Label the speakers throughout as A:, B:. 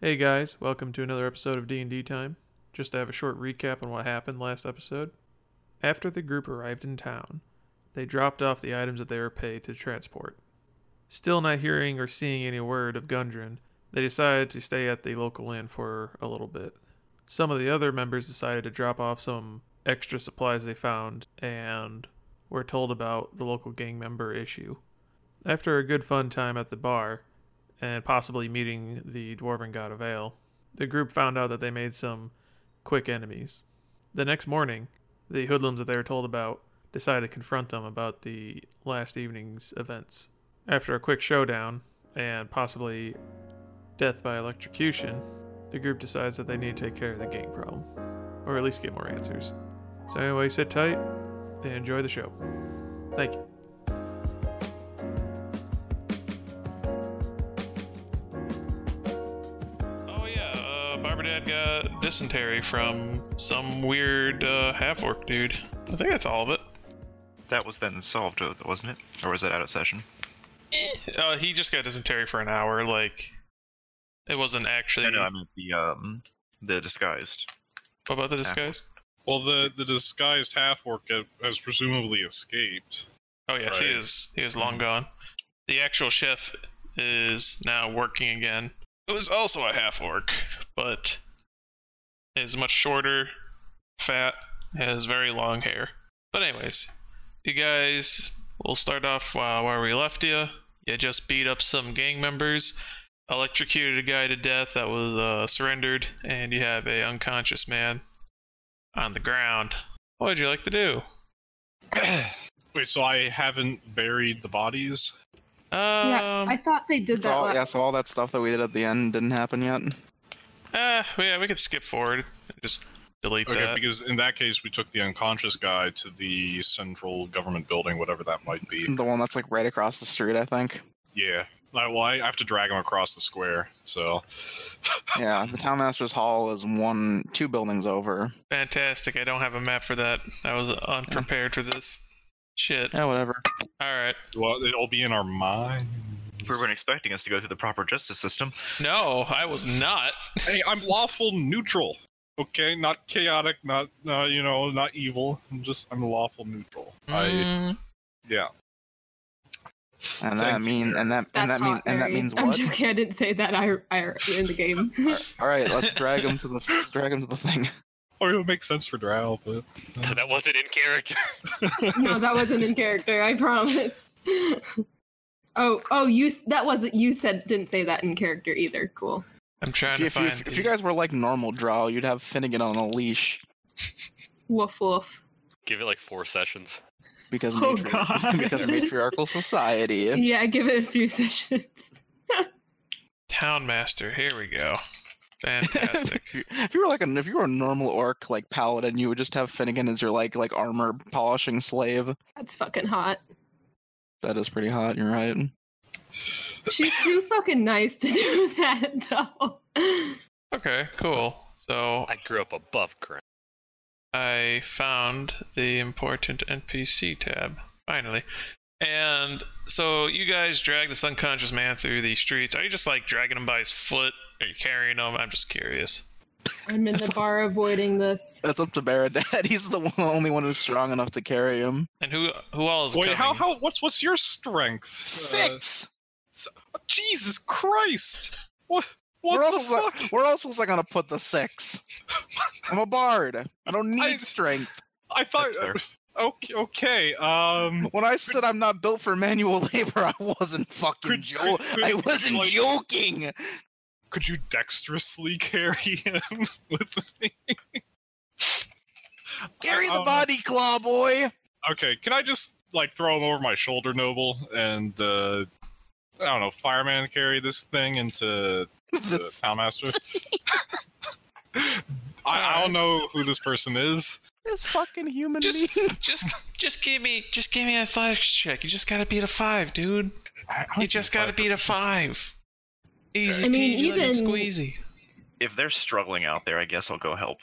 A: Hey guys, welcome to another episode of D&D Time. Just to have a short recap on what happened last episode. After the group arrived in town, they dropped off the items that they were paid to transport. Still not hearing or seeing any word of Gundren, they decided to stay at the local inn for a little bit. Some of the other members decided to drop off some extra supplies they found and were told about the local gang member issue. After a good fun time at the bar, and possibly meeting the dwarven god of ale, the group found out that they made some quick enemies. The next morning, the hoodlums that they were told about decided to confront them about the last evening's events. After a quick showdown and possibly death by electrocution, the group decides that they need to take care of the gang problem, or at least get more answers. So, anyway, sit tight and enjoy the show. Thank you. Oh yeah, uh, Barber Dad got dysentery from some weird uh, half orc dude. I think that's all of it.
B: That was then solved, uh, wasn't it? Or was that out of session? Eh.
A: Uh, he just got dysentery for an hour. Like, it wasn't actually.
B: No, no, I meant the um, the disguised.
A: What about the disguise?
C: Well, the the disguised half orc has presumably escaped.
A: Oh yes, he
C: Right.
A: is. He is long gone. The actual chef is now working again. It was also a half orc, but is much shorter, fat, has very long hair. But anyways, you guys, we'll start off uh, where we left you. You just beat up some gang members, electrocuted a guy to death that was uh, surrendered, and you have a unconscious man on the ground. What would you like to do?
C: Wait, so I haven't buried the bodies?
A: Um,
D: Yeah, I thought they did
E: So
D: that.
E: all,
D: la-
E: yeah, so all that stuff that we did at the end didn't happen yet.
A: Uh, yeah, we could skip forward. and Just delete
C: Okay,
A: that.
C: because in that case we took the unconscious guy to the central government building, whatever that might be.
E: The one that's like right across the street, I think.
C: Yeah. Like, Well, I have to drag him across the square, so
E: Yeah, the townmaster's hall is one, two buildings over.
A: Fantastic. I don't have a map for that. I was unprepared for this. Shit.
E: Yeah, whatever.
A: All right.
C: well, it'll be in our mind.
B: You weren't expecting us to go through the proper justice system.
A: No, I was not.
C: Hey, I'm lawful neutral. Okay, not chaotic, not uh, you know, not evil. I'm just I'm lawful neutral. I
A: Mm,
C: yeah.
E: And
C: Thank
E: that mean, and that, and
D: That's
E: that mean,
D: hot,
E: and that
D: Mary.
E: means
D: I'm
E: what?
D: joking. I didn't say that. I, I in the game.
E: All right, let's drag him to the, let's drag him to the thing.
C: Or it would make sense for Drow, but
F: that wasn't in character.
D: no, that wasn't in character. I promise. oh, oh, you s- that wasn't you said didn't say that in character either. Cool.
A: I'm trying
E: If,
A: to
E: you- if, you,
A: find.
E: if, if you guys were like normal draw, you'd have Finnegan on a leash
D: Woof woof.
F: Give it like four sessions.
E: because
D: Oh,
E: matri-
D: God.
E: because matriarchal society.
D: Yeah, give it a few sessions.
A: Townmaster. Here we go. Fantastic.
E: if, you, if you were like a if you were a normal orc like paladin, you would just have Finnegan as your like like armor polishing slave.
D: That's fucking hot.
E: That is pretty hot. You're right.
D: She's too fucking nice to do that though.
A: okay. Cool. So
F: I grew up above ground.
A: I found the important NPC tab, finally. And so you guys drag this unconscious man through the streets. Are you just like dragging him by his foot? Are you carrying him? I'm just curious.
D: I'm in the bar avoiding this.
E: That's up to Baradad. He's the one, only one who's strong enough to carry him.
A: And who who all is
C: Wait,
A: coming?
C: how how what's what's your strength? Uh,
E: Six.
C: Jesus Christ! What what
E: we're,
C: the
E: also
C: fuck?
E: like, we're also like gonna put the six. I'm a bard. I don't need
C: I-
E: strength.
C: I uh, thought
B: That's fair.
C: okay okay um
E: When I said I'm not built for manual labor, I wasn't fucking
C: Could-
E: jo-
C: could- could
E: I
C: you,
E: wasn't
C: like-
E: joking.
C: could you dexterously carry him with me?
E: Carry the
C: Um,
E: body, claw boy.
C: Okay, can I just like throw him over my shoulder, noble, and uh I don't know, fireman carry this thing into the
E: This-
C: townmaster? I, I don't know who this person is.
E: this fucking human
A: Just-
E: being.
A: just just give me just give me a athletics check. You just gotta beat a five, dude.
C: I- I
A: You just gotta beat a five. Easy
D: I mean,
A: peasy, lemon
D: even-
A: squeezy.
B: If they're struggling out there, I guess I'll go help.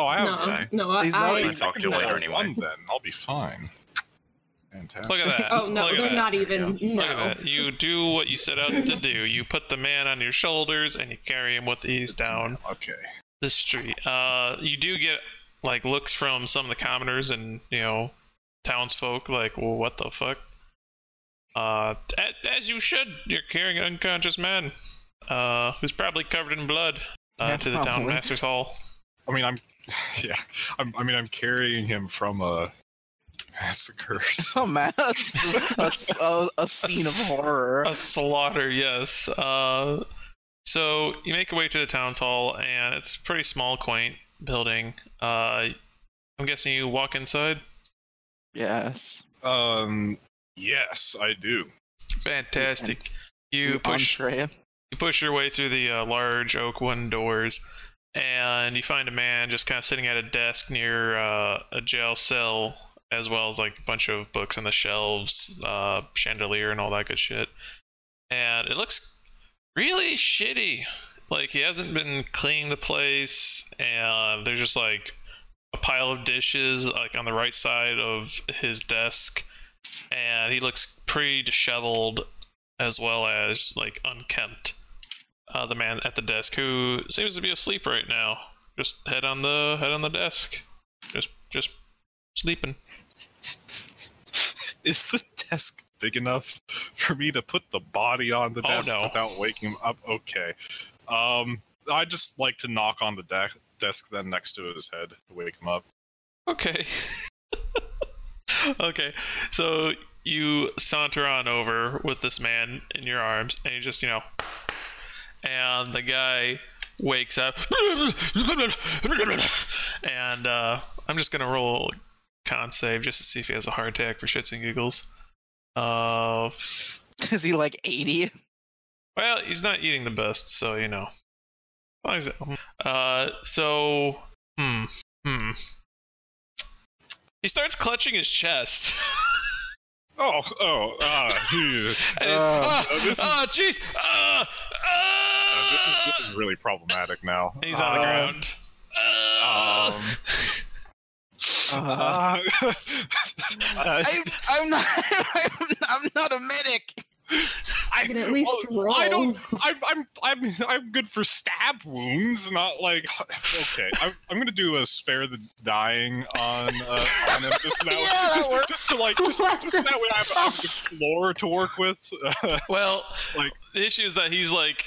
C: Oh, I have
D: No,
B: okay.
D: no, I,
E: He's not
D: I,
E: like-
B: Talk to you
D: no.
B: later anyway.
C: One, then I'll be fine. Fantastic.
A: Look at that.
D: Oh no,
A: Look at
D: they're
A: that.
D: not even. No.
A: Look at that. You do what you set out to do. You put the man on your shoulders and you carry him with ease down
C: Okay.
A: the street. Uh, you do get like looks from some of the commoners and you know townsfolk, like, "Well, what the fuck?" Uh, a- as you should. You're carrying an unconscious man, uh, who's probably covered in blood, uh,
E: Yeah,
A: to the town
E: probably.
A: master's hall.
C: I mean, I'm. Yeah. I'm, I mean, I'm carrying him from a massacre.
E: So mad. a, s- a- a scene of horror.
A: A slaughter, yes. Uh, so you make your way to the town's hall, and it's a pretty small, quaint building. Uh, I'm guessing you walk inside.
E: Yes.
C: Um. Yes, I do.
A: Fantastic. You
E: The
A: push
E: entree.
A: you push your way through the uh, large oak wooden doors, and you find a man just kind of sitting at a desk near uh, a jail cell, as well as like a bunch of books on the shelves, uh, chandelier, and all that good shit. And it looks really shitty. Like he hasn't been cleaning the place, and there's just like a pile of dishes like on the right side of his desk, and he looks pretty disheveled as well as like unkempt. Uh, the man at the desk who seems to be asleep right now. Just head on the head on the desk. Just just sleeping.
C: Is the desk big enough for me to put the body on the
A: Oh,
C: desk
A: no.
C: without waking him up? Okay. Um, I just like to knock on the de- desk then next to his head to wake him up.
A: Okay. okay. So you saunter on over with this man in your arms and you just, you know, and the guy wakes up and uh, I'm just gonna roll a con save just to see if he has a heart attack for shits and giggles. Uh,
E: Is he like 80?
A: Well, he's not eating the best, so you know. As long as it- Uh, so hmm, hmm. He starts clutching his chest.
C: Oh, oh, ah, phew.
A: and he's,
C: Uh,
E: Oh,
A: "Ah,
C: no, this is-
A: ah, jeez, ah, ah!"
C: Uh, this is this is really problematic now.
A: And he's on the
E: Uh,
A: ground. Ah.
C: Um,
E: Uh,
C: uh, uh,
E: I'm, I'm not. I'm, I'm not a medic.
C: I-
D: I can at least
A: Oh,
C: well,
D: roll.
C: I don't. I'm. I'm. I'm. I'm good for stab wounds, not like. Okay, I'm. I'm gonna do a spare the dying on uh, on him just now,
E: Yeah, that
C: just,
E: works.
C: just to like, just, just that way I have, I have the lore to work with.
A: Well,
C: Like-
A: the issue is that he's like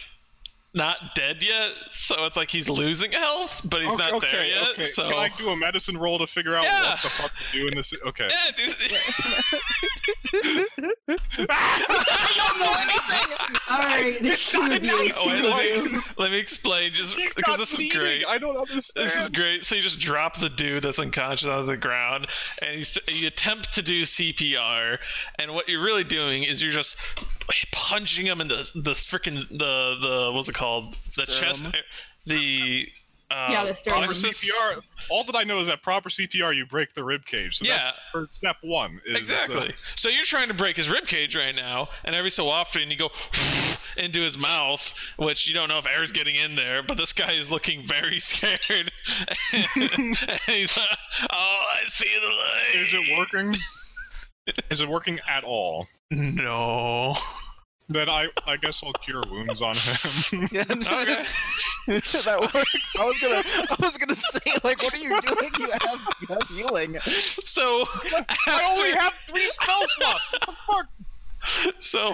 A: not dead yet, so it's like he's losing health, but he's
C: okay,
A: not there
C: okay,
A: yet.
C: okay.
A: So
C: Can I do a medicine roll to figure out
A: Yeah.
C: what the fuck to do in this? Okay.
A: yeah, dude.
E: I don't know anything.
D: All right, this
C: It's
D: two
C: not
D: of you.
C: nice.
A: Oh, wait,
D: two
A: let
D: of
A: me, let me explain just
C: He's
A: because
C: not
A: this is
C: bleeding.
A: great.
C: I don't understand.
A: This is great. So you just drop the dude that's unconscious onto the ground, and you, s- you attempt to do CPR. And what you're really doing is you're just punching him in the the freaking the the what's it called the chest
E: Sternum.
A: the uh,
D: Yeah, the sternum.
C: proper
A: arms-
C: CPR. All that I know is that proper CPR, you break the rib cage. So
A: Yeah.
C: that's for step one. Is, uh,
A: Exactly. so you're trying to break his rib cage right now, and every so often you go into his mouth, which you don't know if air's getting in there, but this guy is looking very scared. and he's like, "Oh, I see the light."
C: is it working? is it working at all?
A: No.
C: Then I, I guess I'll cure wounds on him.
E: Yeah, I'm just-
A: Okay.
E: that works. I was gonna. I was gonna say like, what are you doing? You have you have healing.
A: So
C: I only
A: after-
C: have three spell slots. What the fuck?
A: so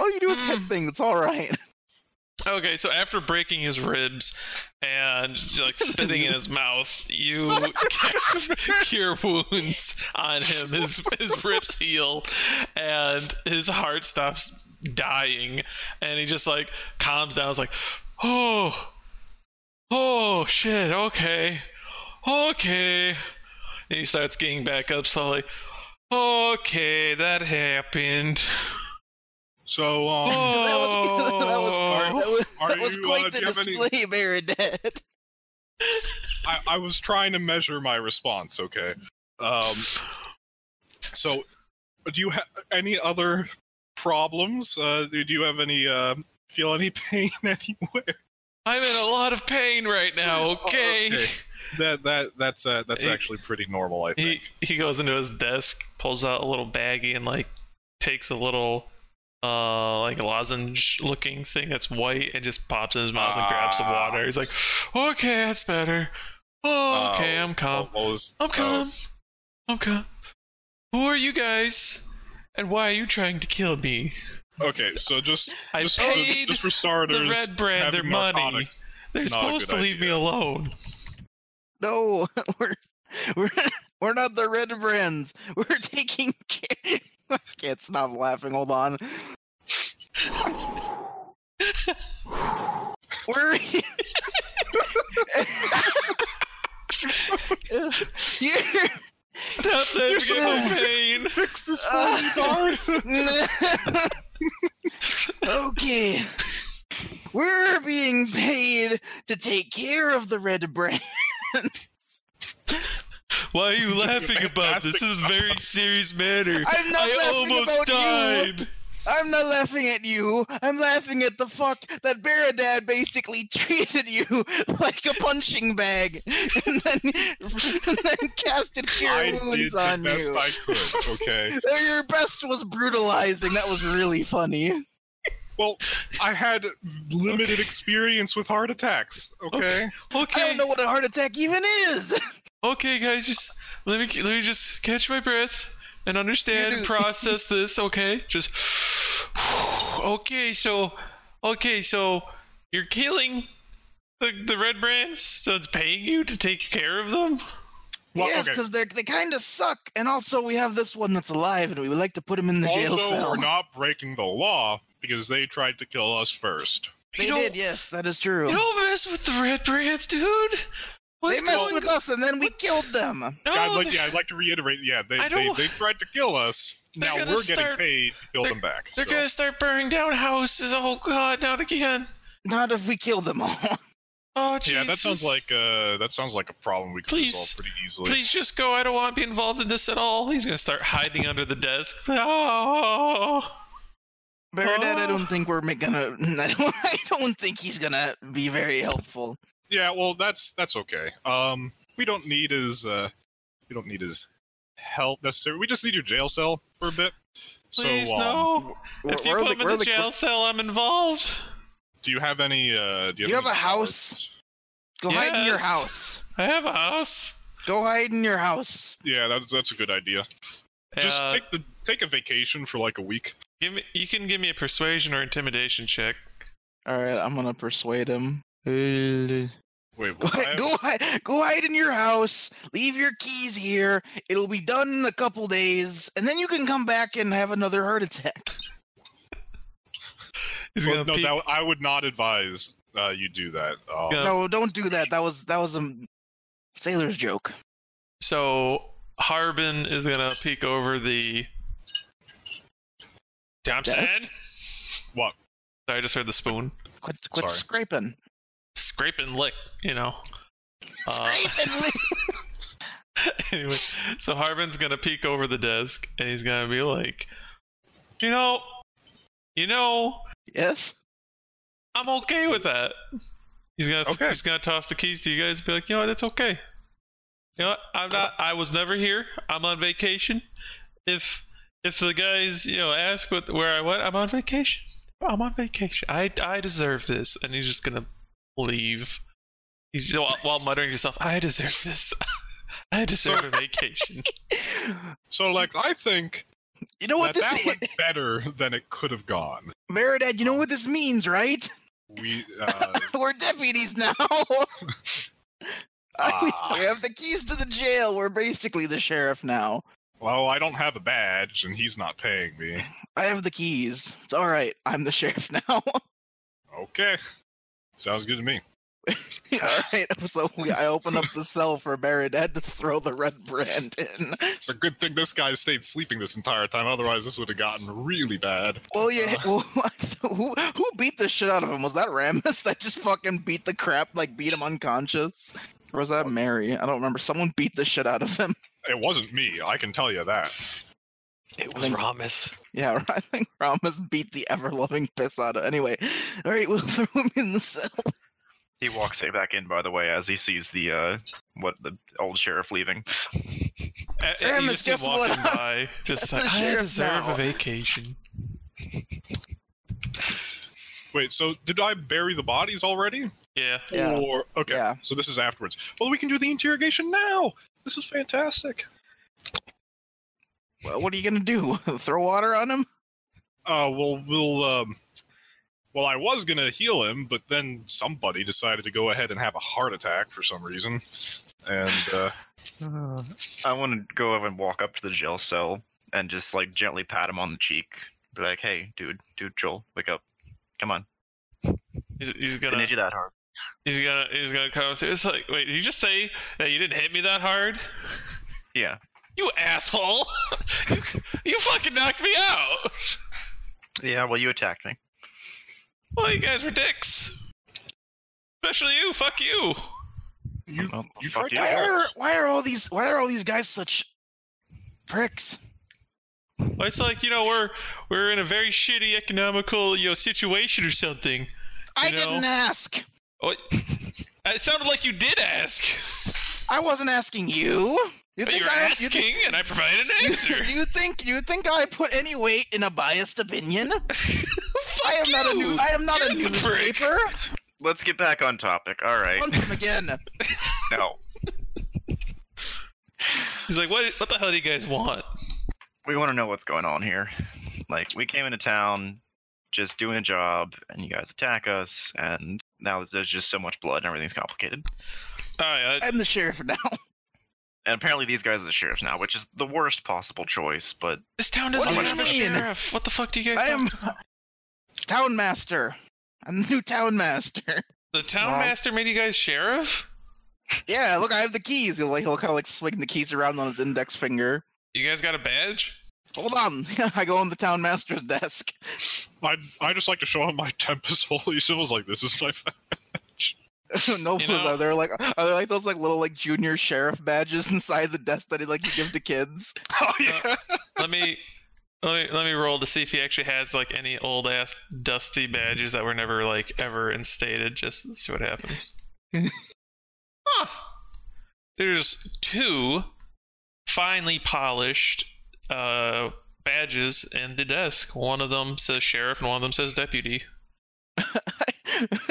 E: All you do is hit things. It's all right.
A: okay. So after breaking his ribs and like spitting in his mouth, you cast cure wounds on him. His his ribs heal, and his heart stops dying, and he just like calms down. It's like, oh, oh shit. Okay, okay. And he starts getting back up slowly. Okay, that happened.
C: So um,
E: That was that was
A: Oh.
E: that was,
C: are
E: Oh, that was
C: you,
E: quite
C: uh,
E: the
C: do you have any-
E: display, Mary Dad.
C: I, I was trying to measure my response. Okay. Um, so, do you have any other problems? Uh, do you have any uh, feel any pain anywhere?
A: I'm in a lot of pain right now, okay?
C: okay. that that that's uh, that's
A: He-
C: actually pretty normal. I
A: He
C: think.
A: he goes into his desk, pulls out a little baggie, and like takes a little uh like lozenge looking thing that's white and just pops in his mouth and grabs some
C: Ah.
A: water. He's like, Okay, that's better. Oh, okay,
C: Oh,
A: I'm calm.
C: What was-
A: I'm
C: oh,
A: calm. I'm calm. Who are you guys? And why are you trying to kill me?
C: okay, so just
A: I
C: just,
A: paid
C: just for starters,
A: Red Brand their
C: having
A: money.
C: narcotics-
A: They're
C: Not a
A: supposed to
C: good
A: leave me
C: idea.
A: alone.
E: No, we're we're we're not the red brands. We're taking care. I can't stop laughing. Hold on. we're. You're-
A: Stop that
E: so
A: forget my pain.
C: Fix this
E: Ah.
C: phone card.
E: okay. We're being paid to take care of the red brand.
A: Why are you laughing about this?
C: Fantastic.
A: This is a very serious matter.
E: I'm not
A: I
E: laughing
A: almost
E: about you.
A: died.
E: I'm not laughing at you. I'm laughing at the fuck that Baradad basically treated you like a punching bag and then, and then casted cure
C: I did
E: wounds
C: the
E: on
C: best
E: you.
C: I could. Okay.
E: Your best was brutalizing. That was really funny.
C: Well, I had limited experience with heart attacks. Okay.
A: Okay.
E: I don't know what a heart attack even is.
A: Okay, guys, just let me let me just catch my breath and understand and
E: You do.
A: process this. Okay, just okay. So, okay, so you're killing the the red brands, so it's paying you to take care of them.
C: Well,
E: yes,
C: okay.
E: because they kind of suck. And also, we have this one that's alive, and we would like to put him in the jail
C: Also,
E: cell.
C: we're not breaking the law because they tried to kill us first.
E: they
A: you don't-
E: did, yes, that is true.
A: You don't mess with the red brands, dude. What's
E: They messed
A: going
E: with
A: on?
E: us, and then we killed them.
A: No,
C: I'd like,
A: they're-
C: yeah, I'd like to reiterate. Yeah, they,
A: I
C: they,
A: don't-
C: they tried to kill us.
A: They're
C: Now
A: gonna
C: we're
A: start-
C: getting paid to kill
A: they're-
C: them back.
A: they're
C: so.
A: gonna start burning down houses. Oh God, not again.
E: Not if we kill them all.
A: Oh Jesus.
C: Yeah, that sounds like uh, that sounds like a problem we could
A: Please.
C: resolve pretty easily.
A: Please just go. I don't want to be involved in this at all. He's gonna start hiding under the desk. Oh.
E: Baradad,
A: Oh.
E: I don't think we're ma- gonna. I don't, I don't think he's gonna be very helpful.
C: Yeah, well, that's that's okay. Um, we don't need his uh, we don't need his help necessarily. We just need your jail cell for a bit.
A: Please
C: so, um,
A: no.
E: We're-
A: if you
E: we're
A: put him in the,
E: we're
A: jail cell, I'm involved.
C: Do you have any? Uh, do you,
E: Do you
C: any
E: have a
C: powers?
E: Go hide in your
A: Yes.
E: house.
A: I have a house.
E: Go hide in your house.
C: Yeah, that's that's a good idea. Just
A: Uh,
C: take the take a vacation for like a week.
A: give me. You can give me a persuasion or intimidation check.
E: All right, I'm gonna persuade him. Uh,
C: Wait,
E: Go
C: what? I
E: hide,
C: have-
E: go hide, go hide in your house. Leave your keys here. It'll be done in a couple days, and then you can come back and have another heart attack.
A: He's gonna
C: well, no,
A: peek-
C: that, I would not advise uh, you do that. Um,
A: Yeah.
E: No, don't do that. That was that was a sailor's joke.
A: So Harbin is gonna peek over the. Thompson.
E: Desk?
C: What?
A: Sorry, I just heard the spoon
E: Quit, quit
C: Sorry.
E: scraping.
A: scrape and lick. You know. Uh,
E: Scraping.
A: anyway, so Harbin's gonna peek over the desk and he's gonna be like, you know, you know,
E: yes.
A: I'm okay with that. He's gonna
C: Okay.
A: he's gonna toss the keys to you guys and be like, you know what, it's okay. You know what? I'm not I was never here. I'm on vacation. If if the guys, you know, ask what where I went, I'm on vacation. I'm on vacation. I I deserve this. And he's just gonna leave. He's while, while muttering to himself, I deserve this. I deserve a vacation.
C: So, Lex, I think
E: You know what
C: that, that
E: this
C: went better than it could have gone.
E: Meridad, you know what this means, right?
C: We uh,
E: We're deputies now. I- we have the keys to the jail. We're basically the sheriff now.
C: well, I don't have a badge, and he's not paying me.
E: I have the keys. It's all right. I'm the sheriff now.
C: Okay, sounds good to me.
E: all right. So we, I open up the cell for Meridad to throw the red brand in.
C: It's a good thing this guy stayed sleeping this entire time. Otherwise, this would have gotten really bad.
E: Well, yeah. Well, who who beat the shit out of him? Was that Ramus that just fucking beat the crap, like beat him unconscious? Or was that Mary? I don't remember. Someone beat the shit out of him.
C: It wasn't me. I can tell you that.
F: It was
E: Think-
F: Ramus.
E: Yeah, I think Ramus beat the ever loving piss out of. Anyway, all right, we'll throw him in the cell.
B: He walks it back in, by the way, as he sees the uh, what the old sheriff leaving.
A: A- a-
E: Aramis,
A: you just see
E: guess what?
A: walking by, just
E: I'm
A: like
E: the
A: I
E: sheriff
A: deserve
E: now."
A: a vacation.
C: Wait, so did I bury the bodies already?
A: Yeah,
E: Yeah.
C: Or okay,
E: Yeah.
C: so this is afterwards. Well, we can do the interrogation now. This is fantastic.
E: Well, what are you gonna do? Throw water on him?
C: Uh, well, we'll um, well, I was gonna heal him, but then somebody decided to go ahead and have a heart attack for some reason, and uh,
B: I want to go over and walk up to the jail cell and just like gently pat him on the cheek, be like, "Hey, dude, dude, Joel, wake up! Come on,
A: he's, he's
B: didn't
A: gonna
B: hit you that hard."
A: he's gonna he's gonna come. up to- It's like wait, did you just say that you didn't hit me that hard?
B: Yeah,
G: You asshole! you, you fucking knocked me out!
B: yeah. Well, you attacked me.
G: Well, you guys were dicks. Especially you, fuck you!
C: you
E: Uh-huh.
B: Well,
C: you
B: fuck you.
C: tried to
E: Why are
C: help.
E: why are all these why are all these guys such pricks?
A: Well, it's like you know we're we're in a very shitty economical you know situation or something. Oh,
E: I
A: You know-
E: didn't ask.
G: What? It sounded like you did ask.
E: I wasn't asking you. You
G: But you're
E: I you
G: asking,
E: think,
G: and I provided an answer.
E: do you think you think I put any weight in a biased opinion?
G: Fuck
E: I am not a
G: you.
E: new I am not a
G: You're the prick.
E: newspaper.
B: Let's get back on topic. All right.
E: Punch him again.
B: No,
A: He's like, what what the hell do you guys want?
B: we want to know what's going on here. Like, we came into town just doing a job, and you guys attack us, and now there's just so much blood and everything's complicated.
A: All right, uh, I,
E: I'm the sheriff now.
B: And apparently, these guys are the sheriffs now, which is the worst possible choice. But
A: this town
E: What
A: doesn't
B: do you
A: have a
E: mean?
A: sheriff. What the fuck do you guys?
E: I am
A: talk-
E: town master. I'm the new town master.
A: the town
B: Well-
A: master made you guys sheriff.
E: Yeah, look, I have the keys. He'll like he'll kind of like swing the keys around on his index finger.
A: You guys got a badge?
E: Hold on, I go on the town master's desk.
C: I I just like to show him my Tempest Holy Symbols. Like this is my.
E: no,
A: You
E: you
A: know-
E: are there like are there like those like little like junior sheriff badges inside the desk that he like you give to kids?
C: oh yeah.
A: Let me. Let me, let me roll to see if he actually has like any old ass dusty badges that were never like ever instated. Just see what happens. huh. There's two finely polished uh, badges in the desk. One of them says sheriff, and one of them says deputy.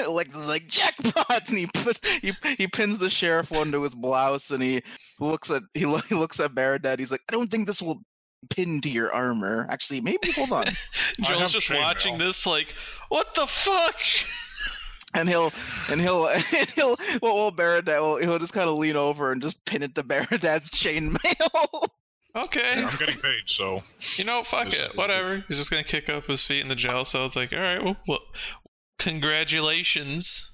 E: like like jackpots, and he puts he he pins the sheriff one to his blouse, and he looks at he, lo- he looks at Baradad. He's like, I don't think this will pin to your armor. Actually, maybe hold on.
C: I
A: Joel's
C: have
A: just
C: chainmail.
A: watching this like, what the fuck?
E: and he'll and he'll and he'll well, well Baradad will he'll just kind of lean over and just pin it to Baradad's chainmail.
A: Okay.
C: I'm getting paid, so
A: You know, fuck
C: There's-
A: it, whatever. He's just gonna kick up his feet in the jail cell. It's like, all right, well, well congratulations.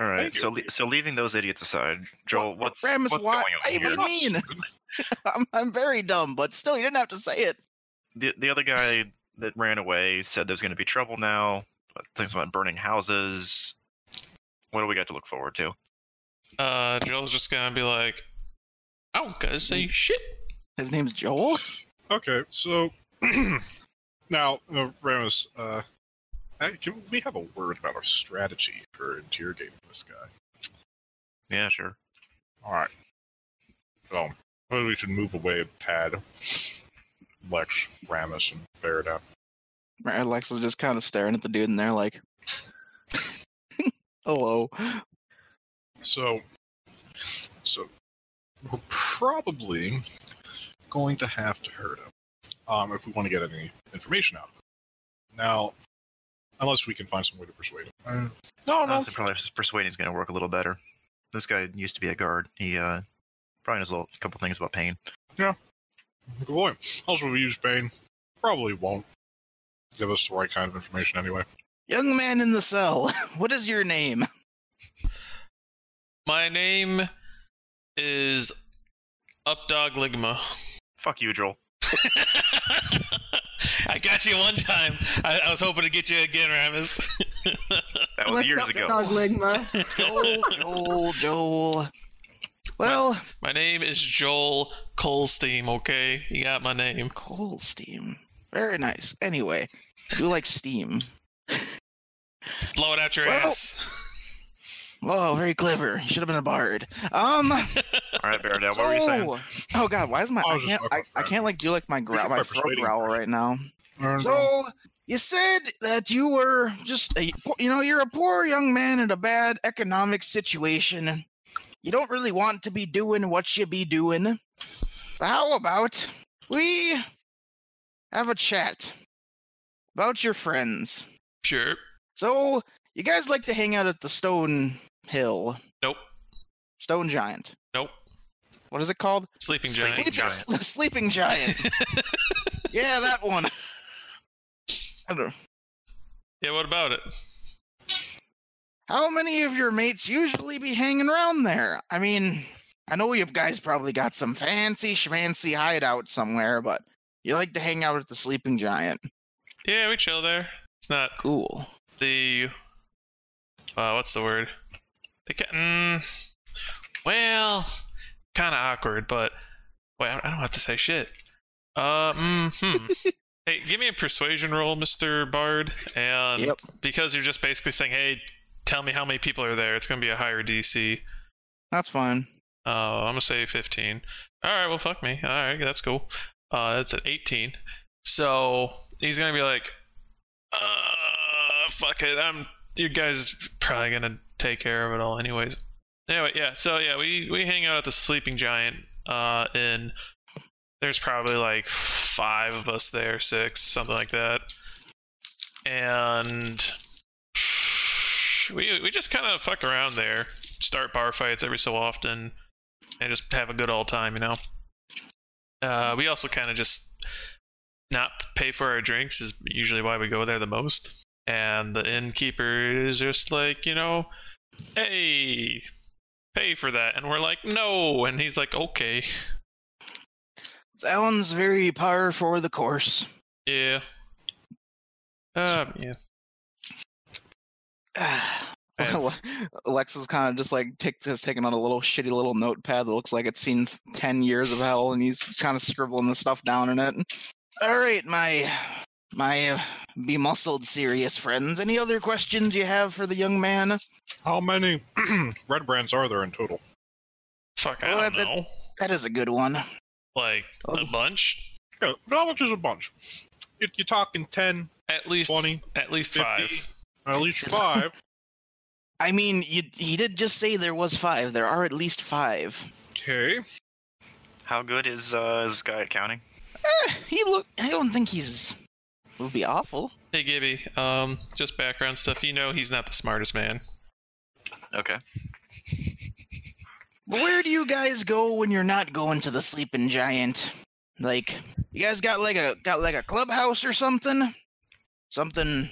B: all right.
C: Thank you.
B: So, le- so leaving those idiots aside, Joel, what's,
E: Ramus?
B: what's
E: why? I
B: going on
E: even
B: here?
E: mean. I'm, I'm very dumb, but still, you didn't have to say it.
B: The the other guy that ran away said there's going to be trouble now. But things about burning houses. What do we got to look forward to?
A: Uh, Joel's just gonna be like, I don't gotta say
E: Mm.
A: shit.
E: His name's Joel.
C: okay. So now, uh, Ramos, uh, hey, can we have a word about our strategy for interrogating this guy?
B: Yeah, sure.
C: All right. So maybe we should move away a pad. Lex, Ramus, and Baradap.
E: Right, Lex is just kind of staring at the dude, and they're like, "Hello."
C: So, so we're probably going to have to hurt him um, if we want to get any information out of him. Now, unless we can find some way to persuade him. Uh, no, no.
B: Honestly, probably persuading is going to work a little better. This guy used to be a guard. He uh, probably knows a little, couple things about pain.
C: Good boy. Also, we use pain. Probably won't give us the right kind of information anyway.
E: Young man in the cell, what is your name?
A: My name is Updog Ligma.
B: Fuck you, Joel.
A: I got you one time. I, I was hoping to get you again, Ramus.
B: That was
D: What's
B: years
D: up,
B: ago.
D: dog Ligma?
E: Joel, Joel, Joel. Well,
A: my name is Joel Colsteam. Okay, you got my name.
E: coal steam. Very nice. Anyway, you like steam.
A: Blow it out your
E: Well-
A: ass.
E: Oh, very clever. You should have been a bard. Um.
B: All right, Baradell, what were you saying?
E: so- oh God, why is my
C: I
E: I
C: was just
E: can't I,
C: talking
E: I
C: about
E: can't like do like my growl
C: should
E: my
C: try
E: throat
C: persuading
E: growl right now.
C: Or-
E: So you said that you were just a you know you're a poor young man in a bad economic situation. You don't really want to be doing what you be doing. So how about we have a chat about your friends?
A: Sure.
E: So you guys like to hang out at the Stone Hill,
A: Nope.
E: Stone Giant.
A: Nope.
E: What is it called?
A: Sleeping giant.
E: sleeping Giant. sleeping Giant. yeah, that one. I don't know.
A: yeah. What about it?
E: How many of your mates usually be hanging around there? I mean, I know you guys probably got some fancy schmancy hideout somewhere, but you like to hang out at the Sleeping Giant.
A: Yeah, we chill there. It's not
E: Cool.
A: the uh, what's the word? It ca- mm, well, kind of awkward, but wait, I I don't have to say shit. Uh, mm, hmm. hey, give me a persuasion roll, Mister Bard, and
E: Yep.
A: because you're just basically saying, hey, tell me how many people are there. It's gonna be a higher DC.
E: That's fine.
A: Uh, I'm gonna say 15. All right, well, fuck me. All right, that's cool. Uh, that's an 18. So he's gonna be like, uh, fuck it. I'm. You guys probably gonna take care of it all, anyways. Anyway, yeah. So yeah, we we hang out at the Sleeping Giant. Uh, and there's probably like five of us there, six, something like that. And we we just kind of fuck around there, start bar fights every so often, and just have a good old time, you know. Uh, we also kind of just not pay for our drinks is usually why we go there the most, and the innkeeper is just like, you know, hey, pay for that, and we're like, no, and he's like, okay,
E: Sounds very par for the course.
A: yeah, uh, yeah,
E: Ale- Alexa's kind of just like ticked, has taken on a little shitty little notepad that looks like it's seen f- ten years of hell, and he's kind of scribbling the stuff down in it. All right, my my uh, be muscled serious friends. Any other questions you have for the young man?
C: How many red brands are there in total?
A: fuck,
E: Well,
A: I don't
E: that-
A: know,
E: That is a good one.
A: like a
E: Oh.
A: bunch,
C: Yeah, how much is a bunch? If you're talking 10,
A: at least
C: 20,
A: at least
C: 50.
A: five.
C: at least five,
E: I mean, you, he did just say there was five. There are at least five.
C: okay.
B: How good is uh, is this guy at counting?
E: Eh, he look. I don't think he's. It would be awful.
A: Hey Gibby, um, just background stuff. You know he's not the smartest man.
B: Okay.
E: But where do you guys go when you're not going to the sleeping giant? Like you guys got like a got like a clubhouse or something? Something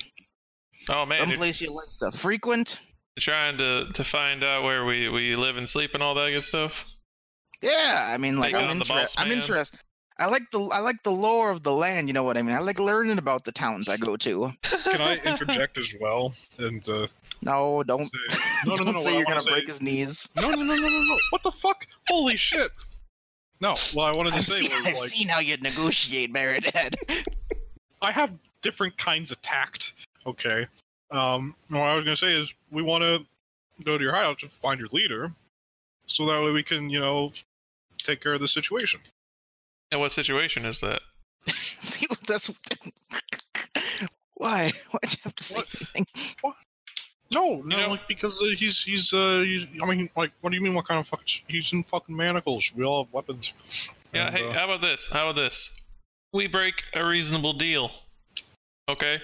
A: Oh man, you're
E: someplace you like to frequent?
A: trying to, to find out where we, we live and sleep and all that good stuff.
E: Yeah, I mean like
A: Like,
E: I'm
A: uh, the boss
E: interested. I'm
A: man?
E: interested. I like the I like the lore of the land, you know what I mean? I like learning about the towns I go to.
C: Can I interject as well? And uh,
E: No, don't
C: say, no, no, no,
E: don't
C: no.
E: say
C: what I
E: you're
C: wanna
E: gonna
C: say
E: break
C: is-
E: his knees.
C: No, no, no, no, no, no. What the fuck? Holy shit. No, what I wanted to
E: I've,
C: say
E: seen,
C: was
E: I've
C: like,
E: seen how you negotiate, Meredith.
C: I have different kinds of tact. Okay. Um, and what I was gonna say is we want to go to your hideout to find your leader, so that way we can, you know, take care of the situation.
A: And what situation is that?
E: See what that's why? Why'd you have to say
C: What?
E: anything?
C: No, no,
A: know-
C: like, because uh, he's he's uh, he's, I mean, like, what do you mean? What kind of fuck? He's in fucking manacles. We all have weapons.
A: Yeah,
C: And,
A: hey,
C: uh,
A: how about this? How about this? We break a reasonable deal. Okay?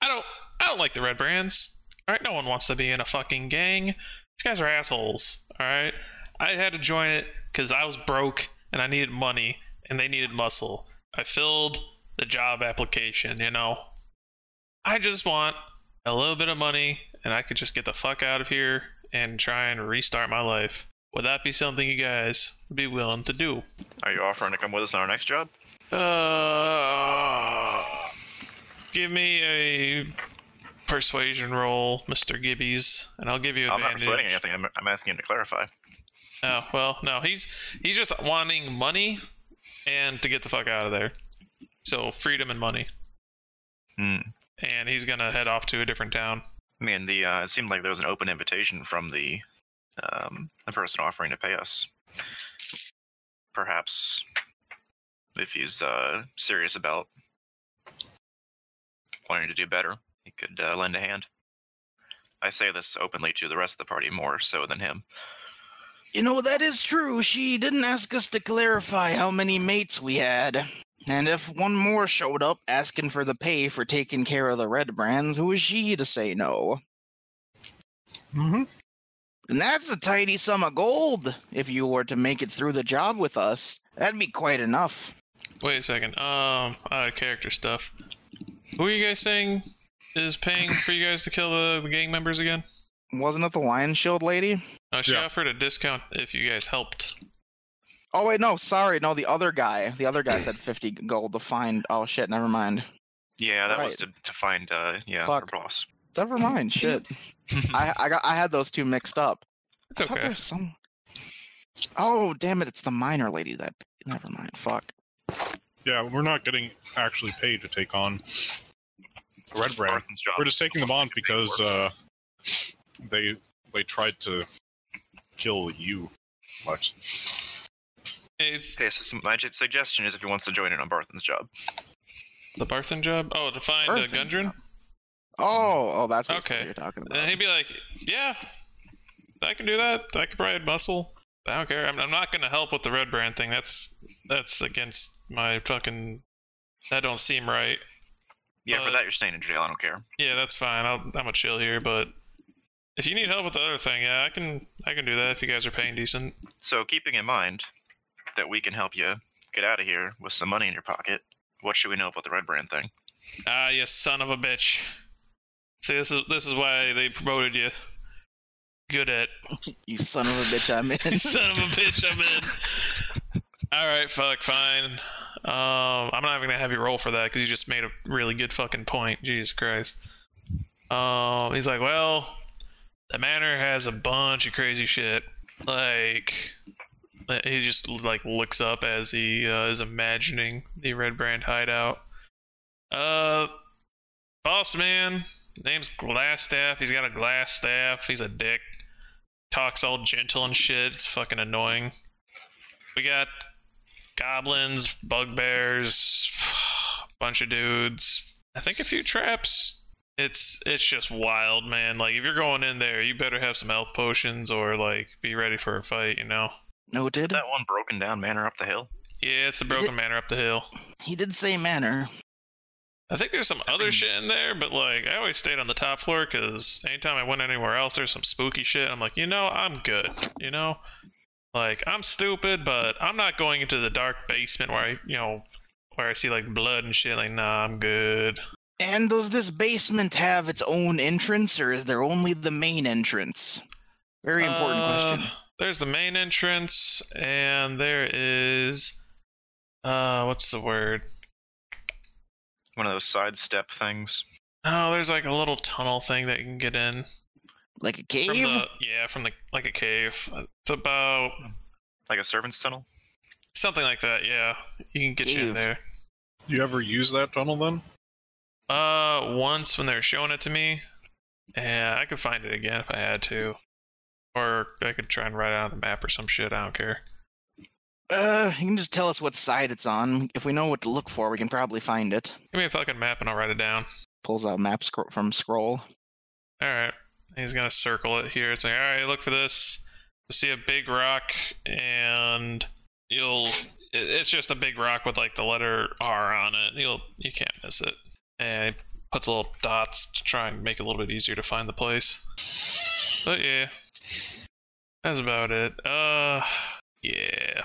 A: I don't I don't like the red brands. Alright, no one wants to be in a fucking gang. These guys are assholes. Alright? I had to join it because I was broke and I needed money and they needed muscle. I filled the job application, you know. I just want a little bit of money and I could just get the fuck out of here and try and restart my life. Would that be something you guys would be willing to do?
B: Are you offering to come with us on our next job?
A: Uh, give me a persuasion roll, Mr. Gibbies, and I'll give you
B: I'm not
A: advantage.
B: persuading anything. I'm, I'm asking him to clarify.
A: Oh well, no, he's he's just wanting money and to get the fuck out of there. So freedom and money,
B: Hmm.
A: and he's gonna head off to a different town.
B: I mean, the uh, it seemed like there was an open invitation from the um, the person offering to pay us. Perhaps if he's uh, serious about wanting to do better, he could uh, lend a hand. I say this openly to the rest of the party more so than him.
E: You know, that is true. She didn't ask us to clarify how many mates we had. And if one more showed up asking for the pay for taking care of the red brands, who is she to say no?
C: Mm-hmm.
E: And that's a tidy sum of gold if you were to make it through the job with us. That'd be quite enough.
A: Wait a second. Um, uh, character stuff. Who are you guys saying is paying for you guys to kill the, the gang members again?
E: Wasn't it the Lion Shield lady?
A: No, she
C: Yeah.
A: offered a discount if you guys helped.
E: Oh, wait, no, sorry. No, the other guy. The other guy said 50 gold to find. Oh, shit, never mind.
B: Yeah, that was
E: Right.
B: to, to find uh yeah, her
E: Fuck.
B: boss.
E: Never mind, shit.
D: Oops.
E: I, I, got, I had those two mixed up.
A: It's
E: I thought
A: okay.
E: there was some. Oh damn it! It's the minor lady that. Never mind. Fuck.
C: Yeah, we're not getting actually paid to take on Red Brand.
B: Jonathan's job.
C: We're just taking them on because uh, they they tried to kill you. What?
A: It's
B: Okay, so some, my j- suggestion is if he wants to join in on Barthen's job.
A: the Barthen job. Oh, to find uh,
E: Barthen
A: Gundren.
E: job. Oh, oh, that's what
A: Okay.
E: you're talking about.
A: And he'd be like, "Yeah, I can do that. I could probably muscle. I don't care. I'm, I'm not gonna help with the red brand thing. That's that's against my fucking. That don't seem right.
B: Yeah, for
A: Uh,
B: that you're staying in jail. I don't care.
A: Yeah, that's fine. I'll, I'm gonna chill here, but if you need help with the other thing, yeah, I can I can do that if you guys are paying decent.
B: So keeping in mind that we can help you get out of here with some money in your pocket, what should we know about the Red Brand thing?
A: Ah, you son of a bitch. See, this is this is why they promoted you. Good at
E: you son of a bitch! I'm
A: You
E: in.
A: son of a bitch, I'm in. All right, fuck, fine. Um, I'm not even gonna have you roll for that because you just made a really good fucking point. Jesus Christ. Um, he's like, well, the manor has a bunch of crazy shit. Like, uh, he just like looks up as he uh, is imagining the Red Brand hideout. Uh, boss man, name's Glassstaff. He's got a glass staff. He's a dick talks all gentle and shit. It's fucking annoying. We got goblins, bugbears, bunch of dudes. I think a few traps. It's it's just wild, man. Like if you're going in there, you better have some health potions or like be ready for a fight, you know.
E: Noted.
B: That one broken down manor up the hill.
A: Yeah, it's the broken manor up the hill.
E: He did say manner.
A: I think there's some other shit in there, but like I always stayed on the top floor because anytime I went anywhere else, there's some spooky shit. I'm like, you know, I'm good. You know, like I'm stupid, but I'm not going into the dark basement where I, you know, where I see like blood and shit. Like, nah, I'm good.
E: And does this basement have its own entrance, or is there only the main entrance? Very important
A: Uh,
E: question.
A: There's the main entrance, and there is, uh, what's the word?
B: One of those sidestep things.
A: Oh, there's like a little tunnel thing that you can get in.
E: Like a
A: From
E: cave?
A: the, yeah, from the like a cave. It's about
B: Like a servant's tunnel?
A: Something like that, yeah. You can get you in
E: Cave.
A: there.
C: You ever use that tunnel then?
A: Uh, once when they were showing it to me, and I could find it again if I had to, or I could try and write it on the map or some shit. I don't care.
E: Uh, you can just tell us what side it's on. If we know what to look for, we can probably find it.
A: Give me a fucking map and I'll write it down.
E: Pulls out map scro- from scroll.
A: All right. He's gonna circle it here. It's like, all right, look for this. You see a big rock, and you'll. it- It's just a big rock with like the letter R on it. You'll. You can't miss it. And he puts little dots to try and make it a little bit easier to find the place. But yeah, that's about it. Uh, yeah.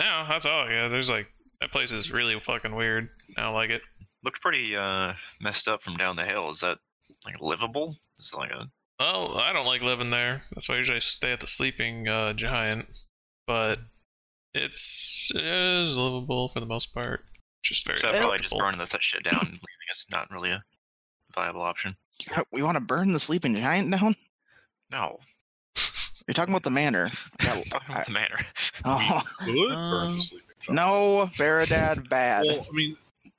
A: No, that's all. Yeah, there's like that place is really fucking weird. I don't like it.
B: Looked pretty uh messed up from down the hill. Is that like livable? Is it like a
A: Well, Oh, I don't like living there. That's why I usually stay at the sleeping uh, giant. But it's it is livable for the most part. Just very
B: so probably just
A: comfortable.
B: burning that shit down and leaving is not really a viable option.
E: We want to burn the sleeping giant down?
B: No.
E: You're talking about the manor. Yeah,
B: Fucking
E: I-
B: the manor.
E: Oh.
C: Could burn
A: Um,
C: the sleeping giant.
E: No, Baradad bad.
C: Well, I mean,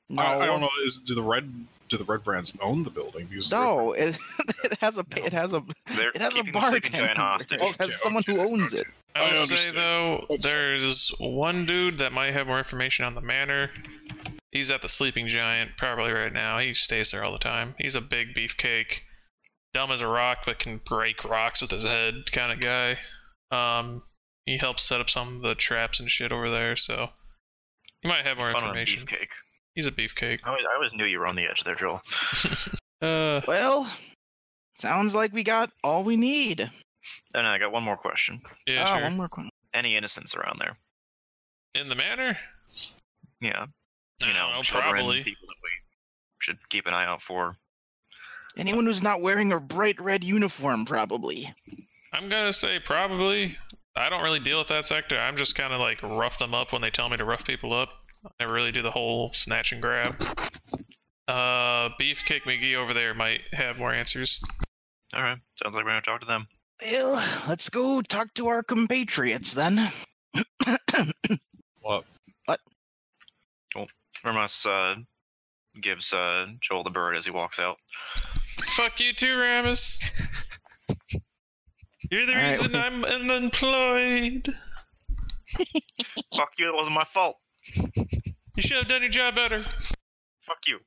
E: no.
C: I, I don't know. Is do the red do the Red Brands own the building? Because the Red
E: No, it, it has a pa- it has a
B: They're
E: it has a
B: keeping the sleeping
E: bartender.
B: giant hostage.
E: It
C: Okay,
E: has someone who owns it.
C: I
A: I will say
C: understand.
A: though,
C: It's-
A: there's one dude that might have more information on the manor. He's at the Sleeping Giant probably right now. He stays there all the time. He's a big beefcake, dumb as a rock, but can break rocks with his head kind of guy. Um, he helps set up some of the traps and shit over there, so he might have more
B: Fun on a
A: information.
B: beefcake.
A: He's a beefcake.
B: I always, I always knew you were on the edge there, Joel.
A: Uh,
E: Well, sounds like we got all we need.
B: And I got one more question.
A: yeah,
E: Ah,
A: sure.
E: one more question.
B: Any innocents around there?
A: In the manor?
B: Yeah.
A: I
B: You know,
A: don't know,
B: children,
A: probably.
B: people that we should keep an eye out for.
E: Anyone who's not wearing a bright red uniform, probably.
A: I'm gonna say probably. I don't really deal with that sector. I'm just kind of like rough them up when they tell me to rough people up. I never really do the whole snatch and grab. Uh, Beefcake McGee over there might have more answers.
B: All right. Sounds like we're gonna talk to them.
E: Well, let's go talk to our compatriots then.
C: What?
B: Remus uh, gives uh, Joel the bird as he walks out.
A: Fuck you too, Ramus. You're the
E: All right,
A: reason
E: okay.
A: I'm unemployed.
B: Fuck you! It wasn't my fault.
A: You should have done your job better.
B: Fuck you.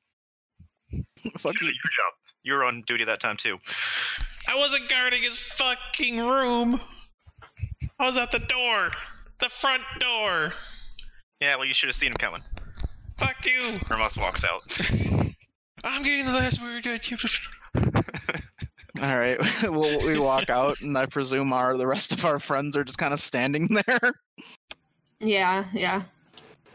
E: Fuck
B: You
E: you.
B: did your job. You were on duty that time too.
A: I wasn't guarding his fucking room. I was at the door, the front door.
B: Yeah. Well, you should have seen him coming.
A: Fuck you.
B: Remus walks out.
A: I'm getting the last word. I keep-
E: All right, well, we walk out, and I presume our the rest of our friends are just kind of standing there.
D: Yeah, yeah.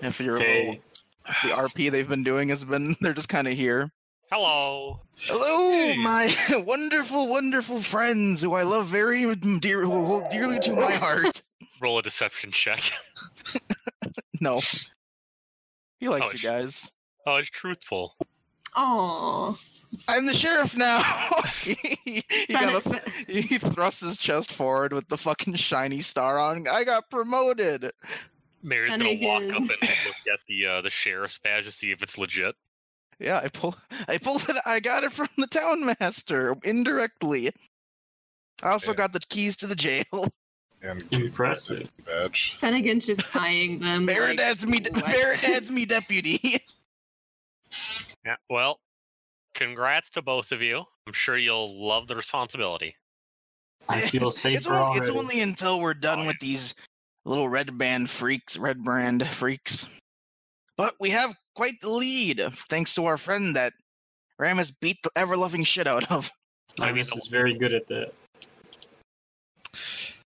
E: If you're
F: Okay.
E: if the RP they've been doing has been, they're just kind of here.
F: Hello.
E: Hello,
C: Hey.
E: my wonderful, wonderful friends, who I love very dear, who hold dearly to my heart.
F: Roll a deception check.
E: No, he likes
F: Oh,
E: you
F: sh-
E: guys.
F: Oh, it's truthful.
D: Oh,
E: I'm the sheriff now. he, he got a, he thrusts his chest forward with the fucking shiny star on. I got promoted.
F: Mary's gonna walk
D: Finnegan.
F: up and look at the uh, the sheriff's badge to see if it's legit.
E: Yeah, I pull, I pulled it. I got it from the town master indirectly. I also
C: Yeah.
E: got the keys to the jail.
C: And
F: Impressive.
C: Badge.
D: Finnegan's just eyeing them. like,
E: Baronad's me, de-
D: what?
E: Baronad's me deputy.
F: Yeah. Well, congrats to both of you. I'm sure you'll love the responsibility.
H: I feel safer
E: it's, only, it's
H: already.
E: only until we're done with these little red band freaks, red brand freaks. But we have quite the lead, thanks to our friend that Ramus beat the ever loving shit out of.
F: I mean,
H: Iris is very good at that.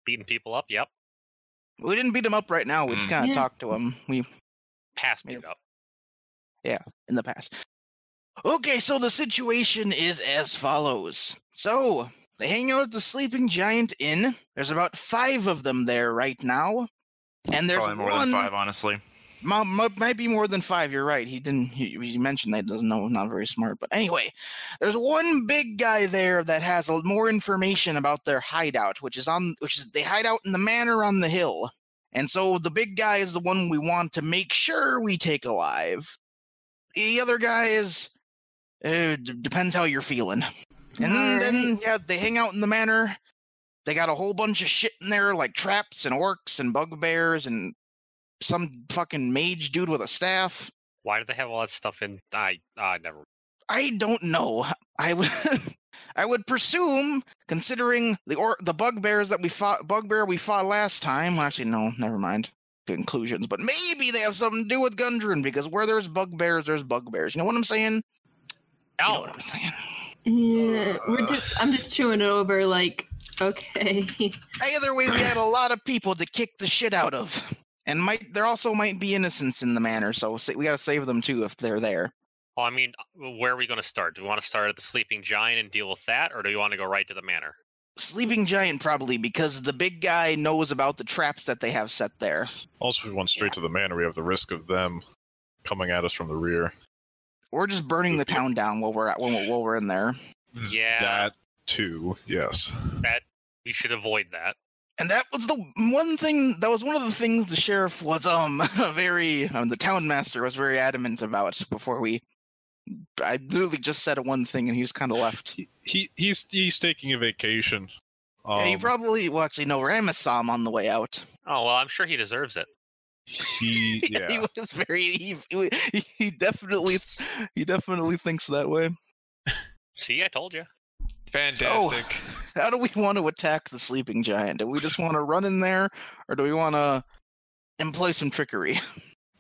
F: beating people up. Yep.
E: We didn't beat him up right now. We just
B: Mm.
E: kind of
D: Yeah.
E: talked to him. We
F: Pass me
E: Yep.
F: up.
E: in the past. Okay, so the situation is as follows. So they hang out at the Sleeping Giant Inn. There's about five of them there right now, and there's
B: Probably more
E: one
B: than five, honestly.
E: Mo- mo- might be more than five. You're right. He didn't. He, he mentioned that. Doesn't know. Not very smart. But anyway, there's one big guy there that has a, more information about their hideout, which is on, which is they hide out in the manor on the hill. And so the big guy is the one we want to make sure we take alive. The other guy is uh, d- depends how you're feeling. And then, then yeah, they hang out in the manor. They got a whole bunch of shit in there, like traps and orcs and bugbears and some fucking mage dude with a staff.
F: Why do they have all that stuff in? I I never.
E: I don't know. I would I would presume, considering the or the bugbears that we fought bugbear we fought last time. Well, actually, no, never mind. Conclusions, but maybe they have something to do with Gundren because where there's bugbears, there's bugbears. You know what I'm saying? You know
F: Oh,
E: what I'm saying.
D: Yeah, we're just. I'm just chewing it over. Like, okay.
E: Either way, we had a lot of people to kick the shit out of, and might there also might be innocents in the manor, so sa- we gotta save them too if they're there.
F: well, I mean, uh, where are we going to start? Do we want to start at the sleeping giant and deal with that, or do we want to go right to the manor?
E: Sleeping Giant probably because the big guy knows about the traps that they have set there.
C: Also, if we went straight to the manor, we have the risk of them coming at us from the rear.
E: Or just burning the town down while we're at, when we're, while we're in there.
F: Yeah,
C: That too, yes.
F: we should avoid that.
E: And that was the one thing. That was one of the things the sheriff was um very um, the town master was very adamant about before we I literally just said one thing, and he was kind of left.
C: He he's he's taking a vacation. Um,
E: yeah, he probably well, actually, no, Ramus saw him on the way out.
F: Oh well, I'm sure he deserves it.
C: he- yeah.
E: he was very. He, he, he definitely, he definitely thinks that way.
F: See, I told you.
A: Fantastic.
E: How do we want to attack the sleeping giant? Do we just want to run in there, or do we want to employ some trickery?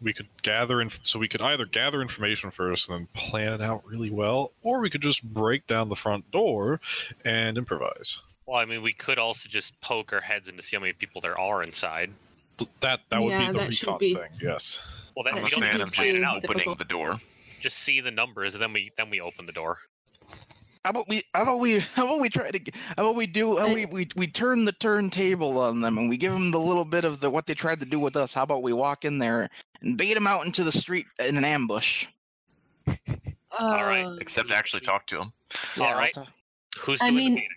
C: we could gather in so we could either gather information first and then plan it out really well or we could just break down the front door and improvise
F: Well, I mean, we could also just poke our heads in to see how many people there are inside.
C: that that would
D: Yeah,
C: be the
D: that should
C: recon
D: be-
C: thing yes
F: Well, then
B: I'm
F: we
B: a
F: don't
B: fan
F: need
B: of
F: to plan
B: just
F: it out.
B: opening
D: difficult.
B: the door.
F: Just see the numbers, and then we then we open the door.
E: How about we? How about we? How about we try to? g- How about we do? How
D: I-
E: we, we we turn the turntable on them and we give them the little bit of the what they tried to do with us. How about we walk in there and bait them out into the street in an ambush?
F: All right,
D: Uh,
B: Except actually talk to him.
E: I'll
F: Alright.
E: ta-
F: Who's
D: I
F: doing
D: mean-
F: the meeting?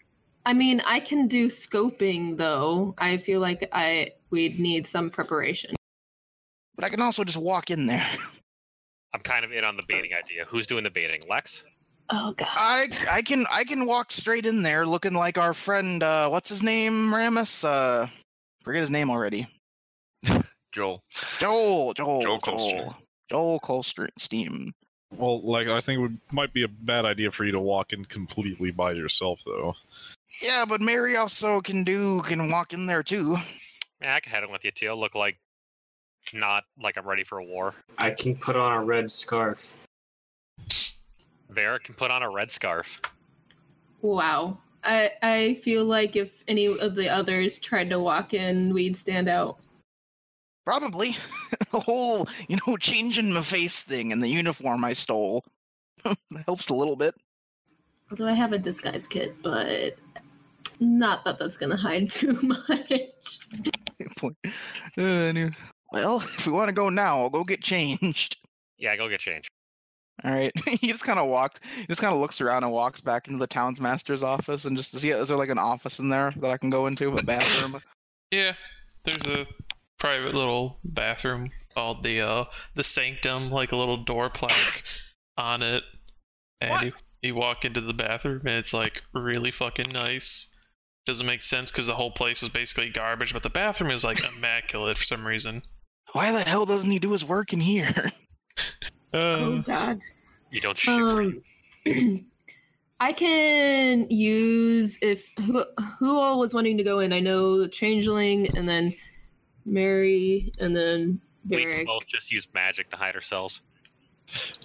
D: I mean, I can do scoping though. I feel like I we'd need some preparation.
E: but I can also just walk in there.
F: I'm kind of in on the baiting idea. Who's doing the baiting? Lex?
D: Oh god.
E: I I can I can walk straight in there, looking like our friend. Uh, what's his name? Ramus. Uh, forget his name already.
B: Joel.
E: Joel. Joel.
B: Joel Colster.
E: Joel. Joel Colster. Steam.
C: well like i think it would, might be a bad idea for you to walk in completely by yourself though
E: Yeah, but Mary also can do can walk in there too.
F: Yeah, I could head in with you too. I'll look like not like I'm ready for a war.
H: I can put on a red scarf.
F: Vera can put on a red scarf.
D: Wow. I I feel like if any of the others tried to walk in, we'd stand out.
E: Probably. the whole, you know, changing my face thing and the uniform I stole helps a little bit.
D: Although I have a disguise kit, but not that that's gonna hide too much.
E: Good point. Uh, anyway. Well, if we want to go now, I'll go get changed.
F: Yeah, go get changed.
E: All right. he just kind of walked. He just kind of looks around and walks back into the townsmaster's office and just see is there like an office in there that I can go into, a bathroom?
A: Yeah, there's a private little bathroom called the uh the sanctum, like a little door plaque on it, and you, you walk into the bathroom and it's like really fucking nice. Doesn't make sense because the whole place was basically garbage, but the bathroom is like immaculate for some reason.
E: Why the hell doesn't he do his work in here?
D: Oh
A: Uh,
D: god.
F: You don't shoot. where you-
D: Um, I can use if who who all was wanting to go in. I know Changeling, and then Mary, and then
F: we can
D: Varric.
F: both just use magic to hide ourselves.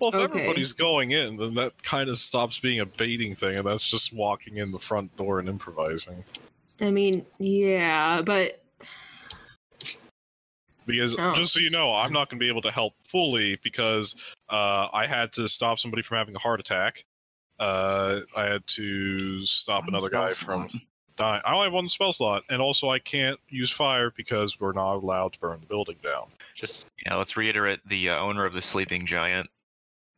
C: well if
D: Okay.
C: everybody's going in then that kind of stops being a baiting thing and that's just walking in the front door and improvising
D: I mean, yeah, but
C: because
D: Oh.
C: just so you know i'm not going to be able to help fully because uh, i had to stop somebody from having a heart attack uh, i had to stop another guy from dying i only have one spell slot and also i can't use fire because we're not allowed to burn the building down
F: Just
B: Yeah, let's reiterate the uh, owner of the sleeping giant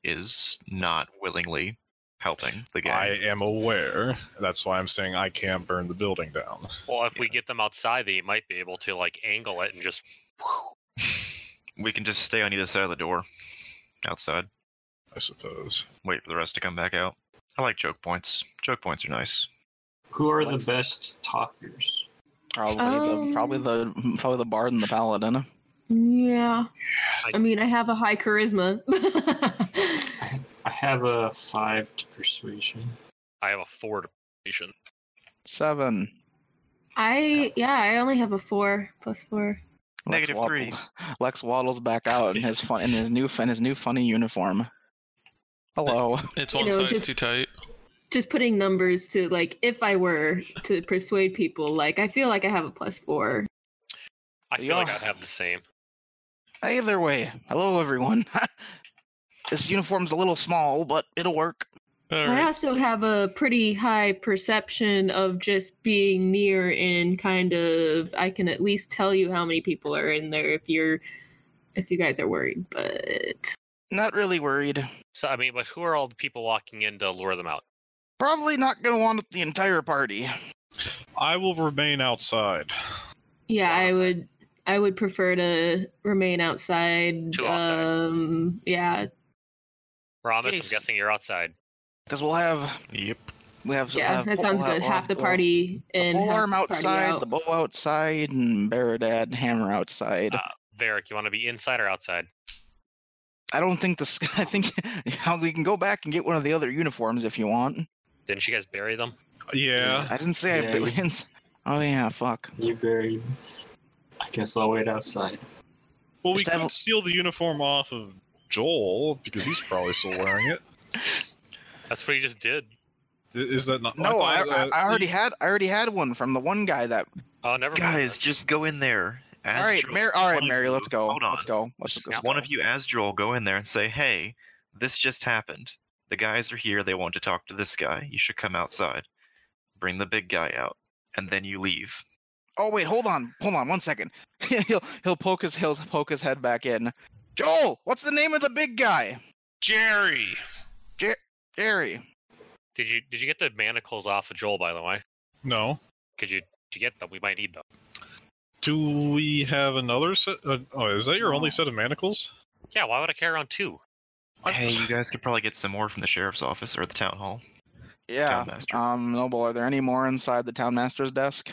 B: is not willingly helping the
C: i
B: guy.
C: am aware that's why i'm saying i can't burn the building down
F: well, if we get them outside, they might be able to like angle it and just.
B: we can just stay on either side of the door, outside.
C: i suppose
B: Wait for the rest to come back out. I like joke points. Joke points are nice.
H: Who are the best talkers?
E: probably the probably
D: Um.
E: the probably the bard and the paladin.
D: yeah.
F: I-
D: I mean, I have a high charisma.
H: I have a five to persuasion.
F: I have a forward vision.
E: Seven.
D: I yeah, I only have a four plus four.
E: Lex
B: Negative
E: waddle-
B: three.
E: Lex waddles back out in his fun in his new in his new funny uniform. Hello.
A: it's
D: You
A: one
D: know,
A: size
D: just-
A: too tight.
D: Just putting numbers to like if I were to persuade people, like I feel like I have a plus four.
F: I feel like
E: Yeah.
F: I'd have the same.
E: Either way, hello everyone. this uniform's a little small, but it'll work.
A: All
D: I
A: right.
D: also have a pretty high perception of just being near and kind of I can at least tell you how many people are in there if you're if you guys are worried, but
E: Not really worried.
F: So I mean, but who are all the people walking in to lure them out?
E: Probably not gonna want the entire party.
C: i will remain outside
D: yeah,
F: Go
D: I
F: outside.
D: would I would prefer to remain outside.
F: To outside.
D: Um yeah,
F: Ramos, I'm
E: Yes.
F: guessing you're outside.
E: Because we'll have
B: Yep.
E: we have
D: yeah,
E: have-
D: that
E: we'll
D: sounds
E: have-
D: good.
E: we'll
D: Half the
E: have
D: party
E: The
D: in,
E: pole
D: half
E: arm
D: the party
E: outside,
D: out.
E: the bow outside, and Baradad hammer outside.
F: Uh, Varric, you want to be inside or outside?
E: I don't think this. I think how we can go back and get one of the other uniforms if you want.
F: Didn't you guys bury them?
C: Yeah.
E: I didn't say
H: Yeah,
E: I
H: you-
E: billions. Oh yeah, fuck.
H: You buried. I guess I'll wait outside.
C: Well, we
E: Just have-
C: could steal the uniform off of Joel because he's probably still wearing it.
F: That's what you just did.
C: I- Is that not?
E: No, I,
C: thought,
E: I,
C: uh,
E: I already had I already had one from the one guy that.
F: Oh, never mind.
B: Guys, just go in there.
E: all right,
B: Asdrel-
E: Mary. All right,
B: one of
E: Mary.
B: you-
E: Let's go.
B: Hold on.
E: Let's go. Let's
B: Just
E: let's
B: one
E: go.
B: of you, Asdrel, go in there and say, "Hey, this just happened. The guys are here. They want to talk to this guy. You should come outside. Bring the big guy out, and then you leave."
E: Oh wait, hold on, hold on, one second. he'll he'll poke his he'll poke his head back in. Joel, what's the name of the big guy?
I: Jerry.
E: Jerry.
F: Did you did you get the manacles off of Joel? By the way,
C: No.
F: could you did you get them? We might need them.
C: Do we have another set? Uh, oh, is that your only
E: No.
C: set of manacles?
F: Yeah, why would I carry around two?
C: I-
B: Hey, you guys could probably get some more from the sheriff's office or the town hall.
E: Yeah.
B: Town master.
E: Um, Noble, are there any more inside the town master's desk?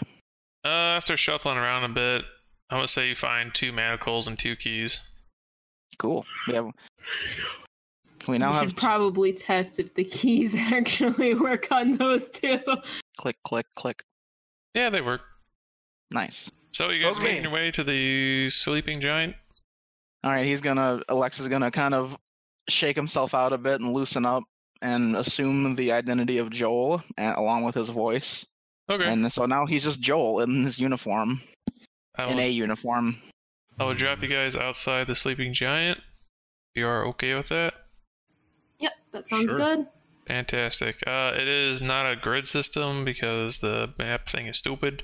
A: Uh, after shuffling around a bit, I would say you find two manacles and two keys.
E: Cool. We have. We
D: We
E: now have
D: should probably test if the keys actually work on those two.
E: click, click, click.
A: Yeah, they work.
E: Nice.
A: So you guys are
E: Okay.
A: making your way to the sleeping giant.
E: All right, he's gonna Alexa's gonna kind of shake himself out a bit and loosen up and assume the identity of Joel a- along with his voice.
A: Okay.
E: And so now he's just Joel in his uniform,
A: I
E: in
A: will,
E: a uniform.
A: I will drop you guys outside the sleeping giant. You are okay with that?
D: yep, that sounds
C: Sure.
D: good.
A: Fantastic. Uh, it is not a grid system because the map thing is stupid.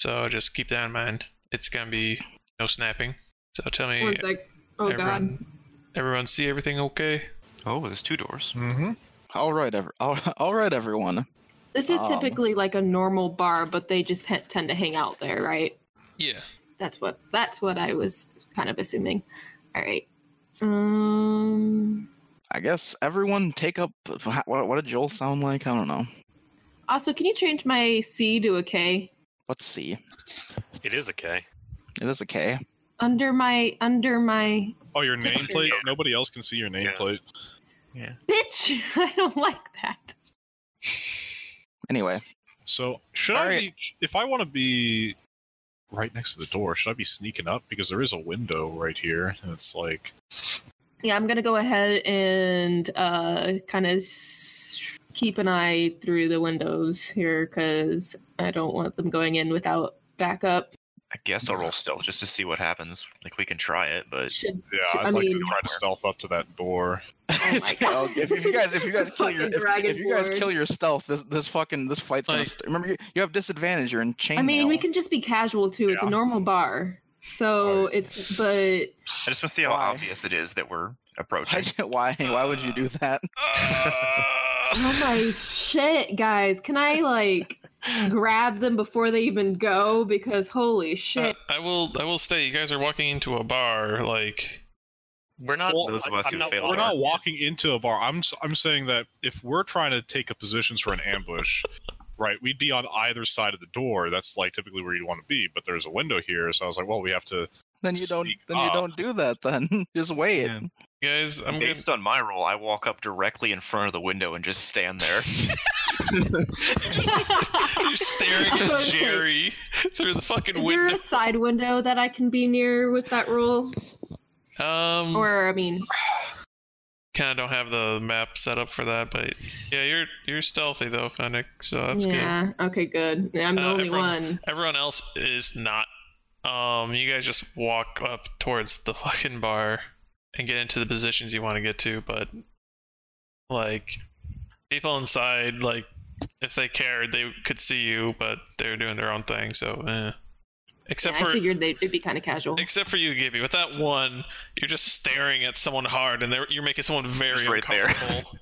A: So just keep that in mind. It's gonna be no snapping. So tell me,
D: One sec. Oh god.
A: everyone, everyone see everything okay?
B: Oh, there's two doors.
C: Mm-hmm.
E: All right, ev- all, all right, everyone.
D: This is
E: Um,
D: typically like a normal bar, but they just ha- tend to hang out there, right?
A: Yeah.
D: That's what that's what I was kind of assuming. All right. Um
E: I guess everyone take up. wha- What, what did Joel sound like? I don't know.
D: also, can you change my C to a K?
E: Let's see.
F: It is okay.
E: It is a K.
D: Under my under my
C: Oh, your
D: Picture.
C: nameplate. Nobody else can see your nameplate.
D: bitch. I don't like that.
E: Anyway,
C: So should I?
E: Alright.
C: Be, if I want to be right next to the door, should I be sneaking up because there is a window right here, and it's like
D: Yeah, I'm gonna go ahead and uh, kind of s- keep an eye through the windows here because I don't want them going in without backup.
B: I guess I'll roll stealth just to see what happens. Like we can try it, but
D: Should
C: yeah, I'd
D: I
C: like
D: mean-
C: to try to stealth up to that door.
D: Oh my
E: if, y'all- if, if you guys if you guys kill your
D: Fucking
E: if, you- if you guys
D: dragonborn.
E: kill your stealth, this this fucking this fight's gonna.
A: Like-
E: St- remember, you, you have disadvantage. You're in chain.
D: I mean we can just be casual too. It's a
C: Yeah.
D: normal bar,
A: Oh,
D: so
C: Right.
D: it's but
B: I just want to see how
E: Why?
B: obvious it is that we're approaching.
E: Why? Why, why would you do that?
A: Ah!
D: oh my shit, guys! Can I like grab them before they even go? Because holy
A: Uh,
D: shit!
A: I will. I will stay. You guys are walking into a bar. Like,
F: We're not.
C: Well,
B: Those of us
F: I'm
B: who
F: not
B: failed
F: walking-
C: We're not walking into a bar. I'm s- I'm saying that if we're trying to take up positions for an ambush, right, we'd be on either side of the door. That's like typically where you'd want to be, but there's a window here, so I was like, well, we have to.
E: Then you don't.
C: Sneak
E: Then you
C: up.
E: don't do that. Then just wait.
B: Yeah.
A: you guys, I'm gonna.
B: Based on my roll, I walk up directly in front of the window and just stand there.
A: You're staring at
D: Okay.
A: Jerry through the fucking
D: Is there
A: window.
D: a side window that I can be near with that rule?
A: Um,
D: Or I mean,
A: kind of don't have the map set up for that, but yeah, you're you're stealthy though, Fennec. So that's good.
D: yeah. Okay, good. I'm the
A: Uh,
D: only
A: everyone-
D: one.
A: Everyone else is not. Um, you guys just walk up towards the fucking bar and get into the positions you want to get to, but like people inside, like if they cared, they could see you, but they're doing their own thing, so eh. Except
D: yeah, I
A: for
D: figured they, it'd be kind of casual.
A: except for you, Gibby. With that one, you're just staring at someone hard, and they're- you're making someone very
B: He's right there.
A: uncomfortable.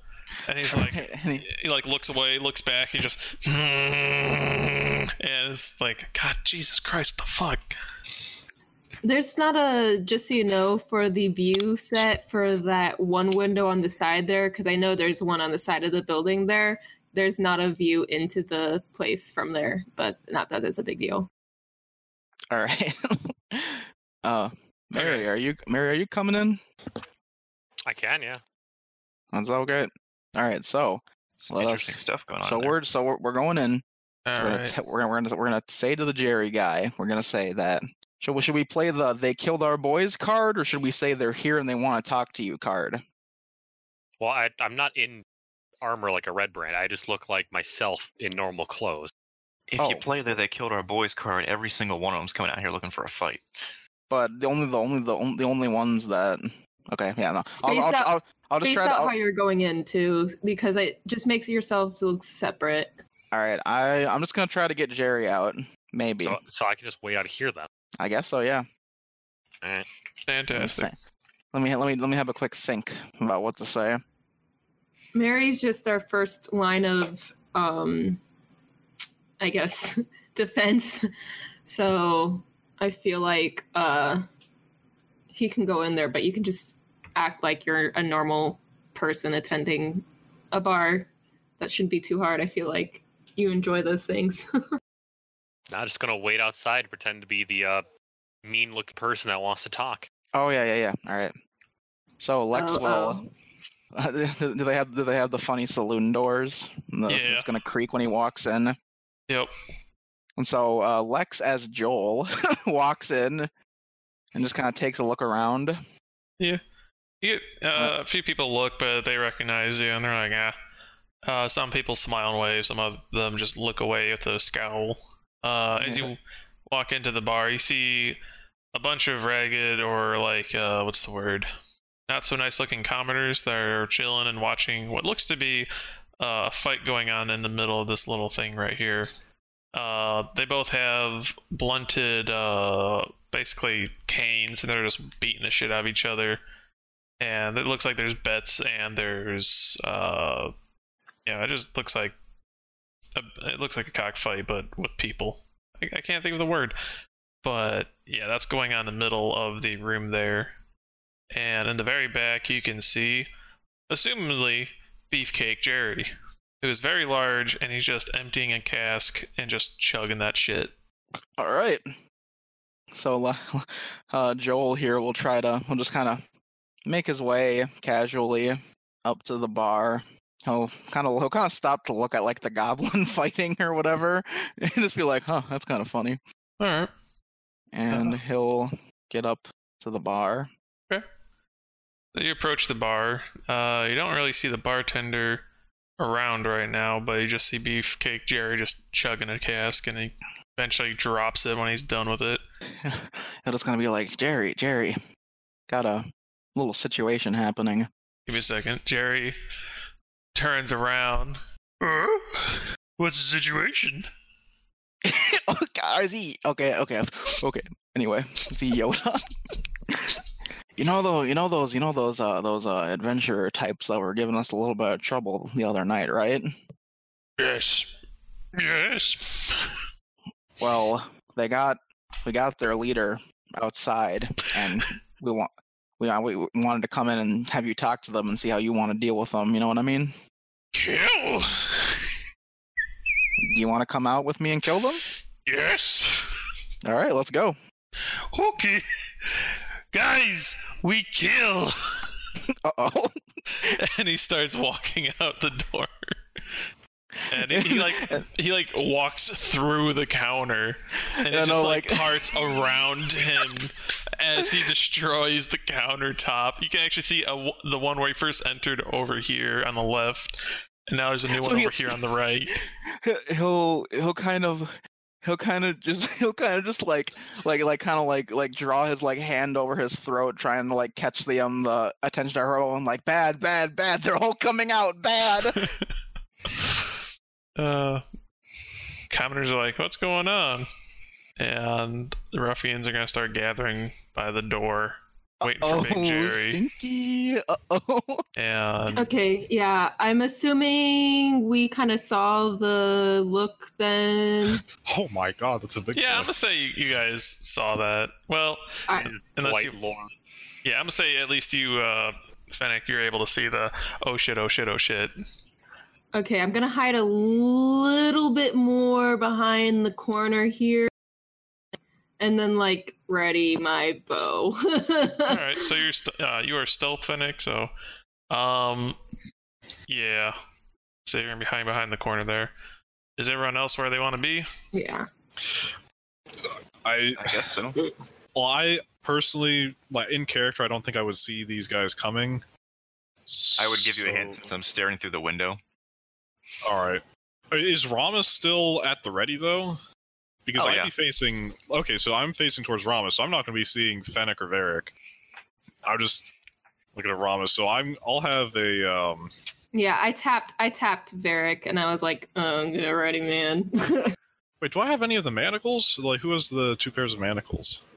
A: And he's like,
E: And he-
A: he like looks away, looks back, he just and it's like, God, Jesus Christ, the fuck.
D: There's not a just so you know for the view set for that one window on the side there because I know there's one on the side of the building there. There's not a view into the place from there, but not that it's a big deal.
E: All right. uh, Mary, are you Mary? Are you coming in?
F: I can, yeah.
E: That's all good. All right. So
B: Some
E: Let us-
B: interesting stuff going on.
E: so
B: there.
E: we're so we're, we're going in.
J: All
E: We're, gonna
J: right.
E: te- we're gonna we're gonna we're gonna say to the Jerry guy. We're gonna say that. Should we, should we play the "They killed our boys" card, or should we say they're here and they want to talk to you card?
F: Well, I, I'm not in armor like a red brand. I just look like myself in normal clothes.
B: if you
E: oh.
B: play the "They Killed Our Boys" card, every single one of them's coming out here looking for a fight.
E: But the only the only the only, the only ones that. Okay. Yeah. No. I'll,
D: Space
E: I'll,
D: out-
E: I'll, I'll just
D: Based
E: try to.
D: out
E: I'll-
D: how you're going in too, because it just makes yourselves look separate.
E: all right. I I'm just gonna try to get Jerry out. Maybe.
F: So, so I can just wait out here then.
E: I guess so. Yeah. Let me
J: Fantastic.
E: thi- Let me let me let me have a quick think about what to say.
D: Mary's just our first line of, um, I guess, defense. So I feel like uh, he can go in there, but you can just act like you're a normal person attending a bar. That shouldn't be too hard. I feel like you enjoy those things.
F: Not just gonna wait outside and pretend to be the uh, mean-looking person that wants to talk.
E: Oh yeah, yeah, yeah. All right. So Lex
D: Oh,
E: will. do they have do they have the funny saloon doors? And the-
A: Yeah.
E: It's gonna creak when he walks in.
A: Yep.
E: And so uh, Lex, as Joel, walks in and just kind of takes a look around.
A: You, uh, a few people look, but they recognize you, and they're like, ah. Uh, some people smile and wave. Some of them just look away with a scowl. Uh, as
E: Yeah.
A: you walk into the bar, you see a bunch of ragged or like uh, what's the word? Not so nice looking commoners that are chilling and watching what looks to be uh, a fight going on in the middle of this little thing right here. Uh, they both have blunted, uh, basically canes, and they're just beating the shit out of each other and it looks like there's bets and there's uh yeah it just looks like a, it looks like a cockfight but with people I, I can't think of the word but yeah that's going on in the middle of the room there and in the very back you can see assumably beefcake jerry who is very large and he's just emptying a cask and just chugging that shit
E: All right. So Le- uh, Joel here will try to. Will just kind of make his way casually up to the bar. He'll kind of he'll kind of stop to look at like the goblin fighting or whatever, and just be like, "Huh, that's kind of funny."
A: all right
E: and he'll get up to the bar.
A: You approach the bar. Uh, you don't really see the bartender around right now, but you just see Beefcake Jerry just chugging a cask, and he eventually drops it when he's done with it.
E: he'll just gonna be like, Jerry, Jerry, got a little situation happening.
A: Give me a second. Jerry turns around. "Uh, What's the situation?
E: oh God, is he okay? Okay, okay. Anyway, is he Yoda? you know though, you know those, you know those, uh, those uh, adventurer types that were giving us a little bit of trouble the other night, right?
A: Yes. Yes.
E: Well, they got we got their leader outside, and we want we uh, we wanted to come in and have you talk to them and see how you want to deal with them. You know what I mean?
A: Kill.
E: Do you want to come out with me and kill them?
A: Yes.
E: All right, let's go.
A: Okay. Guys, we kill.
E: Uh oh.
A: and he starts walking out the door. And he, he like he like walks through the counter and it
E: Yeah,
A: just
E: no,
A: like,
E: like-
A: parts around him as he destroys the countertop. You can actually see a w the one where he first entered over here on the left, and now there's a new
E: So
A: one
E: he-
A: over here on the right.
E: he'll he'll kind of he'll kind of just he'll kind of just like like like kind of like like draw his like hand over his throat, trying to like catch the um the attention to her and like bad bad bad. They're all coming out bad.
A: Uh, commoners are like, "What's going on?" And the ruffians are gonna start gathering by the door. waiting for Big Jerry.
E: Oh, Stinky. Uh-oh.
A: And
D: Okay, yeah. I'm assuming we kind of saw the look then.
C: Oh my god, that's a big
A: yeah, I'm
C: boy.
A: gonna say you, you guys saw that. Well,
D: I-
F: Is
A: Unless
F: white
A: you-
F: Lauren.
A: yeah, I'm gonna say at least you, uh, Fennec, you're able to see the oh shit, oh shit, oh shit.
D: Okay, I'm gonna hide a little bit more behind the corner here. And then, like, ready my bow.
A: All right, so you're st- uh, you are stealth Fennec, so um, yeah. So you're behind behind the corner there. Is everyone else where they want to be?
D: Yeah.
C: I
B: I guess so.
C: well, I personally, like in character, I don't think I would see these guys coming.
B: I would give you a hand
C: So-
B: since I'm staring through the window.
C: All right. Is Rama still at the ready though? Because
B: Oh,
C: I'd
B: yeah.
C: be facing. Okay, so I'm facing towards Rama, so I'm not going to be seeing Fennec or Varric. I'm just looking at Rama, so I'm. I'll have a. Um,
D: Yeah, I tapped I tapped Varric and I was like, oh, ready man.
C: wait, do I have any of the manacles? Like, who has the two pairs of manacles?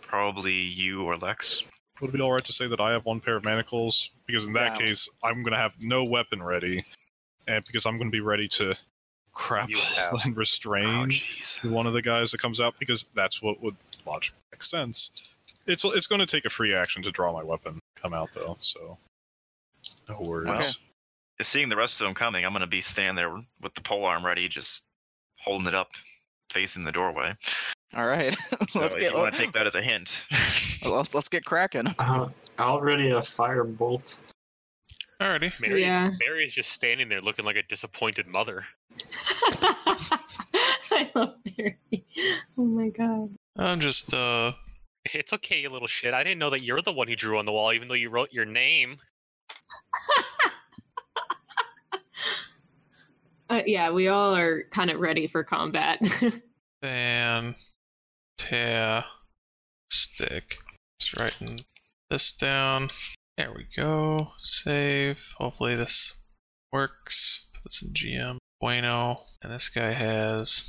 B: Probably you or Lex.
C: Would it be all right to say that I have one pair of manacles? Because in that
E: Yeah.
C: case, I'm going to have no weapon ready, and because I'm going to be ready to grapple
B: have-
C: and restrain.
B: Oh, jeez.
C: one of the guys that comes out because that's what would logically make sense. It's it's going to take a free action to draw my weapon. Come out though, so no worries.
B: Well, Seeing the rest of them coming, I'm gonna be standing there with the pole arm ready, just holding it up, facing the doorway.
E: All right.
B: So
E: let's,
B: if
E: get,
B: you want to
E: let,
B: take that as a hint.
E: us let's get cracking.
H: Uh, already a firebolt.
A: Alrighty.
F: Mary,
D: Yeah.
F: Mary's just standing there looking like a disappointed mother.
D: I love Varric. Oh my god.
A: I'm just uh,
F: It's okay, you little shit. I didn't know that you're the one who drew on the wall, even though you wrote your name.
D: Uh, yeah, we all are kind of ready for combat.
A: fantastic. Just writing this down. There we go. Save. Hopefully this works. Put this in GM. Bueno. And this guy has.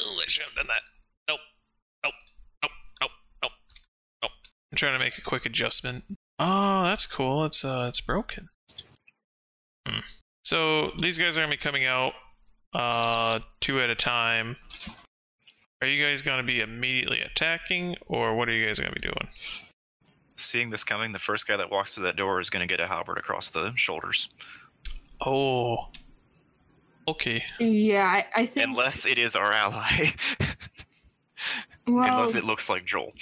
A: Oh, I should have done that. Nope. Nope. Nope. Nope. Nope. Nope. I'm trying to make a quick adjustment. Oh, that's cool. It's uh, it's broken. Hmm. So these guys are gonna be coming out uh, two at a time. Are you guys going to be immediately attacking, or what are you guys going to be doing?
B: Seeing this coming, the first guy that walks through that door is gonna get a halberd across the shoulders,
A: Oh, okay.
D: yeah, I, I think
B: unless it is our ally,
D: well,
B: unless it looks like Joel.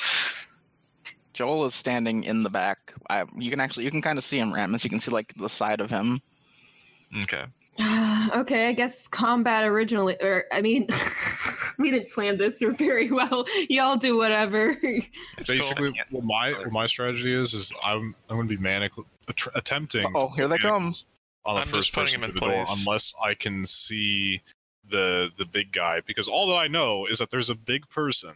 E: Joel is standing in the back. I, you can actually you can kind of see him, Ramus. You can see like the side of him.
B: Okay.
D: okay, I guess combat originally, or I mean, we didn't plan this very well. Y'all do whatever.
E: Oh,
A: It's
C: Basically,
B: cool.
C: what my what my strategy is is I'm I'm going to be manic att- attempting
E: Oh, here they come.
C: on the
A: I'm
C: first
A: just putting
C: person
A: him in
C: through the door
A: place.
C: unless I can see the the big guy because all that I know is that there's a big person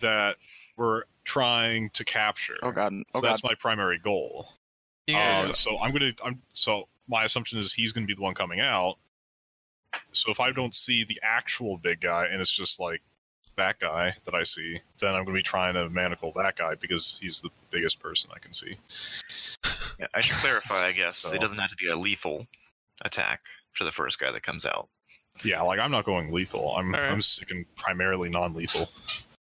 C: that we're trying to capture.
E: Oh god.
C: So
E: Oh god.
C: that's my primary goal.
A: You
C: Uh,
A: guys,
C: so I'm gonna. I'm so my assumption is he's gonna be the one coming out. So if I don't see the actual big guy, and it's just like that guy that I see, then I'm gonna be trying to manacle that guy because he's the biggest person I can see.
B: Yeah, I should clarify, I guess.
C: So-
B: It doesn't have to be a lethal attack for the first guy that comes out.
C: Yeah, like I'm not going lethal. I'm
A: Alright.
C: I'm sticking primarily non-lethal.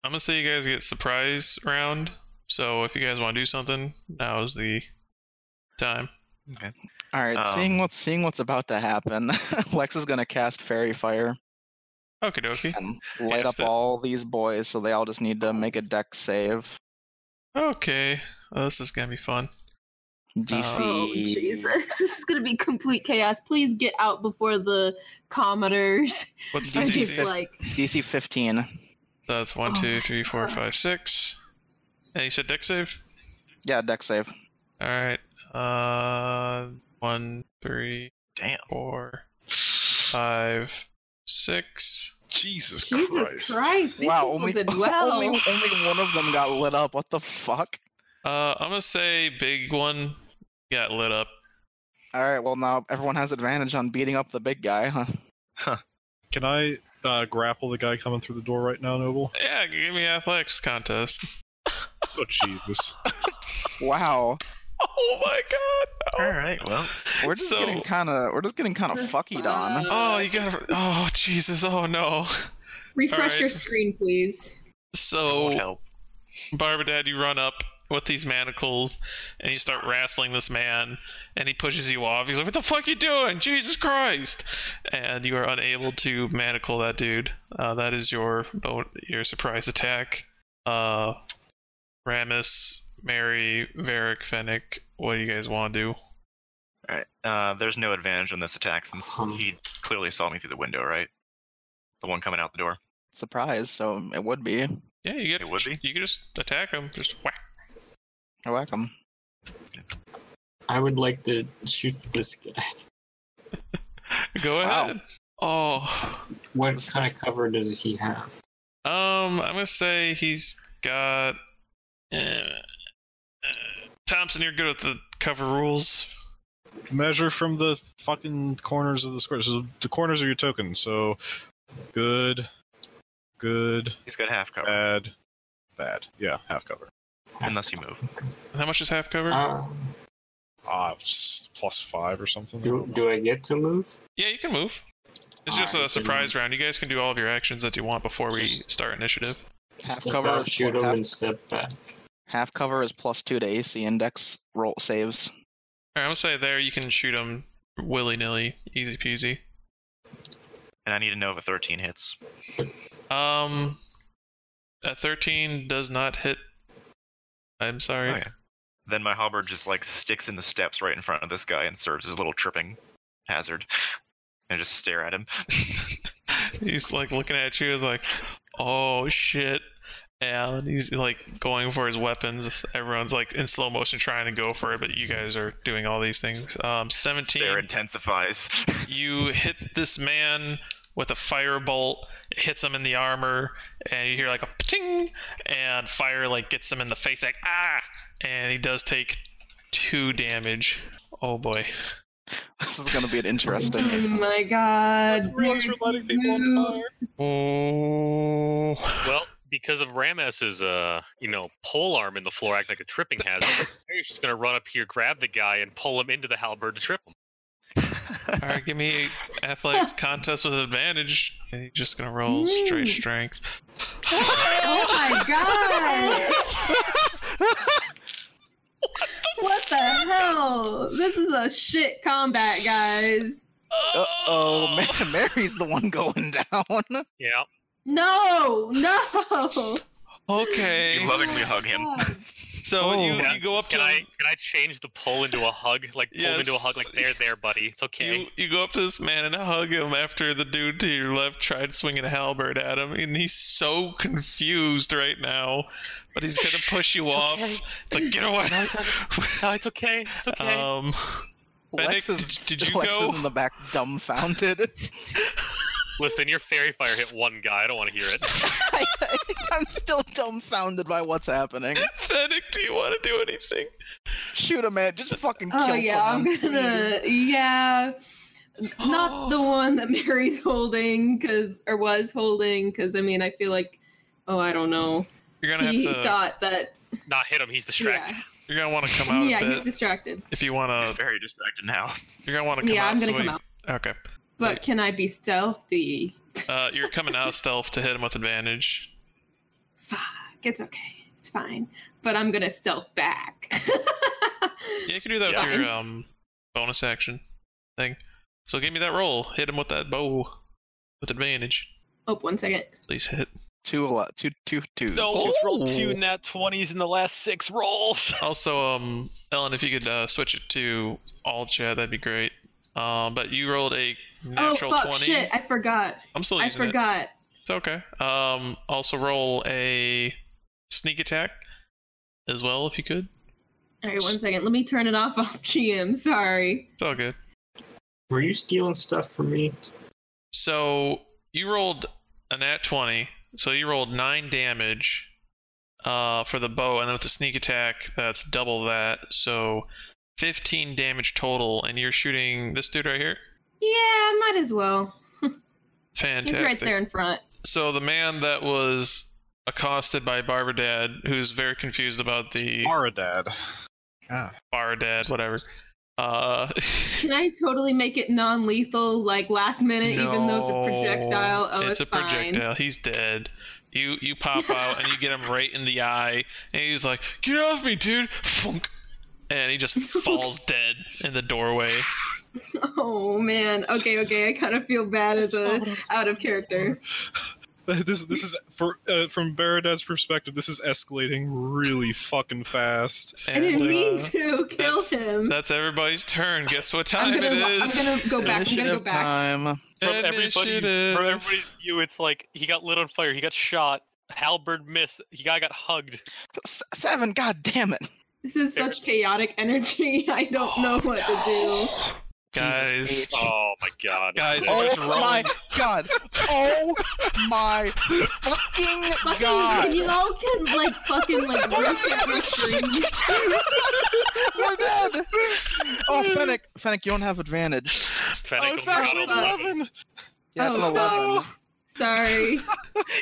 A: I'm going to say you guys get surprise round. So if you guys want to do something, now is the time.
E: All right. seeing
B: um,
E: what's seeing what's about to happen. Lex is gonna cast fairy fire
A: Okie dokie.
E: and light
A: Cast
E: up
A: it.
E: all these boys, so they all just need
D: Oh.
E: to make a deck save.
A: Okay. Oh, this is going to be fun.
E: DC.
D: oh Jesus, this is gonna be complete chaos. Please get out before the commenters.
A: What's the
D: I'm
E: DC
D: just
A: DC?
E: fif-
D: like,
E: DC 15.
A: That's one,
D: Oh
A: two,
D: my
A: three, four,
D: God.
A: five, six. And you said deck save?
E: Yeah, deck save.
A: All right. Uh, one, three,
B: Damn.
A: four, five, six.
C: Jesus,
D: Jesus Christ, these
E: wow,
D: people
E: only,
D: did well.
E: only only one of them got lit up. What the fuck?
A: Uh, I'm gonna say big one got lit up.
E: All right, well now everyone has advantage on beating up the big guy, huh?
C: Can I uh, grapple the guy coming through the door right now, Noble?
A: Yeah, give me athletics contest.
C: Oh Jesus!
E: Wow,
A: Oh my god.
B: All right. Well,
E: we're just
A: So-
E: getting kind of we're just getting kind of fuckied on.
A: Oh, you gotta. Oh, Jesus. Oh, no.
D: Refresh
A: Alright.
D: your screen, please.
B: won't
A: So,
B: help.
A: Barba Dad, you run up with these manacles and you start wrestling this man, and he pushes you off. He's like, What the fuck you doing? Jesus Christ! And you are unable to manacle that dude. Uh, that is your bo- your surprise attack. Uh, Ramus, Mary, Varric, Fennec, what do you guys want to do?
B: All right. Uh, there's no advantage on this attack since
H: Hmm.
B: he clearly saw me through the window, right? The one coming out the door.
E: Surprise, so it would be.
A: Yeah, you get
B: It would be.
A: You can just attack him. Just whack.
E: I whack 'em.
H: I would like to shoot this guy.
A: Go
E: Wow.
A: ahead. Oh,
H: What kind of cover does he have?
A: um, I'm gonna say he's got. Uh, uh, Thompson, you're good with the cover rules.
C: Measure from the fucking corners of the square. So the corners are your tokens. So good, good,
B: He's got half cover
C: bad, bad. Yeah, half cover.
B: unless you move.
A: How much is half cover?
H: Uh,
C: Ah, s- plus five or something.
H: do, do I get to move?
A: yeah, you can move. It's just
H: Alright,
A: a surprise round. You guys can do all of your actions that you want before we
H: Just-
A: start initiative.
E: Half
H: Step
E: cover
H: out,
E: is
H: shoot
E: what
H: him,
E: half-
H: and step back.
E: Half cover is plus two to AC index roll saves.
A: All right, I'm gonna say there you can shoot him willy nilly, easy peasy.
B: And I need to know if a 13 hits.
A: Um, a 13 does not hit. I'm sorry.
B: Okay. Then my halberd just like sticks in the steps right in front of this guy and serves as a little tripping hazard. And I just stare at him.
A: he's like looking at you. He's like, "Oh shit!" And he's like going for his weapons. Everyone's like in slow motion trying to go for it, but you guys are doing all these things. Um, seventeen.
B: Stare intensifies.
A: You hit this man with a firebolt. It hits him in the armor, and you hear like a ting, and fire like gets him in the face. Like ah, and he does take two damage. Oh boy.
E: This is gonna be an interesting.
D: Oh my god.
C: Realize we're letting people on fire.
A: Oh.
F: Well, because of Rames's, uh, you know, pole arm in the floor acting like a tripping hazard, Mary's just gonna run up here, grab the guy, and pull him into the halberd to trip him.
A: All right, give me athletics contest with advantage. And he's just gonna roll straight
D: Mm.
A: strength.
D: Oh my god! What the hell? This is a shit combat, guys.
E: Uh oh, man, Mary's the one going down.
F: Yeah.
D: No, no.
A: Oh, Okay.
B: You lovingly hug him.
A: So you,
E: Oh.
A: you go up to
F: Can I
A: him,
F: can I change the pull into a hug? Like pull him into a hug? Like
A: Yes.
F: there, there, buddy. It's okay.
A: you, you go up to this man and hug him after the dude to your left tried swinging a halberd at him, and he's so confused right now, but he's gonna push you off.
F: okay.
A: It's like get away.
F: No, it's okay. It's okay.
A: um, Fennec,
E: Lex is,
A: did- did you
E: Lex
A: go?
E: is in the back, dumbfounded.
F: Listen, your fairy fire hit one guy. I don't want to hear it.
E: I, am still dumbfounded by what's happening.
A: Fennec, do you want to do anything?
E: Shoot a man, just fucking kill
D: Oh yeah, I'm
E: someone.
D: gonna. Yeah, not the one that Mary's holding, cause or was holding, cause I mean, I feel like, oh, I don't know.
A: You're gonna have
D: He
A: to.
D: thought that.
F: Not hit him. He's distracted.
A: You're gonna want to come out
D: yeah,
A: a
D: he's
A: bit
D: distracted.
A: if you want
B: He's
A: to.
B: very distracted now.
A: You're gonna want to come
D: Yeah,
A: out.
D: I'm gonna
A: so
D: come
A: we-
D: out.
A: Okay.
D: But can I be stealthy?
A: Uh, you're coming out stealth to hit him with advantage.
D: Fuck, it's okay, it's fine. But I'm gonna stealth back.
A: Yeah, you can do that
D: Yeah.
A: with your um bonus action thing. So give me that roll. Hit him with that bow with advantage.
D: oh, one second.
A: Please hit.
E: Two, a lot, two, two, twos.
A: he's rolled
F: Oh.
A: two
F: nat twenties in the last six rolls.
A: Also, um, Ellen, if you could uh, switch it to all chat, that'd be great. Um, but you rolled a natural
D: oh fuck,
A: twenty.
D: shit, I forgot.
A: I'm still
D: I
A: using it.
D: forgot.
A: It's okay. Um, also roll a sneak attack as well if you could.
D: All right, one second. Let me turn it off off GM. Sorry.
A: It's all good.
H: Were you stealing stuff from me?
A: So you rolled a nat 20. So you rolled 9 damage uh, for the bow, and then with the sneak attack, that's double that. So 15 damage total, and you're shooting this dude right here?
D: Yeah, might as well.
A: Fantastic.
D: He's right there in front.
A: So the man that was accosted by Barber Dad, who's very confused about the
C: Our dad. God.
A: Barber Dad, whatever. Uh,
D: Can I totally make it non-lethal, like last minute, even though it's a
A: no,
D: projectile? Oh,
A: it's,
D: it's,
A: a projectile. He's dead. You you pop out and you get him right in the eye, and he's like, "Get off me, dude!" Funk, and he just falls dead in the doorway.
D: fine. Oh man. Okay, okay. I kind of feel bad as a out of character.
C: This this is for uh, from Baradad's perspective. This is escalating really fucking fast.
D: I didn't
A: And,
D: mean
A: uh,
D: to kill
A: that's-
D: him.
A: That's everybody's turn. Guess what
D: I'm
A: time
D: gonna.
A: it
D: I'm
A: is?
D: gonna go back. I'm gonna go
E: Initiative
D: back.
E: time.
F: From everybody's,
A: Initiative.
F: from everybody's view, it's like he got lit on fire, he got shot, Halberd missed, he guy got hugged.
E: S- seven. God damn it.
D: This is such chaotic energy. I don't know what to do.
A: Guys,
E: Jesus H.
F: Oh my god.
A: Guys,
F: Oh,
A: I
E: Oh
A: just rolled.
E: my god. Oh my fucking
D: Fucking,
E: god.
D: you all can like fucking like worship my stream.
E: We're dead. Oh, Fennec, Fennec, you don't have advantage.
F: Fennec
D: Oh, it's
F: will grab
D: actually
F: a
D: an
F: weapon.
E: Yeah, it's
D: Oh,
E: an eleven.
D: Sorry.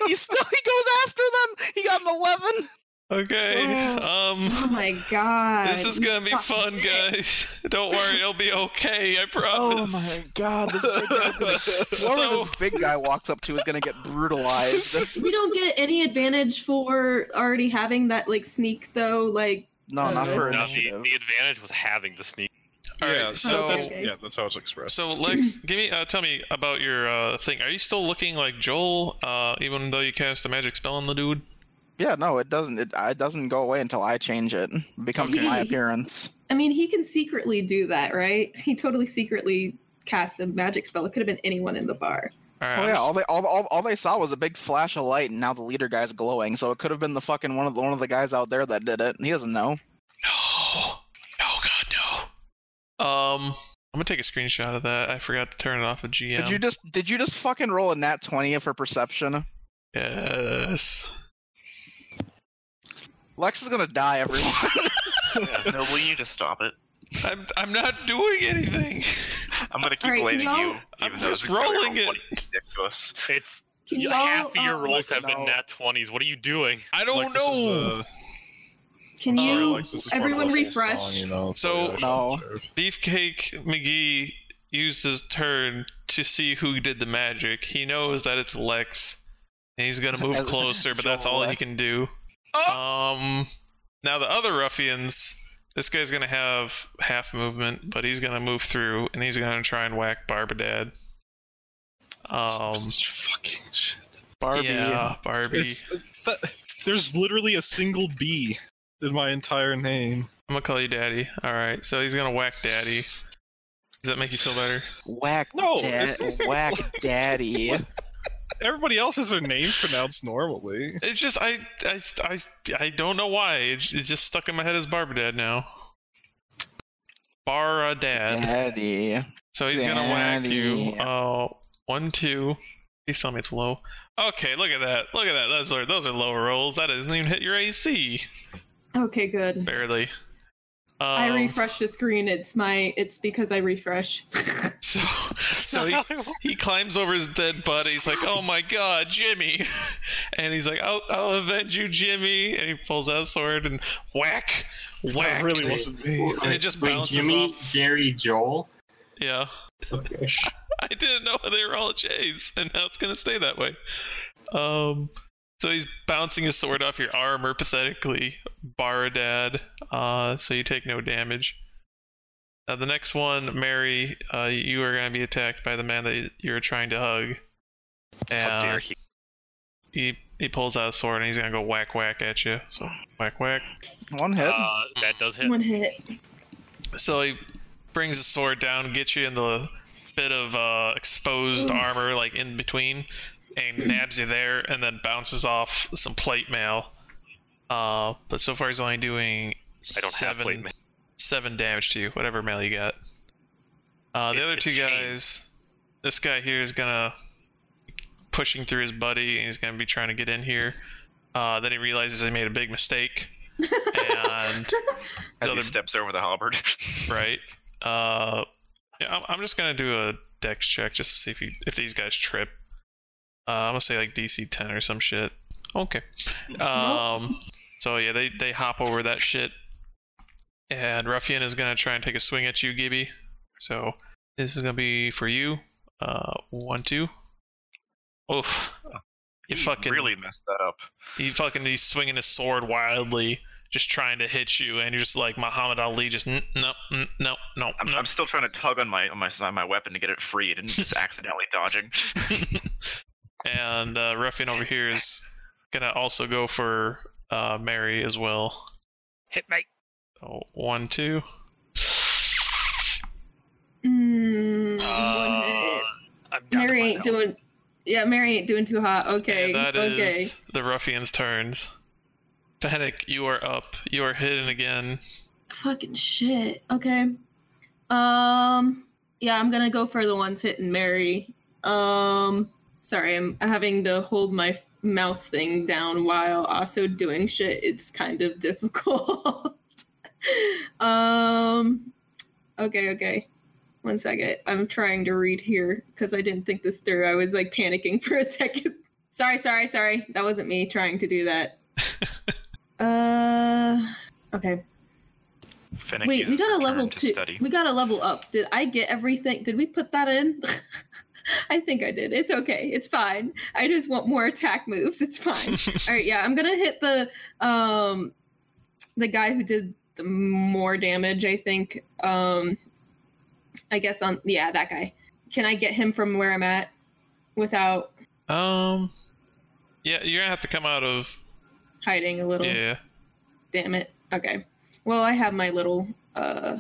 E: he still he goes after them. He got an eleven.
A: okay.
D: Oh
A: Um,
D: my god.
A: this is
D: you
A: gonna be
D: suck
A: fun,
D: dick.
A: guys. Don't worry, it'll be okay. I
E: Oh
A: promise.
E: my god! This big guy's gonna, whoever
A: So-
E: this big guy walks up to is gonna get brutalized.
D: We don't get any advantage for already having that like sneak though. Like
E: No, not for
F: No, the,
E: initiative.
F: the advantage was having the sneak.
A: All right,
C: yeah,
A: so-
C: that's,
D: Okay.
C: yeah, that's how it's expressed.
A: So Lex, give me uh, tell me about your uh, thing. Are you still looking like Joel, uh, even though you cast a magic spell on the dude?
E: Yeah, no, it doesn't. It, it doesn't go away until I change it. It becomes
D: Okay.
E: my appearance.
D: I mean, he can secretly do that, right? He totally secretly cast a magic spell. It could have been anyone in the bar.
A: All right,
E: Oh
A: I'm
E: yeah,
A: s-
E: all they all, all, all they saw was a big flash of light, and now the leader guy's glowing. So it could have been the fucking one of the, one of the guys out there that did it. He doesn't know.
A: No, no, God, no. Um, I'm gonna take a screenshot of that. I forgot to turn it off of GM.
E: Did you just did you just fucking roll a nat twenty for perception?
A: Yes.
E: Lex is gonna die, everyone.
B: Yeah, no, we need to stop it.
A: I'm I'm not doing anything.
B: I'm gonna keep
D: Alright, can
B: blaming
D: y'all-
B: you,
A: I'm
B: even though
A: just
B: it's really
A: rolling
B: roll
A: it.
B: 20 dick to us.
F: It's
D: Can you
F: half of your
D: um,
F: rolls have
E: no.
F: been nat twenties. What are you doing?
A: I don't
C: Like, this is,
A: know.
C: uh,
D: Can
C: sorry,
D: you?
C: Lex, this is part of
D: everyone
C: the whole
D: refresh.
C: song, you know, it's
A: So-
C: like, oh,
A: Beefcake McGee used his turn to see who did the magic. He knows that it's Lex, and he's gonna move
E: As-
A: closer, but that's
E: Joel
A: all he
E: Lex.
A: can do. Um, now the other ruffians. This guy's gonna have half movement, but he's gonna move through, and he's gonna try and whack Barbadad. Um,
C: fucking shit.
E: Barbie.
A: yeah, Barbie.
C: It's, that, there's literally a single B in my entire name.
A: I'm gonna call you Daddy. All right, so he's gonna whack Daddy. Does that make you feel better?
E: Whack,
C: No.
E: da- whack, daddy.
C: Everybody else has their names pronounced normally.
A: It's just I I, I, I don't know why it's, it's just stuck in my head as Barber Dad now. Barra Dad.
E: Daddy.
A: So he's gonna whack you.
E: Daddy.
A: Oh, one, two. Please tell me it's low. Okay, look at that. Look at that. Those are those are low rolls. That doesn't even hit your AC
D: Okay, good.
A: barely. Um,
D: I refreshed the screen. It's my. It's because I refresh.
A: So so he, he climbs over his dead body. He's like, "Oh my god, Jimmy!" And he's like, "I'll, I'll avenge you, Jimmy!" And he pulls out a sword and whack, whack.
C: That really wasn't me.
A: And it just
H: Wait,
A: bounces
H: Jimmy,
A: off.
H: Gary, Joel.
A: Yeah,
H: Okay.
A: I didn't know they were all J's, and now it's gonna stay that way. Um, so he's bouncing his sword off your armor pathetically, Baradad. Uh, so you take no damage. Now the next one, Mary, uh, you are gonna be attacked by the man that you're trying to hug.
F: How
A: And
F: dare he?
A: he he pulls out a sword and he's gonna go whack whack at you. So whack whack.
E: One hit.
F: Uh, that does hit.
D: One hit.
A: So he brings his sword down, gets you in the bit of uh, exposed
D: Oof.
A: armor, like in between, and nabs you there, and then bounces off some plate mail. Uh, but so far he's only doing
F: I don't
A: seven,
F: have plate mail.
A: seven damage to you, whatever mail you got. Uh, the
F: It-
A: other
F: it's
A: two
F: chain.
A: guys, this guy here is gonna pushing through his buddy, and he's gonna be trying to get in here. Uh, then he realizes he made a big mistake, and
B: As
A: so
B: he
A: the-
B: steps over the halberd.
A: right? Uh, yeah, I'm, I'm just gonna do a dex check just to see if you, if these guys trip. Uh, I'm gonna say like DC 10 or some shit. Okay. Um. So yeah, they they hop over that shit, and Ruffian is gonna try and take a swing at you, Gibby. So this is gonna be for you. Uh, one, two. Oof. You
B: He
A: fucking
B: really messed that up.
A: he fucking he's swinging his sword wildly, just trying to hit you, and you're just like Muhammad Ali, just "N- no, n- no, no,
B: I'm,
A: no.
B: I'm still trying to tug on my on my on my weapon to get it freed and just accidentally dodging.
A: and uh, Ruffian over here is gonna also go for uh, Mary as well.
B: Hit mate.
A: Oh, one, two.
D: Mm, one
F: Uh,
D: hit.
F: I'm down to
D: Mary
F: my
D: ain't
F: health.
D: doing. Yeah, Mary ain't doing too hot. Okay,
A: And that is
D: okay.
A: the ruffian's turns. Panic, you are up. You are hidden again.
D: Fucking shit. Okay. Um. Yeah, I'm gonna go for the ones hitting Mary. Um. Sorry, I'm having to hold my mouse thing down while also doing shit. It's kind of difficult. um. Okay. Okay. One second. I'm trying to read here because I didn't think this through. I was like panicking for a second. Sorry. Sorry. Sorry. That wasn't me trying to do that. uh. Okay.
B: Finnick
D: Wait, we
B: uses
D: got a
B: her
D: level
B: turn to
D: two.
B: Study.
D: We got a level up. Did I get everything? Did we put that in? I think I did. It's okay. It's fine. I just want more attack moves. It's fine. All right, yeah, I'm gonna hit the um the guy who did the more damage, I think. Um I guess on yeah, that guy. Can I get him from where I'm at without
A: um, yeah, you're gonna have to come out of
D: hiding a little?
A: yeah.
D: Damn it. Okay. Well, I have my little uh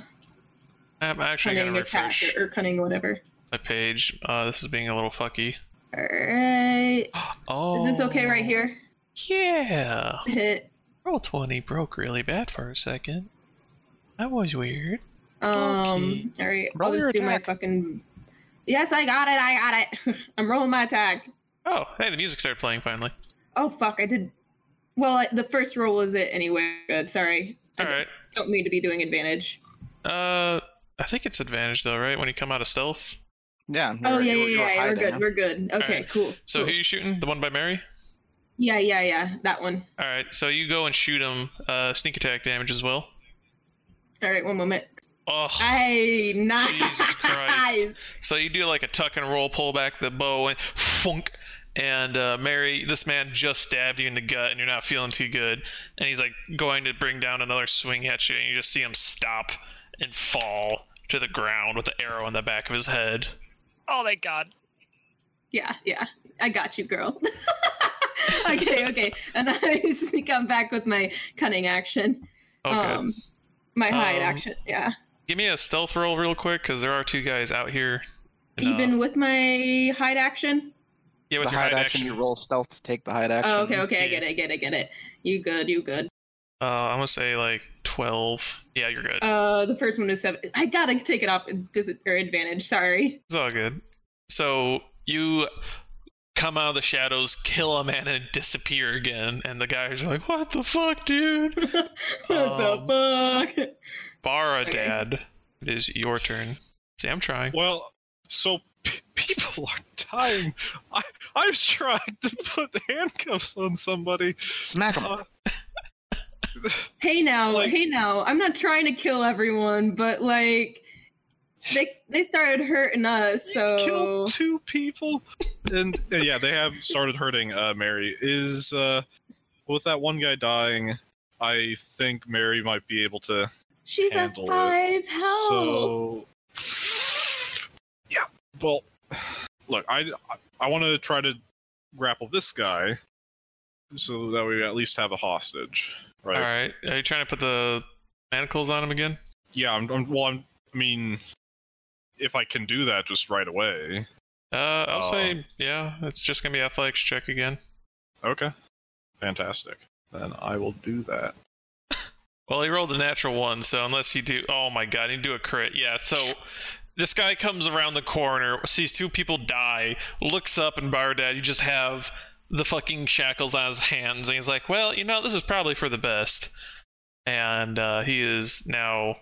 A: I'm actually
D: cunning
A: gonna
D: attack
A: refresh
D: or, or cunning whatever.
A: my page. Uh, this is being a little fucky.
D: All right.
A: Oh,
D: Is this okay right here?
A: Yeah.
D: Hit.
A: Roll twenty broke really bad for a second. That was weird.
D: Um. All right.
E: Roll
D: I'll
E: your
D: just do my
E: attack.
D: fucking. Yes, I got it. I got it. I'm rolling my attack.
A: Oh, hey, the music started playing finally.
D: Oh fuck! I did. Well, I, the first roll is it anyway. Good. Sorry.
A: All
D: I
A: right.
D: don't mean to be doing advantage.
A: Uh, I think it's advantage though, right? When you come out of stealth.
E: Yeah.
D: oh
E: you're-
D: yeah, yeah,
E: you're- you're
D: yeah. We're
E: hiding.
D: good. We're good. Okay,
A: right.
D: cool.
A: So
D: cool.
A: who you shooting? The one by Mary.
D: Yeah, yeah, yeah. That one.
A: All right, so you go and shoot him. Uh, sneak attack damage as well.
D: All right. One moment.
A: Oh,
D: I nice.
A: Christ. so you do like a tuck and roll, pull back the bow, and funk. And uh, Mary, this man just stabbed you in the gut, and you're not feeling too good. And he's like going to bring down another swing at you, and you just see him stop and fall to the ground with the arrow in the back of his head.
F: Oh, thank God.
D: Yeah, yeah. I got you, girl. okay, okay. And I sneak on back with my cunning action.
A: Okay,
D: Um, my hide
A: Um,
D: action. Yeah.
A: Oh, give me a stealth roll real quick, because there are two guys out here. And, uh,
D: Even with my hide action.
A: yeah, with
E: the
A: your
E: hide
A: hide
E: action, you roll stealth to take the hide action.
D: Oh, okay, okay. I
A: Yeah.
D: get it. I get it. I get it. You good? You good?
A: Uh, I'm gonna say like 12. Yeah, you're good.
D: Uh, the first one is seven. I gotta take it off dis- or advantage. Sorry.
A: It's all good. So you come out of the shadows, kill a man, and disappear again. And the guys are like, "What the fuck, dude?"
D: what
A: Um,
D: the fuck?
A: Bara
D: Okay.
A: Dad, it is your turn. See, I'm trying.
C: Well, so p- people are dying. I I was trying to put handcuffs on somebody.
E: Smack him.
C: Uh,
D: Hey now,
C: Like-
D: hey now. I'm not trying to kill everyone, but like, they they started hurting us,
C: You've
D: so
C: killed two people, and uh, yeah, they have started hurting uh, Mary. Is uh, with that one guy dying, I think Mary might be able to.
D: she's at
C: handle it.
D: five health.
C: So yeah, well, look, I I want to try to grapple this guy, so that we at least have a hostage, right?
A: All right, are you trying to put the manacles on him again?
C: Yeah, I'm, I'm. Well, I'm, I mean, if I can do that just right away,
A: Uh, I'll
C: Oh.
A: say, yeah, it's just gonna be athletics check again.
C: okay, fantastic. Then I will do that.
A: Well, he rolled a natural one, so unless you do, oh my god, he do a crit. Yeah, so this guy comes around the corner, sees two people die, looks up, and Bardad, you just have the fucking shackles on his hands, and he's like, "Well, you know, this is probably for the best," and uh, he is now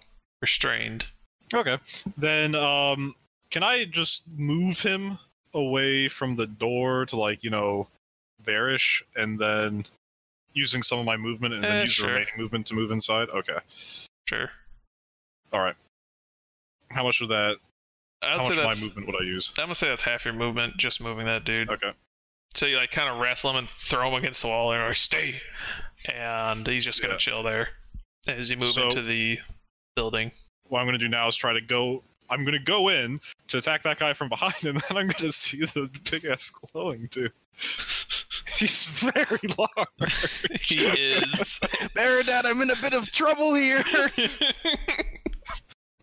A: restrained.
C: Okay. Then um can I just move him away from the door to like, you know, bearish, and then using some of my movement and then
A: Eh,
C: use
A: sure.
C: the remaining movement to move inside. Okay.
A: Sure.
C: All right. How much of that?
A: I'd
C: how
A: say
C: much of my
A: that's.
C: movement would I use?
A: I'm gonna say that's half your movement, just moving that dude.
C: Okay.
A: So you like kind of wrestle him and throw him against the wall, and you're like stay, and he's just gonna
C: Yeah.
A: chill there as you move
C: So-
A: into the building.
C: What I'm going to do now is try to go. I'm going to go in to attack that guy from behind, and then I'm going to see the big ass glowing dude. He's very large.
A: he is.
E: Baradad, I'm in a bit of trouble here.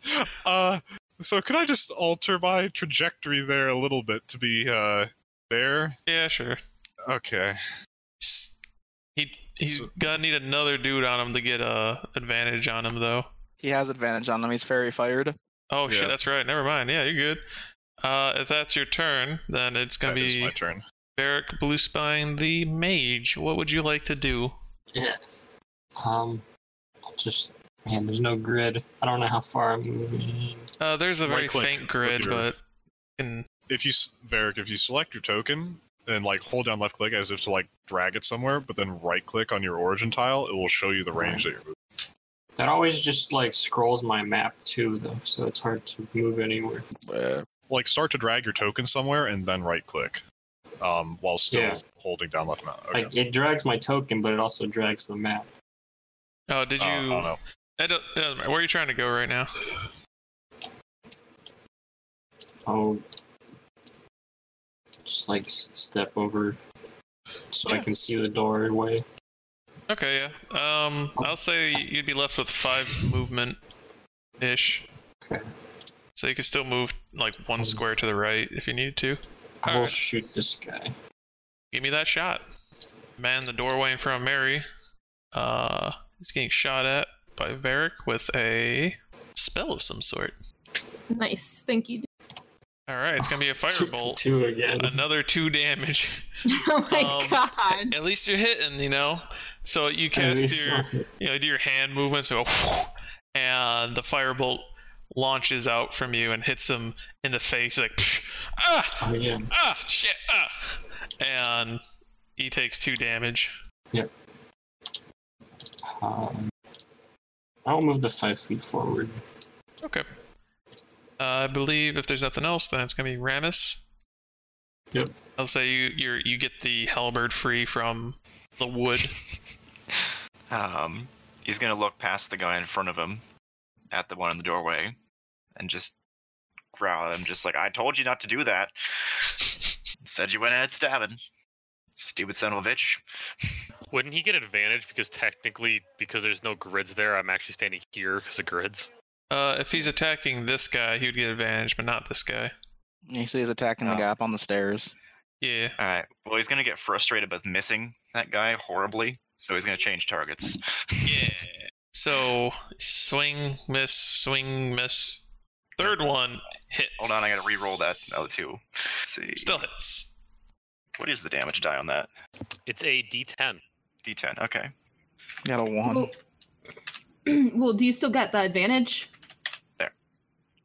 C: Uh, so could I just alter my trajectory there a little bit to be uh there?
A: yeah, sure.
C: Okay.
A: He he's
C: So-
A: gonna need another dude on him to get uh advantage on him though.
E: he has advantage on him. He's fairy fired.
A: Oh shit,
C: Yeah.
A: that's right. Never mind. Yeah, you're good. Uh, if that's your turn, then it's gonna
C: That is
A: be
C: my turn.
A: Barrack Bluespine the mage. What would you like to do?
H: Yes. Um, I'll just man, there's no grid. I don't know how far I'm moving.
A: Uh, there's a
C: Right
A: very
C: click
A: faint
C: with
A: grid,
C: your-
A: but can
C: If you s- Varric, if you select your token and like hold down left click as if to like drag it somewhere, but then right click on your origin tile, it will show you the range that you're moving.
H: That always just like scrolls my map too, though, so it's hard to move anywhere.
C: Like start to drag your token somewhere and then right click, um, while still
H: Yeah.
C: holding down left mouse. Okay.
H: Like it drags my token, but it also drags the map.
A: Oh, did
C: Uh,
A: you?
C: I don't know.
A: It do- it doesn't matter. Where are you trying to go right now?
H: I'll Oh. just like s- step over so I
A: Yeah.
H: can see the doorway.
A: Okay, yeah. Um, I'll say you'd be left with five movement ish.
H: Okay.
A: So you could still move like one square to the right if you needed to.
H: I will
A: Alright.
H: shoot this guy.
A: Give me that shot. Man, in the doorway in front of Mary. Uh, he's getting shot at by Varric with a spell of some sort.
D: Nice. Thank you.
A: All right, it's gonna be a firebolt.
H: Two again.
A: Another two damage.
D: oh my
A: Um,
D: god.
A: At least you're hitting, you know. So you
H: At
A: cast
H: least
A: your
H: I-
A: you know, do your hand movements, so go, and the firebolt launches out from you and hits him in the face, like, "Psh, ah,
H: Oh, yeah.
A: ah, shit, ah, and he takes two damage.
H: Um, I will move the five feet forward.
A: Okay. Uh, I believe if there's nothing else, then it's gonna be Ramus.
H: Yep.
A: I'll say you you you get the halberd free from the wood.
B: Um, he's gonna look past the guy in front of him, at the one in the doorway, and just growl at him, just like I told you not to do that. Said you went ahead stabbing, stupid son of a bitch.
F: Wouldn't he get advantage because technically, because there's no grids there, I'm actually standing here because of grids.
A: Uh, if he's attacking this guy, he would get advantage, but not this guy.
E: He says attacking the
B: Oh.
E: gap on the stairs.
A: Yeah.
B: All right. Well, he's gonna get frustrated with missing that guy horribly, so he's gonna change targets.
A: Yeah. So swing, miss, swing, miss. Third one hits.
B: Hold on, I gotta re-roll that. Oh, two. Let's see.
A: Still hits.
B: What is the damage die on that?
F: It's a D10.
B: D10. Okay.
E: Got a one.
D: Well, well, do you still got the advantage?
E: Yeah,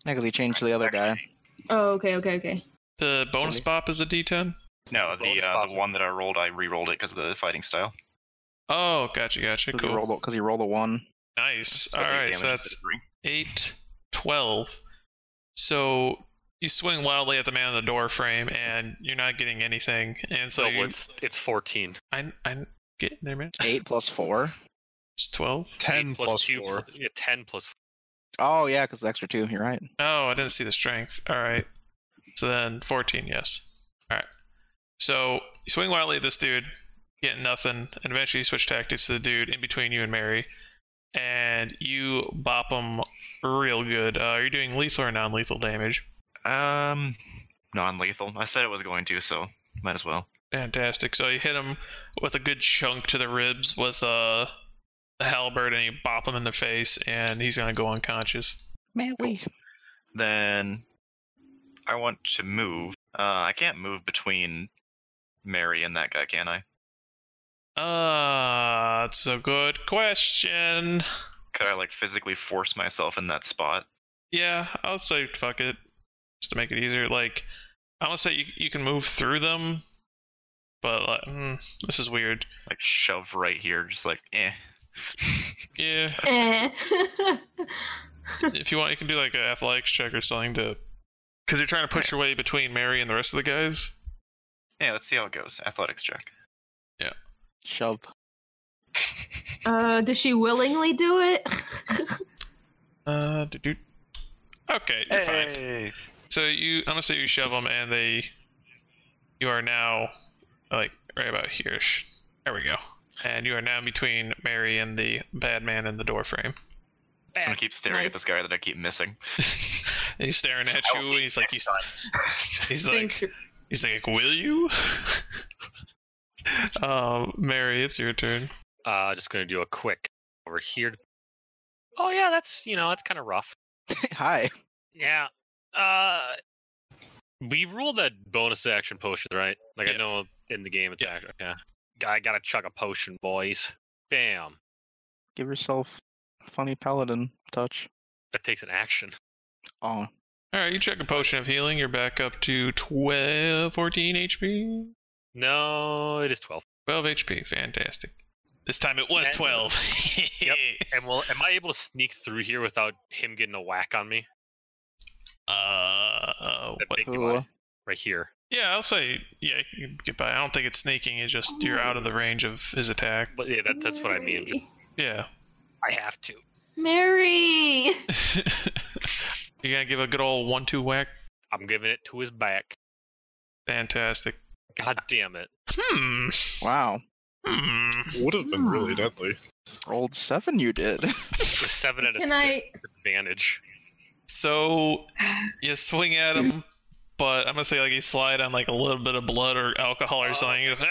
E: because he changed to the other guy.
B: Actually,
D: Oh, okay, okay, okay.
A: The bonus
H: Okay.
A: bop is a D10.
B: No,
F: The
B: the
F: bonus
B: uh,
F: pops
B: the
F: it.
B: one that I rolled, I re-rolled it because of the fighting style.
A: Oh, gotcha, gotcha.
E: Because he
A: Cool.
E: rolled because he rolled a one.
A: Nice.
B: So
A: All
B: the
A: right, so
B: damage is
A: that's
B: a three.
A: 8, 12. So you swing wildly at the man on the door frame, and you're not getting anything. And so
F: So
A: you,
F: it's it's 14.
A: I, I'm getting there, man.
E: Eight plus four.
A: It's 12.
C: Ten plus,
F: Eight plus
C: plus
F: two
C: four.
F: plus- yeah, 10 plus four.
E: Oh yeah, because extra two. You're right.
A: Oh, I didn't see the strength. All right. So then 14, yes. All right. So you swing wildly at this dude, get nothing, and eventually you switch tactics to the dude in between you and Mary, and you bop him real good. Uh, are you doing lethal or non-lethal damage?
B: Um, non-lethal. I said it was going to, so might as well.
A: Fantastic. So you hit him with a good chunk to the ribs with uh, the halberd, and you bop him in the face, and he's gonna go unconscious.
E: Man, we.
B: Then I want to move. Uh, I can't move between Mary and that guy, can I?
A: Ah, it's a good question.
B: Could I like physically force myself in that spot?
A: Yeah, I'll say fuck it, just to make it easier. Like, I want to say you you can move through them, But like, mm, this is weird.
B: Like shove right here, just like eh.
A: Yeah.
D: Eh.
A: if you want, you can do like an athletics check or something to, because you're trying to push your way between Mary and the rest of the guys.
B: yeah, let's see how it goes. Athletics check.
E: Shove.
D: uh, does she willingly do it?
A: Uh, do Okay, you're fine. So you, I'm gonna say you shove them, and they, you are now, like right about here. There we go. And you are now between Mary and the bad man in the door frame.
B: So I'm gonna keep staring at this
D: Nice.
B: guy that I keep missing.
A: And he's staring at
B: I will
A: you. and He's like, he's, he's
D: Thanks.
A: like, he's like, will you? um, Mary, it's your turn.
F: Uh, just gonna do a quick over here. Oh yeah, that's you know that's kind of rough.
E: Hi.
F: Yeah. Uh, we ruled that bonus action potions, right? Like
A: Yeah.
F: I know in the game it's action. Okay. I gotta chug a potion, boys. Bam.
E: Give yourself funny paladin touch.
F: That takes an action.
E: Oh,
A: All right, you check a potion of healing. You're back up to 12, 14 HP.
F: No, it is twelve.
A: 12 HP. Fantastic. This time it was
F: And-
A: 12.
F: Yep. And well, am I able to sneak through here without him getting a whack on me?
A: Uh,
F: That
A: what-
F: big
E: cool.
F: guy right here.
A: yeah, I'll say yeah. You can get by. I don't think it's sneaking. It's just you're out of the range of his attack.
F: But yeah, that, that's what I mean.
A: Yeah.
F: I have to.
D: Mary.
A: you're gonna give a good old one-two whack.
F: I'm giving it to his back.
A: Fantastic.
F: God damn it.
A: Hmm.
E: wow.
A: Hmm.
C: Would have been really deadly.
E: Rolled seven, you did.
F: The seven out of
D: Can
F: six
D: I?
F: advantage.
A: So you swing at him, but I'm gonna say like you slide on like a little bit of blood or alcohol or
F: Oh,
A: something, you just,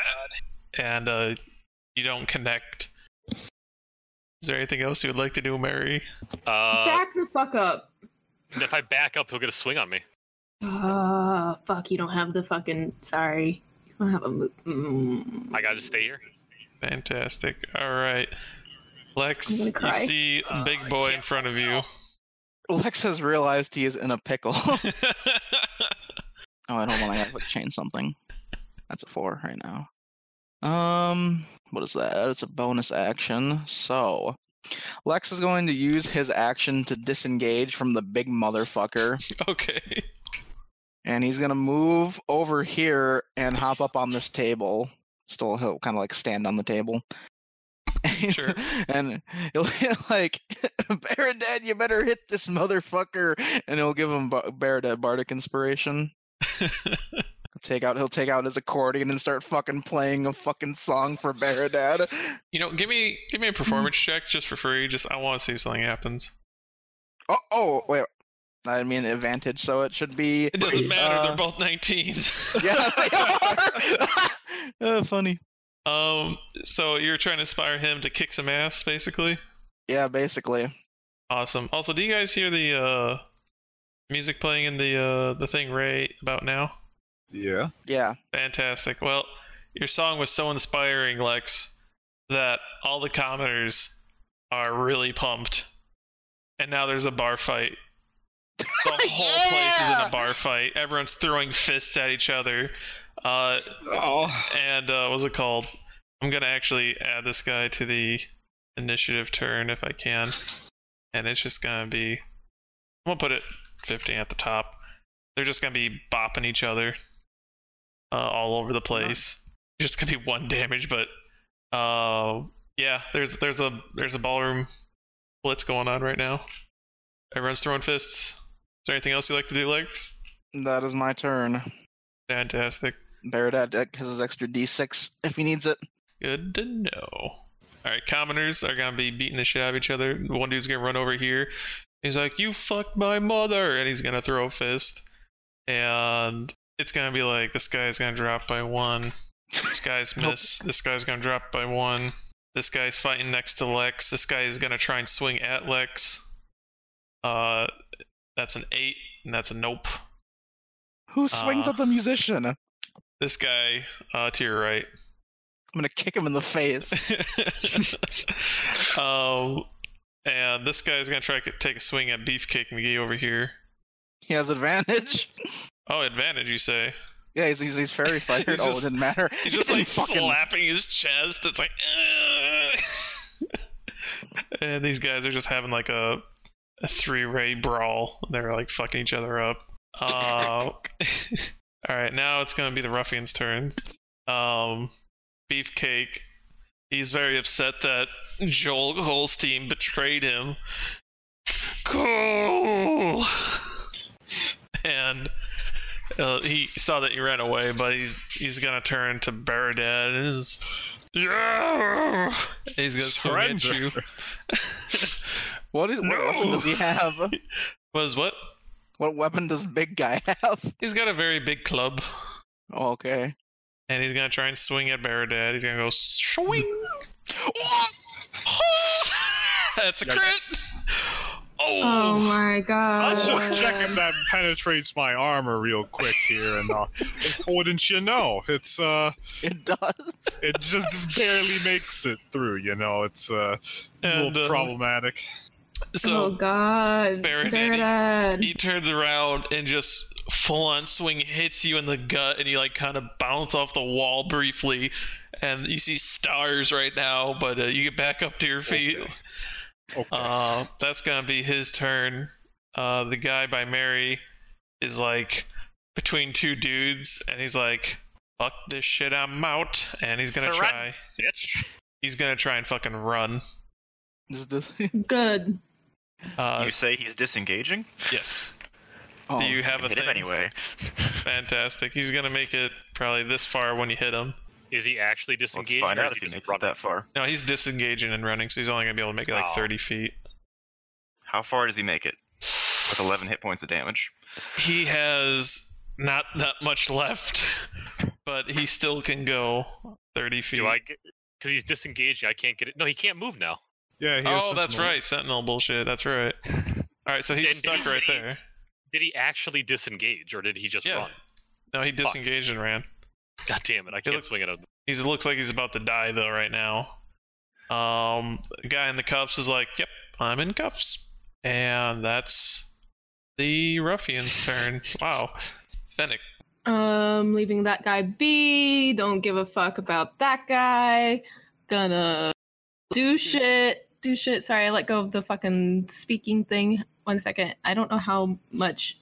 A: and uh, you don't connect. Is there anything else you would like to do, Mary?
F: Uh,
D: back the fuck up.
F: if I back up, he'll get a swing on me.
D: Ah, fuck! You don't have the fucking. Sorry, you don't have a. Mo- mm.
F: I gotta stay here.
A: Fantastic. All right,
D: I'm
A: Lex,
D: gonna
A: you
D: cry.
A: see
F: Uh,
A: big
F: I
A: boy in
F: can't
A: front of you.
E: Lex has realized he is in a pickle. oh, I don't want to have to change something. That's a four right now. Um, what is that? That's a bonus action. So, Lex is going to use his action to disengage from the big motherfucker,
A: okay.
E: and he's gonna move over here and hop up on this table. Still, he'll kind of like stand on the table.
A: Sure.
E: and he'll hit like Baradad, you better hit this motherfucker, and he'll give him Ba- Baradad bardic inspiration. Take out, he'll take out his accordion and start fucking playing a fucking song for Baradad.
A: you know, give me give me a performance check just for free. Just I want to see if something happens.
E: Oh, oh, wait, I mean advantage, so it should be.
A: It doesn't matter.
E: Uh,
A: they're both 19s.
E: Yeah, they are. Uh, funny.
A: Um, so you're trying to inspire him to kick some ass, basically.
E: Yeah, basically.
A: Awesome. Also, do you guys hear the uh, music playing in the uh, the thing right about now?
C: Yeah.
E: Yeah.
A: Fantastic. Well, your song was so inspiring, Lex, that all the commenters are really pumped, and now there's a bar fight. The whole place is in
E: Yeah!
A: a bar fight. Everyone's throwing fists at each other. Uh,
C: Oh.
A: and uh, what's it called? I'm gonna actually add this guy to the initiative turn if I can, and it's just gonna be. I'm gonna put it 15 at the top. They're just gonna be bopping each other uh, all over the place. Just gonna be one damage, but uh, yeah, there's there's a there's a ballroom blitz going on right now. Everyone's throwing fists. Is there anything else you like to do, Lex?
E: That is my turn.
A: Fantastic.
E: Baradad deck has his extra D6 if he needs it.
A: Good to know. All right, commoners are gonna be beating the shit out of each other. One dude's gonna run over here. He's like, "You fucked my mother," and he's gonna throw a fist. And it's gonna be like, this guy's gonna drop by one. This guy's
E: Nope.
A: miss. This guy's gonna drop by one. This guy's fighting next to Lex. This guy is gonna try and swing at Lex. Uh, that's an eight, and that's a nope.
E: Who swings
A: Uh.
E: at the musician? I'm
A: This guy uh, to your right.
E: gonna kick him in the face.
A: um, and this guy's gonna try to take a swing at Beefcake McGee over here.
E: He has advantage.
A: Oh, advantage, you say?
E: Yeah, he's he's, he's very fired.
A: He's
E: oh,
A: just-
E: it didn't matter.
A: He's just
E: He
A: like
E: fucking
A: slapping his chest. It's like, "Ugh." and these guys are just having like a, a three way brawl. They're like fucking each other up. Uh, all right, now it's gonna be the ruffians' turn. Um, Beefcake, he's very upset that Joel Holstein betrayed him. Cool. and uh, he saw that you ran away, but he's he's gonna turn to Baradad and he's, yeah! he's gonna swing at you.
C: Surrender.
E: What is what weapon
A: No!
E: does he have?
A: Was what?
E: What weapon does big guy have?
A: He's got a very big club,
E: Oh, okay.
A: and he's gonna try and swing at Baradad. He's gonna go swing. That's a crit.
D: Oh
A: Oh,
D: my god.
C: Let's just
E: Um,
C: check if that penetrates my armor real quick here, and uh, wouldn't you know, it's uh,
E: It does.
C: it just barely makes it through. You know, it's uh, a
A: And,
C: little
A: uh,
C: problematic.
D: oh
A: so
D: god.
A: Baron
D: Baron.
A: he turns around and just full on swing hits you in the gut, and you like kind of bounce off the wall briefly, and you see stars right now, but uh, you get back up to your feet.
C: Okay. Okay.
A: Uh, that's gonna be his turn. Uh, the guy by Mary is like between two dudes, and he's like, "Fuck this shit, I'm out." And he's gonna
F: Surrender.
A: try.
F: Bitch.
A: He's gonna try and fucking run.
E: Just does-
D: Good.
A: Uh,
B: you say he's disengaging?
A: yes.
E: oh.
A: Do you have a
B: Hit
A: thing?
B: him anyway.
A: Fantastic. He's gonna make it probably this far when you hit him.
F: Is he actually
B: Let's
F: disengaged?
B: find
F: or
B: out
F: is
B: if he
F: just
B: makes it
F: running?
B: that far.
A: No, he's disengaging and running, so he's only gonna be able to make it like
F: Oh.
A: 30 feet.
B: How far does he make it? With 11 hit points of damage.
A: He has not that much left, but he still can go 30 feet.
F: Do I get? Because he's disengaged, I can't get it. No, he can't move now.
C: yeah. he has
A: Oh, that's
C: sentinel.
A: right, Sentinel bullshit. That's right. All right, so he's
F: Didn't
A: stuck
F: he-
A: right there.
F: Did he actually disengage, or did he just
A: Yeah.
F: run?
A: No, he
F: Fuck.
A: disengaged and ran.
F: God damn it! I can't
A: looked-
F: swing at him.
A: He looks like he's about to die though right now. Um, the guy in the cuffs is like, "Yep, I'm in cuffs," and that's the ruffian's turn. Wow, Fennec.
D: Um, leaving that guy be. Don't give a fuck about that guy. Gonna do shit. Do shit. Sorry, I let go of the fucking speaking thing. One second. I don't know how much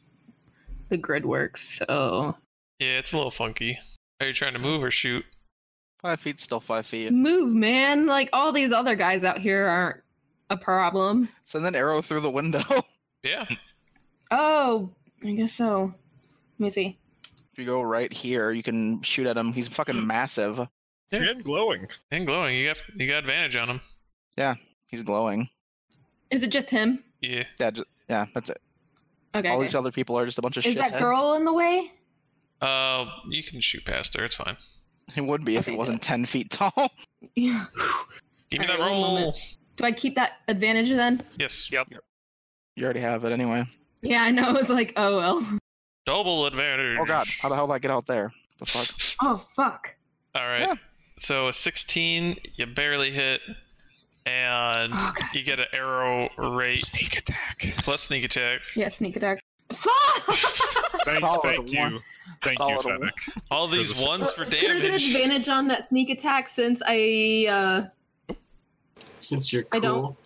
D: the grid works, so
A: Yeah, it's a little funky. Are you trying to move or shoot?
E: Five feet, still five feet.
D: move, man. Like all these other guys out here aren't a problem.
E: Send an arrow through the window.
A: Yeah.
D: Oh, I guess so. Let me see.
E: if you go right here, you can shoot at him. He's fucking massive.
C: And glowing.
A: And glowing, you got you got advantage on him.
E: He's glowing.
D: Is it just him?
A: Yeah.
E: Yeah, just, yeah, that's it.
D: Okay.
E: All
D: okay.
E: these other people are just a bunch of
D: Is
E: shitheads.
D: that girl in the way?
A: Uh, you can shoot past her. It's fine.
E: It would be if
D: Okay,
E: it wasn't ten feet tall.
D: Yeah.
A: Give me
D: All
A: that
D: right, one
A: roll.
D: moment. Do I keep that advantage then?
A: Yes.
F: Yep.
E: You already have it anyway.
D: Yeah, I know. It's like, oh well.
A: Double advantage.
E: Oh god, how the hell did I get out there? The fuck?
D: Oh fuck.
A: All right.
E: Yeah.
A: So a 16, you barely hit, and
D: Oh god.
A: you get an arrow rate
C: Sneak attack.
A: plus sneak attack.
D: Yeah, sneak attack. Fuck.
C: Thank,
E: Solid
C: thank you.
E: one.
C: Thank you,
E: Solid
C: Fennec.
A: All
C: For
A: these
C: the-
A: ones for
D: Could I get
A: damage.
D: advantage on that sneak attack since I uh
H: Since you're
D: I
H: cool.
D: don't-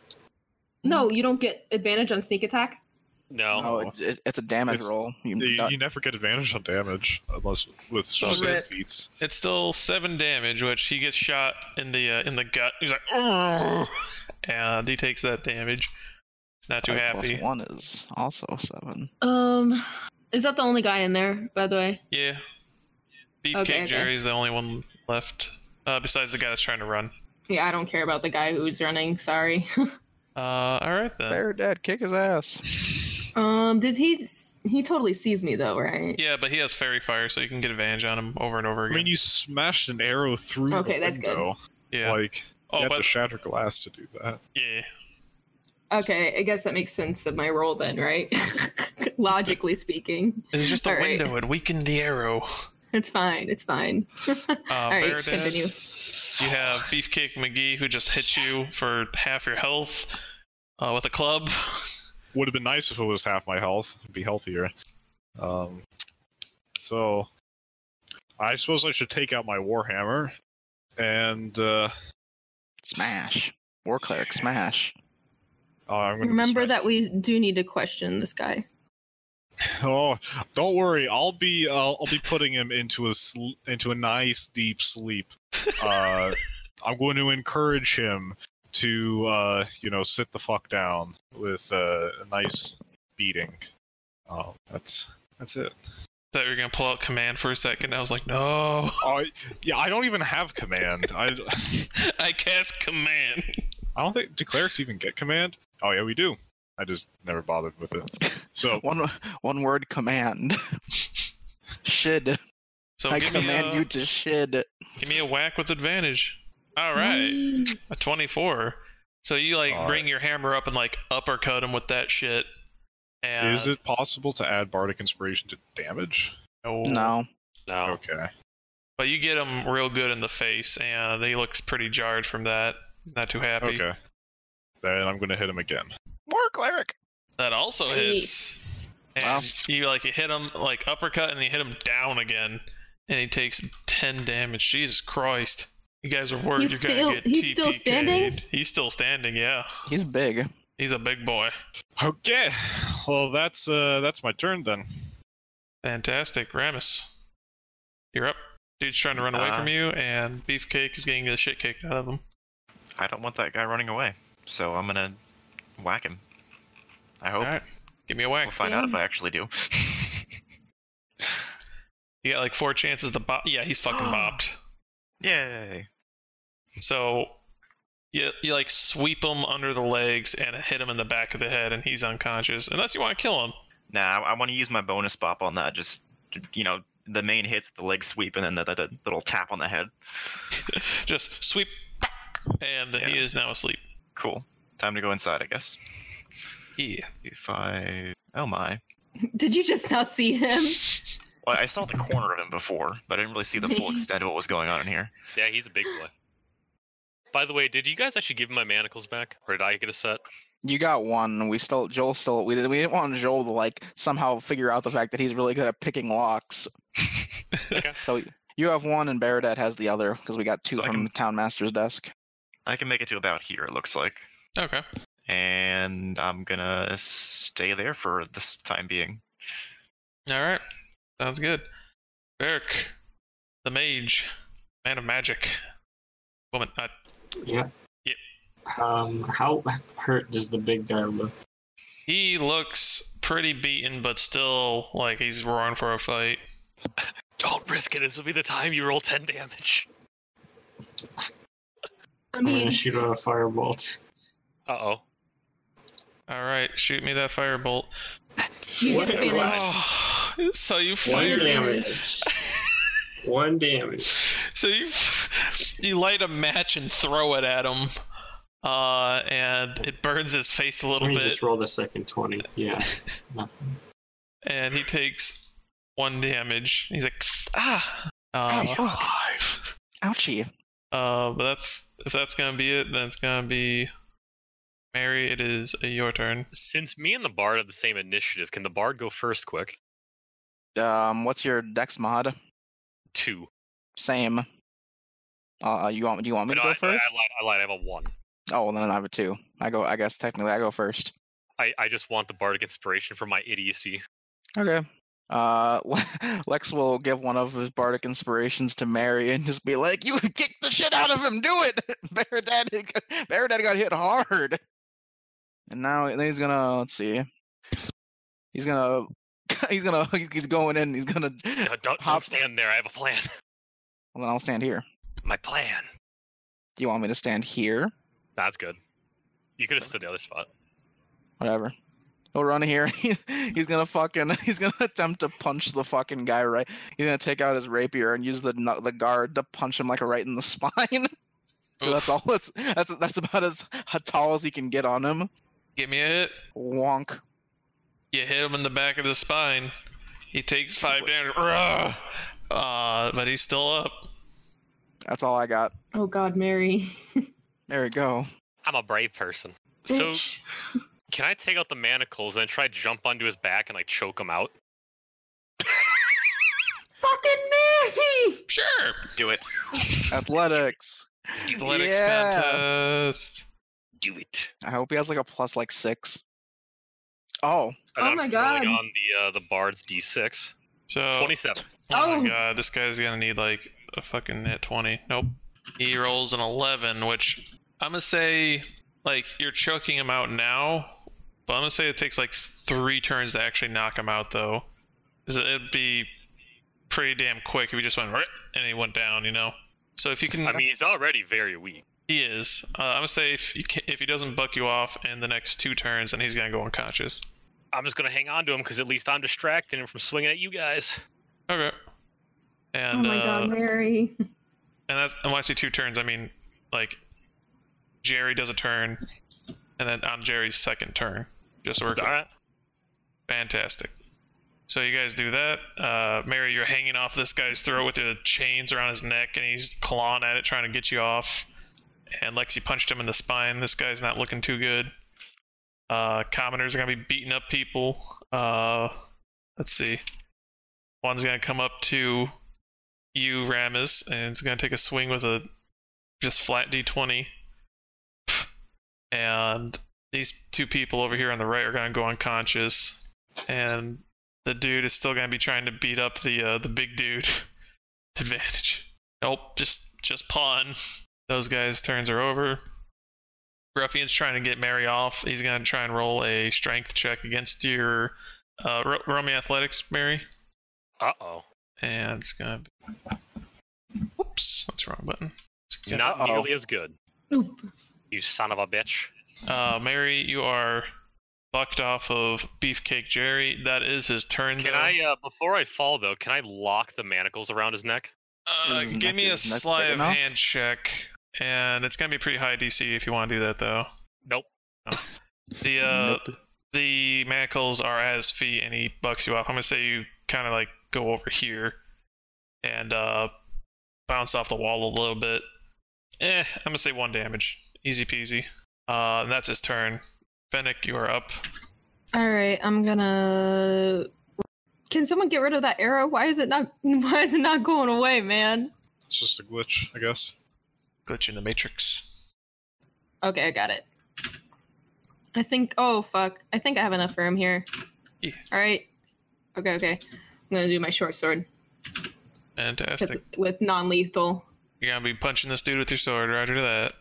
D: no, you don't get advantage on sneak attack?
F: No.
E: Oh, it, it, it's a damage
C: It's-
E: roll. You,
C: You,
E: not-
C: you never get advantage on damage unless with specific
D: Rip.
C: feats.
A: It's still seven damage, which he gets shot in the uh, in the gut. He's like, "Urgh," and he takes that damage. He's not too
E: five
A: happy.
E: Plus one is also seven.
D: Um is that the only guy in there, by the way?
A: Yeah. Beefcake
D: Okay, okay.
A: Jerry's the only one left, uh, besides the guy that's trying to run.
D: Yeah, I don't care about the guy who's running, sorry.
A: Uh, all right then.
E: Bear dead, kick his ass.
D: um does he he totally sees me though, right?
A: Yeah, but he has fairy fire, so you can get advantage on him over and over
C: I
A: again.
C: mean, you smashed an arrow through the
D: Okay, that's good.
C: window.
A: yeah.
C: Like you
A: oh,
C: had
A: but
C: to shatter glass to do that.
A: yeah.
D: Okay, I guess that makes sense of my role then, right? Logically speaking.
A: It's just a
D: All right.
A: window. It weakened the arrow.
D: It's fine, it's fine.
A: Uh,
D: right,
A: Baradaz,
D: continue.
A: You have Beefcake McGee, who just hits you for half your health uh, with a club.
C: Would have been nice if it was half my health. It'd be healthier. Um, so I suppose I should take out my warhammer and uh,
E: Smash. War cleric smash.
C: oh, I'm gonna
D: Remember
C: smash-
D: that we do need to question this guy.
C: Oh, don't worry. I'll be uh, I'll be putting him into a sl- into a nice deep sleep. Uh, I'm going to encourage him to uh, you know sit the fuck down with uh, a nice beating. Oh, that's that's it.
A: Thought you were gonna pull out command for a second. I was like, no,
C: Oh, I- yeah. I don't even have command. I
A: I cast command.
C: I don't think do clerics even get command. Oh yeah, we do. I just never bothered with it. So
E: One one word command. Should.
A: So
E: I
A: give me uh,
E: command
A: a,
E: you to should.
A: give me a whack with advantage. All right. A 24. So you like
C: All
A: bring your hammer up and like uppercut him with that shit. And
C: is it possible to add bardic inspiration to damage?
A: No.
E: No.
F: No.
C: Okay.
A: But you get him real good in the face, and he looks pretty jarred from that. He's not too happy.
C: Okay. Then I'm gonna hit him again.
E: War cleric.
A: That also hits.
D: Nice.
A: And
E: Wow.
A: you like you hit him like uppercut, and you hit him down again, and he takes 10 damage. Jesus Christ. You guys are worried
D: He's
A: you're
D: still-
A: gonna get
D: he's still
A: TPK'd.
D: standing?
A: He's still standing, yeah.
E: He's big.
A: He's a big boy.
C: Okay. Well, that's uh that's my turn then.
A: Fantastic, Ramus. You're up. Dude's trying to run away
B: Uh,
A: from you, and Beefcake is getting the shit kicked out of him.
B: I don't want that guy running away, so I'm gonna whack him. I hope.
A: Alright. Give me a whack.
B: We'll find out if
D: Damn.
B: I actually do.
A: You got like four chances to bop. Yeah, he's fucking bopped.
B: Yay!
A: So you, you like sweep him under the legs and hit him in the back of the head, and he's unconscious. Unless you want to kill him.
B: Nah, I, want to use my bonus bop on that. Just you know, the main hits the leg sweep and then the, the, the little tap on the head.
A: Just sweep. pop, And he
B: Yeah.
A: is now asleep.
B: Cool. Time to go inside, I guess.
A: Yeah.
B: If I oh my,
D: Did you just not see him?
B: well, I saw the corner of him before, but I didn't really see the full extent of what was going on in here.
F: Yeah, he's a big boy. By the way, did you guys actually give him my manacles back, or did I get a set?
E: You got one. We still Joel still we didn't we didn't want Joel to like somehow figure out the fact that he's really good at picking locks.
F: Okay.
E: So you have one and Baradet has the other because we got two
B: So I
E: from
B: can-
E: the town master's desk.
B: I can make it to about here, it looks like,
A: Okay.
B: and I'm gonna stay there for this time being.
A: All right. Sounds good. Beric, the mage, man of magic, woman. Uh,
H: Yeah.
A: Yep.
H: Um, how hurt does the big guy look?
A: He looks pretty beaten, but still like he's roaring for a fight.
F: Don't risk it. This will be the time you roll ten damage.
D: I
H: I'm gonna
D: mean,
H: shoot out a firebolt.
F: Uh oh.
A: All right, shoot me that firebolt.
D: you
H: What
D: get
H: am
D: advantage.
A: Oh, so you
H: One
A: fire,
D: Fire
H: damage. One damage.
A: so you you light a match and throw it at him, uh, and it burns his face a little
H: Let me
A: bit,
H: just roll the second twenty. Yeah. Nothing.
A: and he takes one damage. He's like, ah.
E: Oh,
A: Uh,
E: fuck. Ouchie.
A: uh, but that's if that's gonna be it, then it's gonna be Mary. It is uh, your turn.
F: Since me and the bard have the same initiative, can the bard go first? Quick.
E: Um what's your dex mod?
F: Two.
E: Same. Uh you want do you want me
F: No,
E: to
F: I,
E: go first?
F: I, lied. I lied. I have a one.
E: Oh well then I have a two. I go I guess technically I go first.
F: I, I just want the bardic inspiration for my idiocy.
E: Okay. Uh, Le- Lex will give one of his bardic inspirations to Mary and just be like, "You kick the shit out of him. Do it." Baradad, Baradad got hit hard, and now and he's gonna. Let's see. He's gonna. He's gonna. He's, he's going in. He's gonna.
F: No,
E: Well,
F: don't, don't
E: Hop-
F: stand there. I have a plan.
E: then I'll stand here.
F: My plan.
E: Do you want me to stand here?
F: That's good. You could have stood the other spot.
E: Whatever. He'll run here. he's gonna fucking. He's gonna attempt to punch the fucking guy right. He's gonna take out his rapier and use the nu- the guard to punch him like right in the spine. 'Cause That's all. That's that's that's about as h- tall as he can get on him.
A: Give me a hit.
E: Wonk.
A: You hit him in the back of the spine. He takes five damage. Ugh. Uh, but he's still up.
E: That's all I got.
D: Oh God, Mary.
E: There we go.
F: I'm a brave person. So
D: Bitch.
F: can I take out the manacles and try to jump onto his back and like choke him out?
D: Fucking Yay!
A: Sure.
B: Do it.
E: Athletics.
A: Athletics
E: Yeah.
A: contest.
B: Do it.
E: I hope he has like a plus like six. Oh,
F: And
D: Oh
F: I'm
D: my
F: throwing
D: God.
F: On the uh, the bard's d6,
A: So
F: 27.
A: Oh,
D: Oh.
A: my god, this guy's gonna need like a fucking net twenty. Nope. He rolls an eleven, which I'm gonna say like you're choking him out now, but I'm gonna say it takes like three turns to actually knock him out though. Cause it- it'd be pretty damn quick if he just went "Rip," and he went down, you know. So if you can,
F: I mean, he's already very weak.
A: he is. Uh, I'm gonna say if you can, if he doesn't buck you off in the next two turns, then he's gonna go unconscious.
F: I'm just gonna hang on to him because at least I'm distracting him from swinging at you guys.
A: Okay. And
D: oh my
A: uh,
D: god, Mary.
A: And that's and when I say two turns, I mean like Jerry does a turn, and then on Jerry's second turn, just work.
F: All right.
A: Fantastic. So you guys do that. Uh, Mary, you're hanging off this guy's throat with the chains around his neck, and he's clawing at it, trying to get you off. And Lexi punched him in the spine. This guy's not looking too good. Uh, commoners are gonna be beating up people. Uh, let's see. One's gonna come up to you, Ramus, and it's gonna take a swing with a just flat d20. And these two people over here on the right are gonna go unconscious, and the dude is still gonna be trying to beat up the uh, the big dude. Advantage. Nope, just just pawn. Those guys' turns are over. Ruffian's trying to get Mary off. He's gonna try and roll a strength check against your uh, ro- roll me athletics, Mary,
F: Uh oh.
A: and it's gonna. Be... Whoops, that's the wrong button. It's gonna-
F: Not
E: Uh-oh.
F: nearly as good.
D: Oof.
F: You son of a bitch.
A: Uh, Mary, you are bucked off of Beefcake Jerry. That is his turn.
F: Can
A: though.
F: I, uh, before I fall though, can I lock the manacles around his neck?
A: Uh,
E: Is his
A: give
E: neck-
A: me a
E: is his neck
A: sleight
E: big
A: of
E: enough?
A: hand check, and it's gonna be pretty high DC if you want to do that though.
F: Nope.
A: The uh, the manacles are at his feet, and he bucks you off. I'm gonna say you kind of like go over here, and uh, bounce off the wall a little bit. Eh, I'm gonna say one damage, easy peasy. Uh, and that's his turn. Fennec, you are up.
D: All right, I'm gonna. Can someone get rid of that arrow? Why is it not? Why is it not going away, man?
C: It's just a glitch, I guess.
A: Glitch in the matrix.
D: Okay, I got it. I think. Oh fuck! I think I have enough room here.
A: Yeah.
D: All right. Okay, okay. I'm gonna do my short sword 'cause
A: Fantastic.
D: with non-lethal.
A: You're gonna be punching this dude with your sword. Roger that.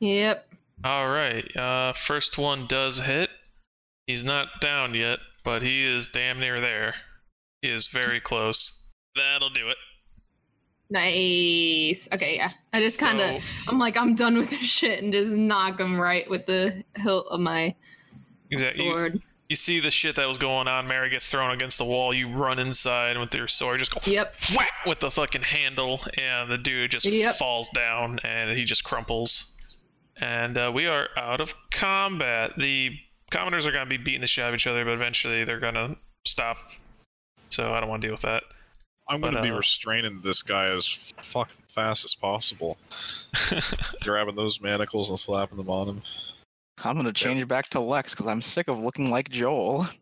D: Yep.
A: All right. Uh, first one does hit. He's not down yet, but he is damn near there. He is very close. That'll do it.
D: Nice. Okay, yeah. I just kind of.
A: So-
D: I'm like, I'm done with this shit, and just knock him right with the hilt of my
A: Exact- You,
D: sword.
A: you see the shit that was going on. Mary gets thrown against the wall. You run inside with your sword. Just go
D: Yep.
A: whack with the fucking handle, and the dude just
D: Yep.
A: falls down and he just crumples. And uh, we are out of combat. The commoners are gonna be beating the shit out of each other, but eventually they're gonna stop. So I don't want to deal with that.
C: I'm
A: But,
C: gonna be
A: uh,
C: restraining this guy as fucking fast as possible. Grabbing those manacles and slapping them on him.
E: I'm gonna change back to Lex because I'm sick of looking like Joel.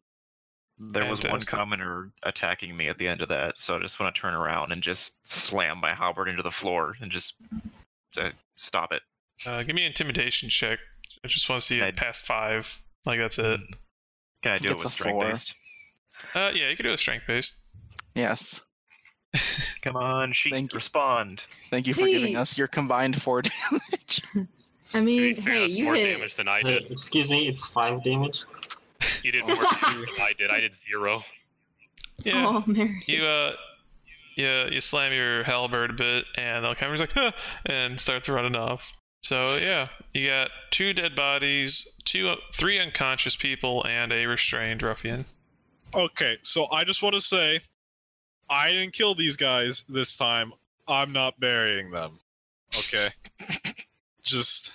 B: There was one
A: Fantastic.
B: commoner attacking me at the end of that, so I just want to turn around and just slam my halberd into the floor and just uh, stop it.
A: Uh, give me an intimidation check. I just want to see it
B: I'd-
A: past five. Like that's it.
B: Can I do it
E: It's
B: with
E: a
B: strength
E: four.
B: based?
A: Uh, yeah, you can do a strength based.
E: Yes.
B: Come on, she
E: Thank you.
B: respond.
E: Thank you for
D: Hey.
E: giving us your combined four damage.
D: I
F: To
D: mean,
F: be fair,
D: hey,
F: that's
D: you
F: more
D: hit.
F: damage than I
H: Uh,
F: did.
H: excuse me, it's five damage.
F: You did more damage than I did. I did zero.
A: Yeah.
D: Oh, Mary.
A: You uh, you you slam your halberd a bit, and the camera's like, huh, and starts running off. So yeah, you got two dead bodies, two three unconscious people, and a restrained ruffian.
C: Okay, so I just want to say, I didn't kill these guys this time. I'm not burying them. Okay. just,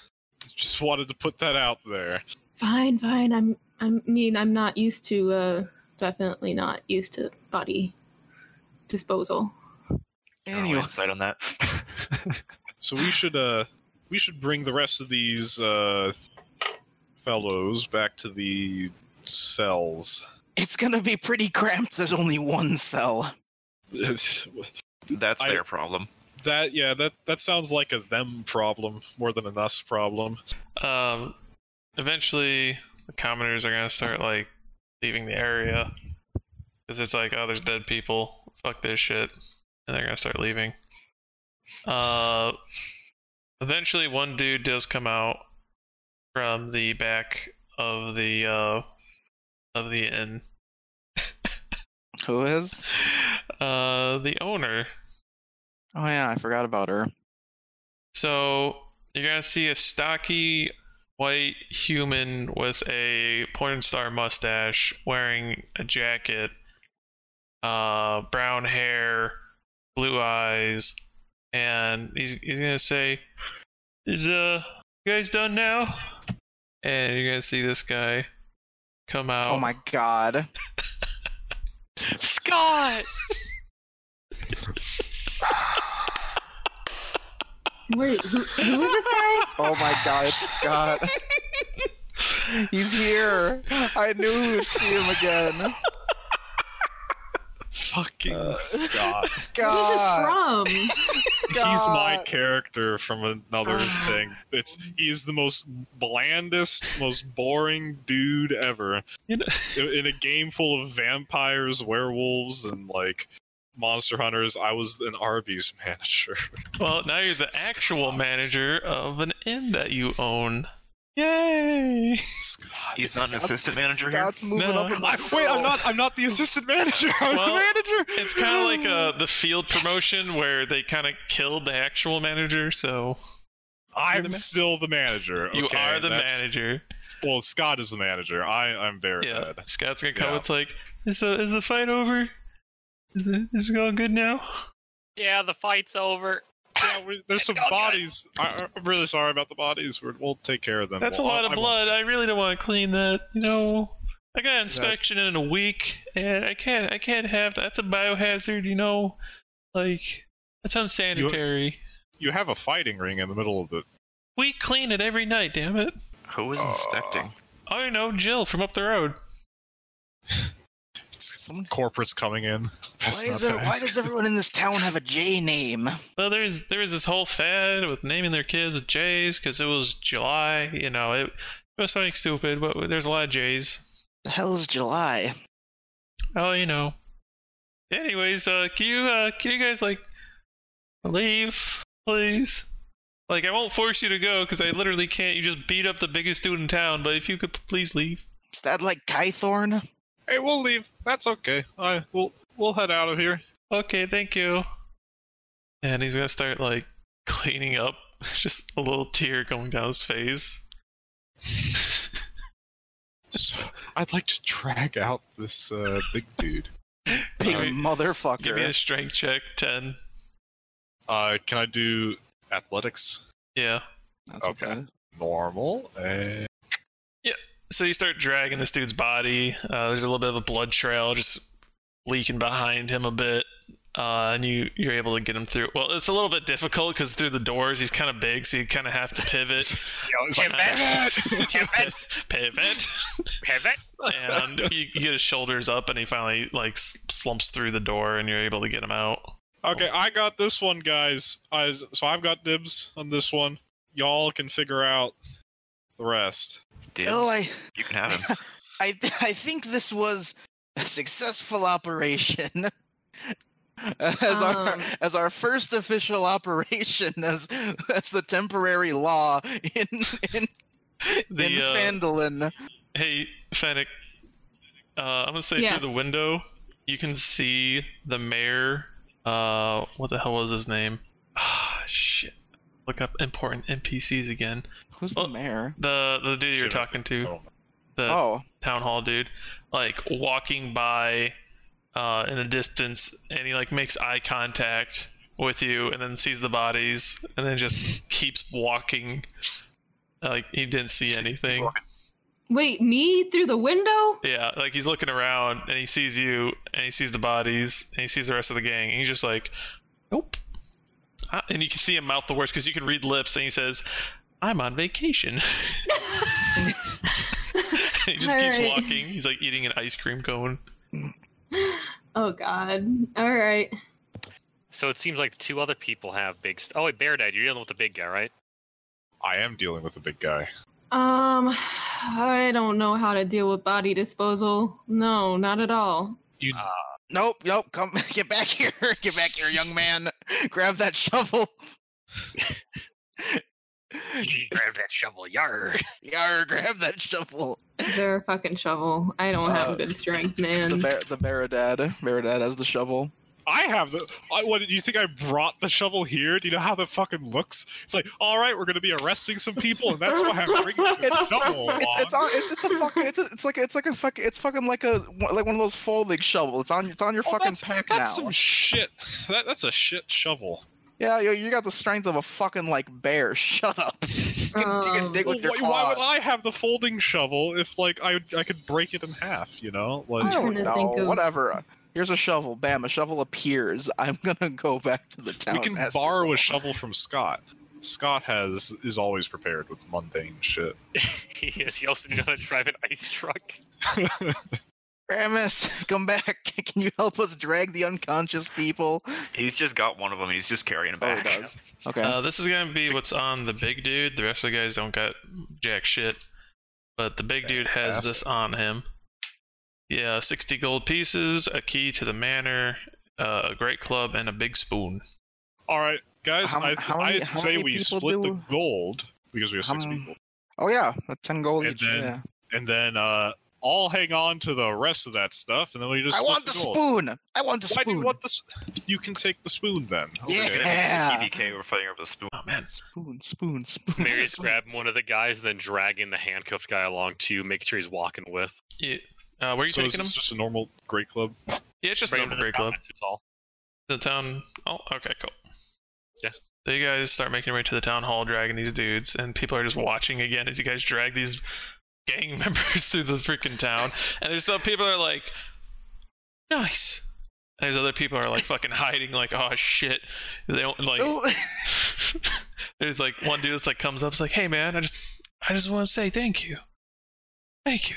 C: just wanted to put that out there.
D: Fine, fine. I'm. I mean, I'm not used to. uh Definitely not used to body disposal.
B: I don't know,
E: anyway,
B: insight on that.
C: So we should, uh, we should bring the rest of these uh, fellows back to the cells.
E: it's gonna be pretty cramped. There's only one cell.
B: That's
C: I-
B: their problem.
C: That yeah, that that sounds like a them problem more than an us problem.
A: Um, eventually, the commoners are gonna start like leaving the area because it's like, oh, there's dead people. Fuck this shit, and they're gonna start leaving. Uh, eventually, one dude does come out from the back of the uh of the inn.
E: Who is?
A: Uh, the owner.
E: Oh yeah, I forgot about her.
A: So you're gonna see a stocky white human with a porn star mustache, wearing a jacket, uh, brown hair, blue eyes, and he's he's gonna say, "Is uh, you guys done now?" And you're gonna see this guy come out.
E: Oh my god.
F: Scott.
D: Wait, who, who is this guy?
E: Oh my god, it's Scott. He's here. I knew we would see him again.
C: Fucking
E: Uh,
C: Scott.
E: Scott.
D: Who's this from?
C: He's my
E: Scott.
C: character from another
E: Ah.
C: thing. It's he's the most blandest, most boring dude ever.
A: You know-
C: in in a game full of vampires, werewolves, and like monster hunters, I was an Arby's manager.
A: Well, now you're the actual manager of an inn that you own. Yay!
C: Scott.
B: He's not an
E: Scott's-
B: assistant manager here.
E: Scott's moving
A: No.
E: up in my
C: I, wait, I'm
E: world.
C: not. I'm not the assistant manager. I'm
A: Well,
C: the manager.
A: It's kind of like uh, the field promotion where they kind of killed the actual manager, so
C: I'm
A: the ma-
C: still the manager.
A: you
C: okay?
A: are the
C: That's-
A: manager.
C: Well, Scott is the manager. I, I'm very
A: Yeah,
C: bad.
A: Scott's gonna come.
C: Yeah.
A: It's like, is the is the fight over? Is it is it all good now?
F: Yeah, the fight's over.
C: Yeah, we, there's some
F: Don't do it.
C: bodies. I, I'm really sorry about the bodies. We're, we'll take care of them.
A: That's
C: Well,
A: a lot of
C: I- I won't-
A: blood. I really don't want to clean that. You know, I got an inspection in a week, and I can't I can't have that's a biohazard. You know, like that's unsanitary.
C: You have a fighting ring in the middle of the.
A: We clean it every night. Damn it!
B: Who was
C: Uh,
B: inspecting?
E: Oh.
A: I know Jill from up the road.
C: Corporate's coming in. Best
E: Why,
C: not
E: is
C: to
E: there, why
C: ask.
E: does everyone in this town have a J name?
A: Well, there's there was this whole fad with naming their kids with J's because it was July. You know, it, it was something stupid, but there's a lot of J's.
E: The hell is July?
A: Oh, you know. Anyways, uh, can you uh, can you guys like leave, please? Like, I won't force you to go because I literally can't. You just beat up the biggest dude in town. But if you could please leave.
E: Is that like Kythorn?
C: Hey, we'll leave. That's okay. I we'll we'll head out of here.
A: Okay, thank you. And he's gonna start like cleaning up, just a little tear going down his face.
C: I'd like to drag out this uh, big dude.
E: Big
A: Alright. Give me a
E: motherfucker.
A: strength check, ten.
C: Uh, can I do athletics?
A: Yeah.
E: That's what
C: Okay.
E: that is.
C: Normal. And...
A: So you start dragging this dude's body. Uh, there's a little bit of a blood trail just leaking behind him a bit, uh, and you you're able to get him through. Well, it's a little bit difficult because through the doors he's kind of big, so you kind of have to pivot,
F: Pivot.
A: pivot,
F: Pivot.
A: and you, you get his shoulders up, and he finally like s- slumps through the door, and you're able to get him out.
C: Okay, I got this one, guys. I, so I've got dibs on this one. Y'all can figure out the rest.
B: Dibs.
E: Oh, I,
B: You can have him.
E: I, th- I think this was a successful operation. As our
D: Um.
E: as our first official operation as as the temporary law in in,
A: The,
E: in
A: uh,
E: Fandolin.
A: Hey, Fennec, uh, I'm gonna say
D: Yes.
A: through the window you can see the mayor. Uh, what the hell was his name? Ah, shit. Look up important NPCs again.
E: Who's
A: oh, uh,
E: the mayor?
A: The the dude you're
C: Shit, I
A: talking to,
C: Oh.
A: the
E: oh,
A: town hall dude, like walking by, uh, in a distance, and he like makes eye contact with you, and then sees the bodies, and then just keeps walking, like he didn't see anything.
D: Wait, me through the window?
A: Yeah, like he's looking around and he sees you and he sees the bodies and he sees the rest of the gang and he's just like, nope. I, and you can see him mouth the words because you can read lips and he says, I'm on vacation. he just keeps
D: Alright.
A: walking. He's like eating an ice cream cone.
D: Oh God! All right.
F: So it seems like the two other people have big. St- oh wait, Bear Dad, you're dealing with the big guy, right?
C: I am dealing with a big guy.
D: Um, I don't know how to deal with body disposal. No, not at all.
C: You
E: Nope, nope. Come get back here. Get back here, young man. Grab that shovel.
F: Grab that shovel, yar.
E: Yar, grab that shovel.
D: Is there a fucking shovel? I don't have good strength,
E: The
D: man.
E: bear, the Baradad. Baradad has the shovel.
C: I have the. I, what you think? I brought the shovel here. Do you know how that fucking looks? It's like, all right, we're gonna be arresting some people, and that's why I'm bringing the
D: It's-
C: shovel along.
E: It's it's on, it's it's a fucking it's a, it's like it's like a fucking it's fucking like a like one of those folding shovels. It's on it's on your
C: Oh,
E: fucking pack now.
C: That's some shit. That, that's a shit shovel.
E: yeah, you, you got the strength of a fucking like bear. Shut up. you, can, you can
D: Um,
E: dig with your
C: why, why would
E: claws.
C: I have the folding shovel if like I I could break it in half? You know,
E: I
C: like
D: I'm
E: don't
D: trying to think
E: know.
D: of-
E: Whatever. Here's a shovel. Bam, a shovel appears. I'm gonna go back to the town.
C: we can
E: master's
C: borrow a
E: office.
C: shovel from Scott. Scott has is always prepared with mundane shit.
F: he is. He also knows how to drive an ice truck.
E: Ramus, come back. Can you help us drag the unconscious people?
B: He's just got one of them. He's just carrying it
E: Oh, he
B: back.
E: does. Okay.
A: Uh, this is gonna be what's on the big dude. The rest of the guys don't got jack shit, but the big dude has this on him. Yeah, sixty gold pieces, a key to the manor, uh, a great club, and a big spoon.
C: All right, guys,
E: How-
C: I,
E: how
C: I
E: many- how
C: say
E: many
C: we
E: people
C: split the
E: do-
C: gold because we have
E: How
C: six
E: m-
C: people,
E: oh yeah, that's ten gold
C: And
E: each.
C: then-
E: yeah.
C: and then uh, all hang on to the rest of that stuff, and then we just.
E: I
C: split
E: want the
C: gold.
E: spoon. I want the
C: Why do
E: spoon.
C: you want this? You can take the spoon then. Okay.
E: Yeah.
B: TDK, we're fighting over the spoon.
A: Oh man,
E: Spoon, spoon, spoon.
F: Mary's
E: spoon.
F: grabbing one of the guys and then dragging the handcuffed guy along too, making sure he's walking with.
A: yeah. Uh, where are you
C: So is
A: taking him?
C: this just a normal great club?
A: Yeah, it's just
F: Bring him
A: another
F: to the
A: great
F: top,
A: club.
F: that's just all.
A: The town. Oh, okay, cool.
F: Yes.
A: So you guys start making your way to the town hall, dragging these dudes, and people are just watching again as you guys drag these gang members through the freaking town. And there's some people that are like, nice. And there's other people that are like fucking hiding, like, oh shit. They don't like.
E: Oh,
A: there's like one dude that's like comes up, it's like, hey man, I just, I just want to say thank you, thank you,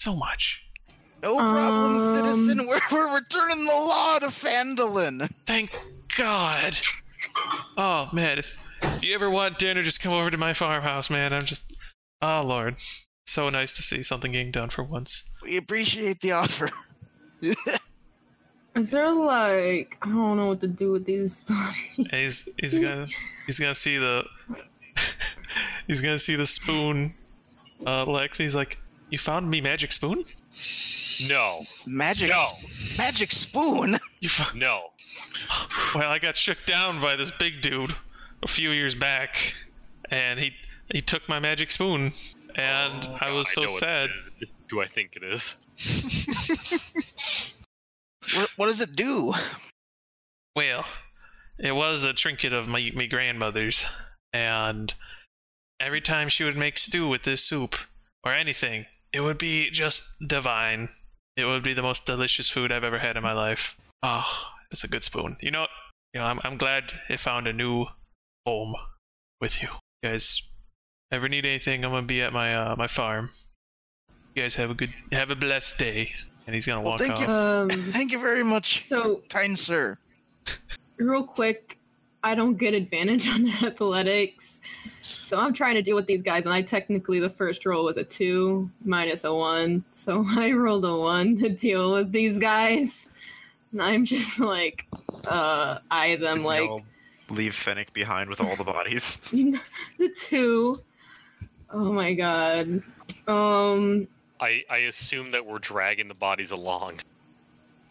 A: so much,
E: no problem,
D: Um,
E: citizen. We're, we're returning the law to Fandolin.
A: thank God. Oh man, if, if you ever want dinner, just come over to my farmhouse, man. I'm just, oh lord, so nice to see something getting done for once.
E: We appreciate the offer.
D: Is there like I don't know what to do with these bodies.
A: And he's he's gonna he's gonna see the he's gonna see the spoon, uh, Lex. He's like, you found me magic spoon?
F: No,
E: Magic,
F: no,
E: magic spoon.
A: You found
F: no.
A: Well, I got shook down by this big dude a few years back, and he he took my magic spoon, and I was so
F: Oh, God, know what
A: sad.
F: it is. Do I think it is?
E: What, what does it do?
A: Well, it was a trinket of my my grandmother's, and every time she would make stew with this soup or anything, it would be just divine. It would be the most delicious food I've ever had in my life. Oh, it's a good spoon. You know, you know, I'm I'm glad it found a new home with you. you guys, ever need anything? I'm gonna be at my uh, my farm. You guys have a good, have a blessed day. And he's gonna
E: Well,
A: walk
E: thank
A: off.
E: you.
D: Um,
E: Thank you very much,
D: so
E: kind sir.
D: real quick, I don't get advantage on athletics, so I'm trying to deal with these guys, and I technically the first roll was a two minus a one, so I rolled a one to deal with these guys, and I'm just like, uh, I them
B: Didn't
D: like
B: y'all leave Fennec behind with all the bodies.
D: the two. Oh my god. Um,
F: I, I assume that we're dragging the bodies along.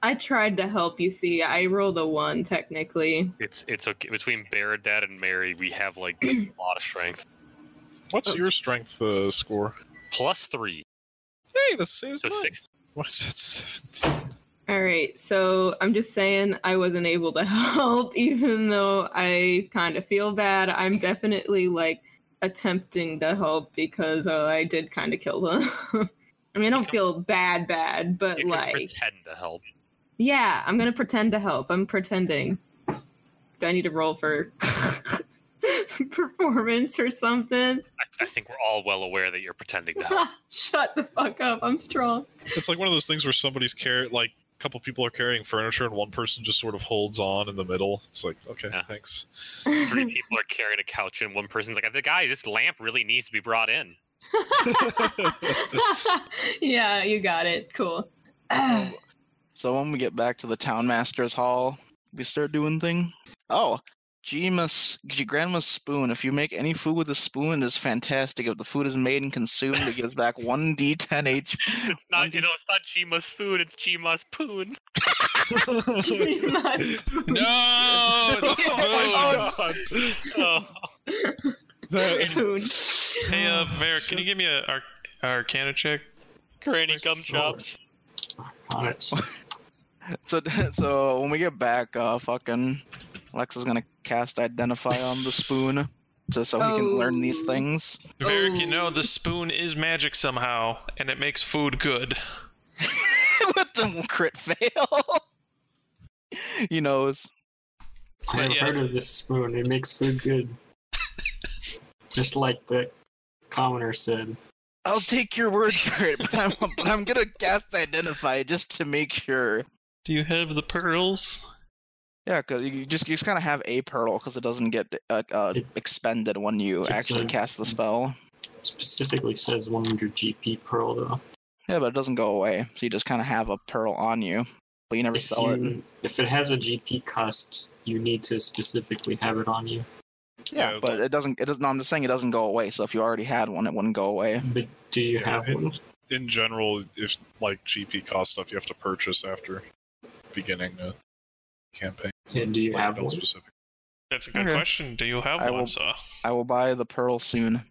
D: I tried to help you see. I rolled a one technically.
F: It's it's okay between Bear, Dad, and Mary. We have like a lot of strength.
C: What's
E: Oh.
C: your strength uh, score?
F: Plus three,
C: Hey, the same as
F: so
C: mine.
F: six.
C: What's it? Seventeen.
D: All right, so I'm just saying I wasn't able to help, even though I kind of feel bad. I'm definitely like attempting to help because oh, I did kind of kill them. I mean, I don't feel bad, bad, but
F: You can
D: like,
F: pretend to help.
D: yeah, I'm gonna pretend to help. I'm pretending. Do I need to roll for performance or something?
F: I, I think we're all well aware that you're pretending to help.
D: Shut the fuck up. I'm strong.
C: It's like one of those things where somebody's car- like couple people are carrying furniture and one person just sort of holds on in the middle. It's like, okay,
F: Yeah.
C: thanks.
F: Three people are carrying a couch, and one person's like, "The guy, this lamp really needs to be brought in."
A: Oh
D: yeah, you got it. Cool.
E: So- so when we get back to the town master's hall, we start doing thing. Oh, Gma's, G- Grandma's spoon. If you make any food with a spoon, it is fantastic. If the food is made and consumed, it gives back one d10 HP.
F: It's not, you know, it's not Chima's food. It's Chima's poon.
A: No, it's a spoon.
C: Oh my god!
F: Oh,
C: That-
A: Hey, uh, Merrick, can you give me a our Arcana check?
F: granny
H: We're
F: gumchops.
H: Got it.
E: So, so when we get back, uh, fucking Alexa's gonna cast Identify on the spoon, just so he can learn these
D: Oh.
E: things.
A: Merrick, you
D: Oh.
A: know the spoon is magic somehow, and it makes food good.
E: With the crit fail, he knows.
H: I have
A: Yeah.
H: heard of this spoon. It makes food good. Just like the commoner said.
E: I'll take your word for it, but I'm, but I'm gonna cast Identify just to make sure.
A: Do you have the pearls?
E: Yeah, because you just you just kind of have a pearl because it doesn't get uh, uh,
H: It- uh,
E: expended when you
H: it's
E: actually
H: a-
E: cast the spell.
H: It specifically says 100 GP pearl though.
E: Yeah, but it doesn't go away, so you just kind of have a pearl on you, but you never
H: If,
E: sell it.
H: you, if it has a GP cost, you need to specifically have it on you.
E: Yeah,
C: Yeah,
E: but
C: but-
E: it doesn't. It doesn't. No, I'm just saying it doesn't go away. So if you already had one, it wouldn't go away.
H: But do you
C: Yeah,
H: have
C: it-
H: one?
C: in general, if like GP cost stuff, you have to purchase after beginning a campaign.
H: Yeah, do you
C: Like,
H: have
C: no
H: one?
C: specific.
A: That's a good
E: Okay.
A: question. Do you have
E: I
A: one,
E: will-
A: sir?
E: I will buy the pearl soon.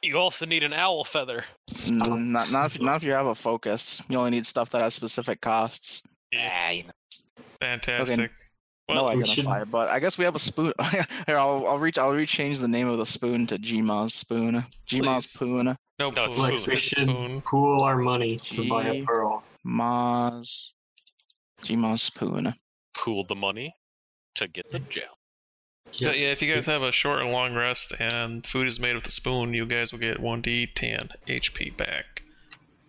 K: You also need an owl feather.
E: N- Not not if, not if you have a focus. You only need stuff that has specific costs.
K: Ah, you know.
A: Fantastic.
E: no
A: Well,
H: we should-
E: identify, but I guess we have a spoon. Here, I'll I'll reach I'll rechange the name of the spoon to Gma's spoon. Gma's
A: Please.
E: spoon.
A: no,
F: No, it's
A: spoon.
F: Lex,
H: we
A: It's a
H: should-
A: spoon.
H: Pool our money to buy
E: Gee.
H: a pearl.
E: Ma's Gma's spoon.
F: Pool the money to get the gel.
H: Yeah.
A: But yeah, if you guys have a short and long rest and food is made with a spoon, you guys will get 1d10 HP back.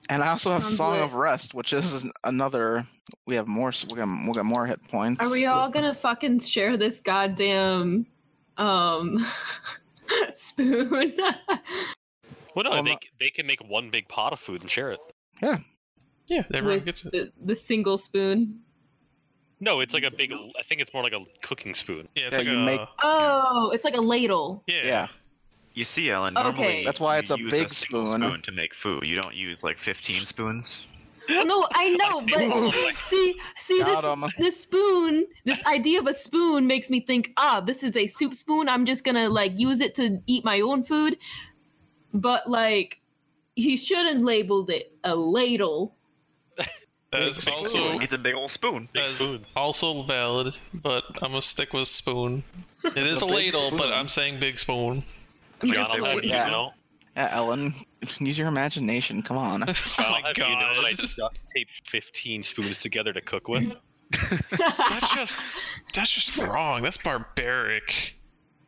E: And I also have
D: Sounds
E: Song
D: lit.
E: of Rest, which is an- another. We have more. s- We got we got more hit points.
D: Are we all gonna fucking share this goddamn um spoon?
F: Well, no,
E: Well,
F: they,
E: no-
F: they can make one big pot of food and share it.
A: Yeah, everyone
D: With
A: gets it.
D: the, the single spoon.
F: No, it's like a big. I think it's more like a cooking spoon.
A: Yeah, it's
E: Yeah,
A: like
E: you
A: a,
E: make-
D: Oh, it's like a ladle.
A: yeah.
E: Yeah.
B: You see, Ellen. Normally,
D: Okay.
E: That's why
B: you
E: it's a
B: use
E: big
B: single
E: spoon.
B: spoon to make food. You don't use like 15 spoons.
D: Well, no, I know, but see, see
E: Got
D: this
E: 'em.
D: this spoon. This idea of a spoon makes me think, ah, this is a soup spoon. I'm just gonna like use it to eat my own food. But like, he shouldn't labeled it a ladle.
A: That is
B: Big
A: also
B: spoon. It's a big old spoon.
A: that is also valid, but I'm gonna stick with spoon. It is
E: a
A: a,
E: big
A: ladle, but
E: spoon.
A: I'm saying big spoon.
D: I'm
F: John,
D: just
F: I'll
D: a
F: have you
E: Yeah.
F: know.
E: Yeah, Ellen, use your imagination. Come on.
A: oh
F: I'll
A: my
F: have
A: god,
F: you know that I duct taped 15 spoons together to cook with.
A: that's just that's just wrong. That's barbaric.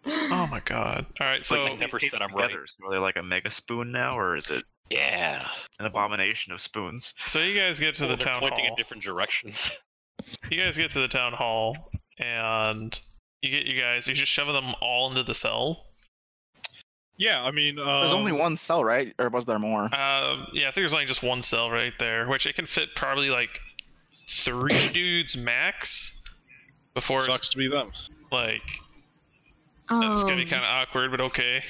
A: Oh my god. All right, so
F: like- I never said I'm right.
B: So are they like a mega spoon now, or is it
F: Yeah.
B: an abomination of spoons?
A: so you guys get to
F: Well,
A: the
F: they're
A: town
F: pointing
A: hall.
F: in different directions.
A: you guys get to the town hall and you get you guys you just shove them all into the cell
C: Yeah, I mean, um,
E: There's only one cell, right? Or was there more?
A: um yeah i think there's only just one cell right there which it can fit probably like three dudes max before it's
C: Sucks to be them.
A: like that's
D: Um,
E: Um,
A: gonna be kind of awkward but okay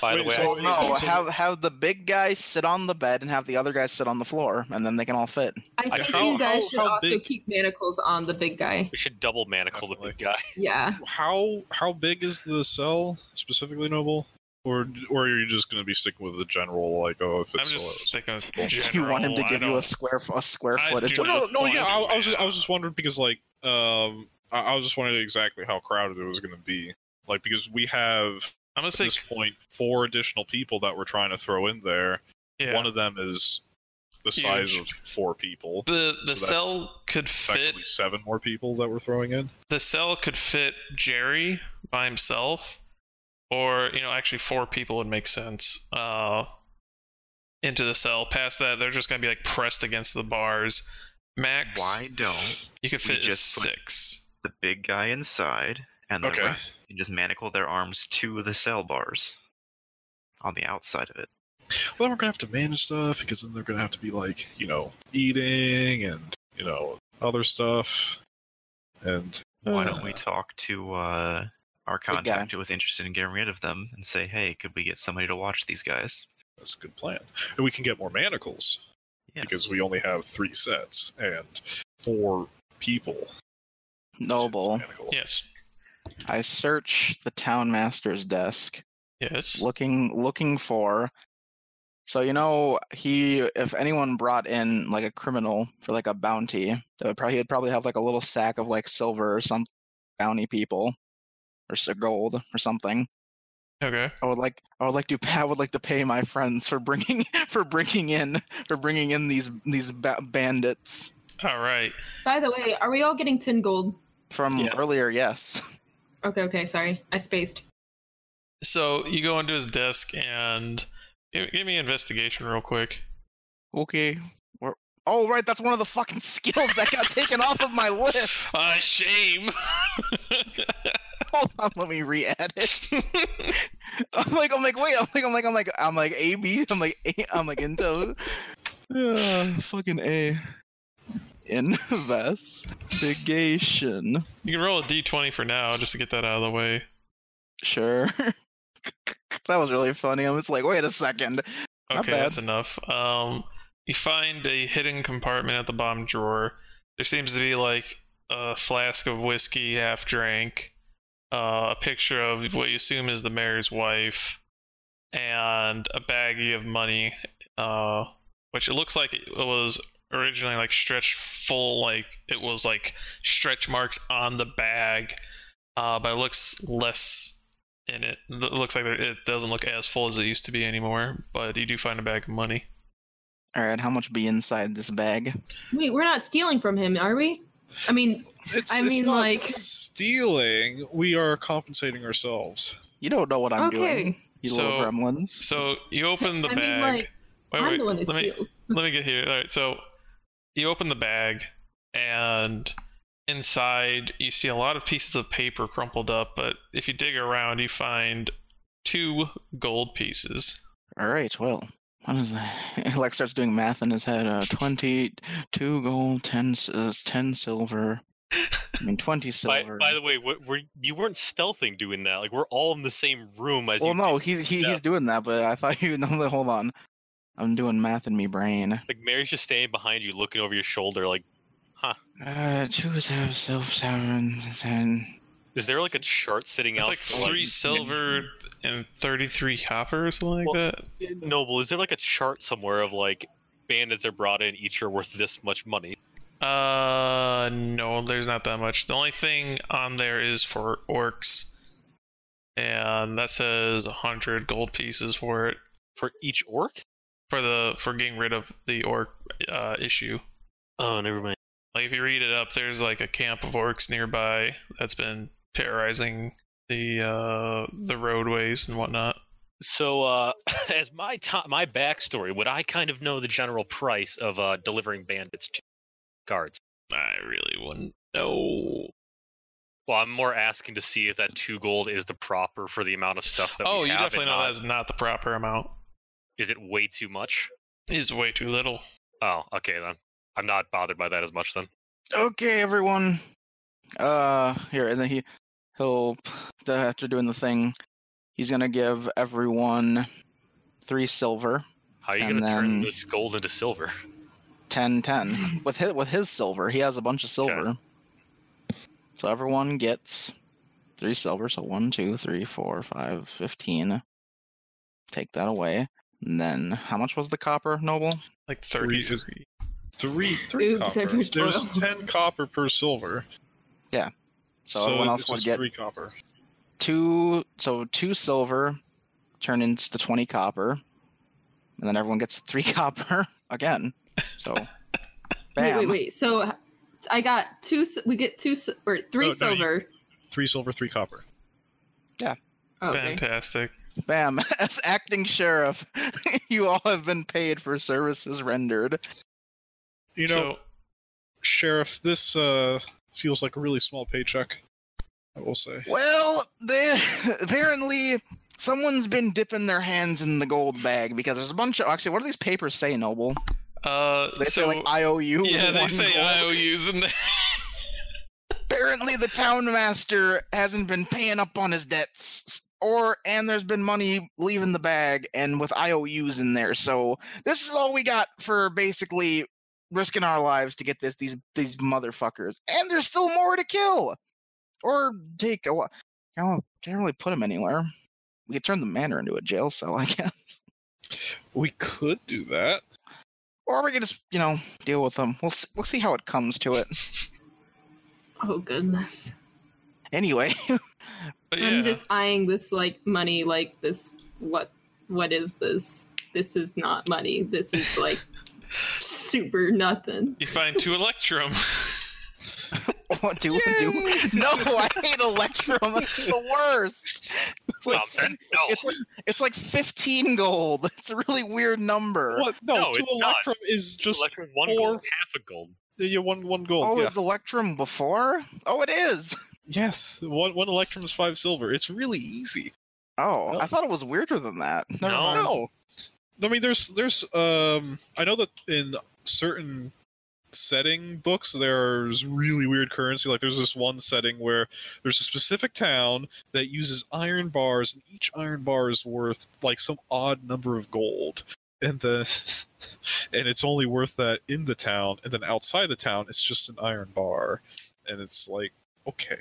F: By the
C: Wait,
F: way,
C: so-
F: I,
E: No,
C: so-
E: have have the big guy sit on the bed and have the other guy sit on the floor, and then they can all fit.
D: I
F: I
D: think
F: how-
D: you guys
C: how-
D: should
C: how
D: also
C: big-
D: keep manacles on the big guy.
F: we should double manacle the big guy.
D: Yeah.
C: How how big is the cell specifically, Noble? Or or are you just going to be sticking with the general? Like, oh, if
A: i'm
C: it's
A: just
C: so-
A: sticking with
E: Do you want him to
A: general, I
E: give you a
A: don't-
E: square f- a square
A: I
E: footage?
A: do
E: of-
A: not-
C: no, no,
A: point.
C: yeah. I, I was just, I was just wondering because like um I, I was just wondering exactly how crowded it was going to be. Like because we have
A: i'm gonna
C: at
A: say
C: this point four additional people that we're trying to throw in there.
A: yeah.
C: One of them is the
A: Huge.
C: size of four people.
A: the the
C: so that's
A: cell could fit
C: Effectively, seven more people that we're throwing in.
A: the cell could fit Jerry by himself, or you know, actually four people would make sense. Uh, into the cell. Past that, they're just gonna be like pressed against the bars, Max,
B: Why don't
A: you could
B: we
A: fit just
B: just put-
A: six.
B: the big guy inside and the
C: Okay.
B: rest can just manacle their arms to the cell bars on the outside of it?
C: Well, then we're gonna have to manage stuff because then they're gonna have to be like, you know, eating and you know other stuff. And
B: Why don't we talk to uh, our
E: guy.
B: contact who was interested in getting rid of them and say, hey, could we get somebody to watch these guys?
C: that's a good plan. And we can get more manacles
B: Yes.
C: because we only have three sets and four people.
E: Noble.
C: Manacle.
A: Yes.
E: I search the town master's desk,
A: Yes.
E: looking looking for. So you know, he if anyone brought in like a criminal for like a bounty, that would probably he'd probably have like a little sack of like silver or some bounty people, or s- gold or something.
A: Okay.
E: I would like I would like to I would like to pay my friends for bringing for bringing in for bringing in these these ba- bandits
A: All right.
D: By the way, are we all getting tin gold?
E: from
B: Yeah.
E: earlier. Yes.
D: Okay, okay, sorry. I spaced.
A: So you go into his desk and give, give me investigation real quick.
E: Okay. We're, oh right, that's one of the fucking skills that got taken off of my list.
A: Uh, shame.
E: Hold on, let me re-add it. I'm like, I'm like, wait, I'm like, I'm like, I'm like, I'm like, A B, I'm like, A, I'm like into, uh, fucking A, investigation.
A: you can roll a d20 for now just to get that out of the way.
E: Sure. that was really funny. I'm just like, wait a second. Not
A: Okay,
E: bad.
A: that's enough. Um, you find a hidden compartment at the bottom drawer. There seems to be like a flask of whiskey, half drank, uh, a picture of what you assume is the mayor's wife, and a baggie of money, uh, which it looks like it was originally like stretched full, like it was like stretch marks on the bag, uh, but it looks less and it th- it looks like there- it doesn't look as full as it used to be anymore. But you do find a bag of money.
E: All right, how much be inside this bag?
D: Wait, we're not stealing from him, are we? I mean,
C: It's,
D: I
C: it's
D: mean,
C: not
D: like-
C: stealing. We are compensating ourselves.
E: You don't know what I'm
D: okay.
E: doing, you little
A: So-
E: gremlins.
A: So you open the
D: I mean,
A: bag.
D: like,
A: wait,
D: I'm
A: wait,
D: the one who
A: let me
D: steals.
A: let me get here. All right, so you open the bag, and inside you see a lot of pieces of paper crumpled up. But if you dig around, you find two gold pieces.
E: All right, well, what is that? Like starts doing math in his head. Uh, twenty, two gold, ten, s- uh, ten silver. I mean, twenty
F: By,
E: silver.
F: by the way, what, were, you weren't stealthing doing that. Like we're all in the same room as
E: well,
F: you.
E: no,
F: did.
E: he, he
F: Yeah.
E: he's doing that, but I thought you. No, hold on, I'm doing math in me brain.
F: Like Mary's just standing behind you, looking over your shoulder. Like,
E: Uh, two seven, silver, seven, ten.
F: is there like a chart sitting
A: It's
F: out?
A: like
F: for, like-
A: three silver and thirty-three copper or something like
F: Well,
A: that.
F: Noble, is there like a chart somewhere of like bandits are brought in, each are worth this much money?
A: Uh, no, there's not that much. The only thing on there is for orcs, and that says a hundred gold pieces for it
F: For each orc?
A: for the for getting rid of the orc uh, issue.
F: Oh, never mind.
A: Like if you read it up, there's like a camp of orcs nearby that's been terrorizing the uh the roadways and whatnot.
F: So, uh, as my top, my backstory, would I kind of know the general price of uh, delivering bandits to guards?
A: I really wouldn't know.
F: Well, I'm more asking to see if that two gold is the proper for the amount of stuff that.
A: Oh,
F: we
A: you
F: have and
A: definitely know
F: not-
A: that's not the proper amount.
F: Is it way too much?
A: Is way too little.
F: Oh, okay then. I'm not bothered by that as much then.
E: Okay, everyone. Uh, here, and then he he'll p- the- after doing the thing, he's gonna give everyone three silver.
F: How are you
E: And
F: gonna turn
E: then-
F: this gold into silver?
E: 10 10 with his, with his silver he has a bunch of silver so everyone gets three silver so one two three four five fifteen take that away and then how much was the copper noble
A: Like
C: Three-
A: thirty-three.
C: Three, three
D: Oops, I
C: copper.
D: pushed
C: There's
D: oil.
C: ten copper per silver.
E: so, everyone else
C: it's
E: would
C: just
E: get
C: three copper.
E: two so two silver turn into 20 copper and then everyone gets three copper again so
D: Wait,
E: bam
D: wait, wait. So h- I got two. s- We get two s- or three
C: Oh, no, you-
D: silver.
C: Three silver, three copper.
D: Oh, okay.
A: Fantastic.
E: bam as acting sheriff you all have been paid for services rendered
C: You know,
A: so
C: Sheriff, this uh, feels like a really small paycheck. I will say.
E: Well, they apparently someone's been dipping their hands in the gold bag because there's a bunch of actually. What do these papers say, Noble?
A: Uh,
E: They
A: so,
E: say like IOU.
A: yeah, they
E: one
A: say
E: gold.
A: IOUs in there.
E: Apparently, the town master hasn't been paying up on his debts, or and there's been money leaving the bag and with IOUs in there. So this is all we got for basically risking our lives to get this these these motherfuckers. And there's still more to kill or take a lot. Can't, can't really put them anywhere. We could turn the manor into a jail cell, I guess,
C: We could do that.
E: or we could just you know deal with them. We'll see, we'll see how it comes to it.
D: Oh goodness.
E: Anyway,
A: But yeah,
D: I'm just eyeing this like money like this what what is this? This is not money. This is like super nothing.
A: you find two Electrum.
E: what do we do? No, I hate Electrum. It's the worst. It's like
F: Thompson? No.
E: it's like it's like 15 gold. It's a really weird number.
C: What? No,
F: No,
C: two
F: it's not.
C: electrum is just
F: Electrum one
C: four-
F: gold, half a gold.
C: you one one gold.
E: Oh,
C: yeah.
E: is Electrum before? Oh, it is.
C: Yes, one one electrum is five silver. It's really easy.
E: Oh,
C: Nope.
E: I thought it was weirder than that. Never
F: No.
E: mind.
C: No, I mean there's there's um I know that in certain setting books there's really weird currency. Like there's this one setting where there's a specific town that uses iron bars, and each iron bar is worth like some odd number of gold. And the and it's only worth that in the town, and then outside the town it's just an iron bar, and it's like okay.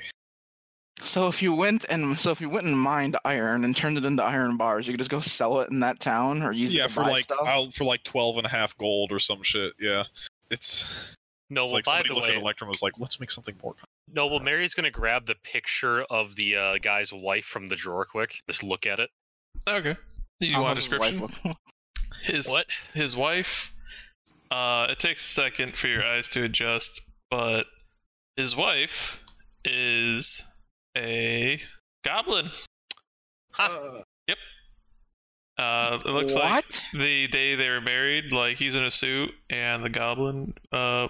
E: So if you went and so if you went and mined iron and turned it into iron bars, you could just go sell it in that town or use
C: yeah
E: it to
C: for
E: buy
C: like
E: stuff.
C: I'll, for like 12 and a half gold or some shit yeah it's,
F: No,
C: it's
F: well,
C: like
F: by
C: somebody
F: the
C: looked
F: way,
C: at electrum and was like let's make something more
F: no, well, Mary's gonna grab the picture of the uh, guy's wife from the drawer quick. Just look at it.
A: okay. Do you
E: I'll
A: want a
E: have his wife
A: description?
E: look-
A: His
F: What?
A: His wife. Uh, it takes a second for your eyes to adjust, but his wife is a goblin.
C: uh,
A: Uh, it looks
E: what?
A: like the day they were married, like he's in a suit and the goblin. Uh,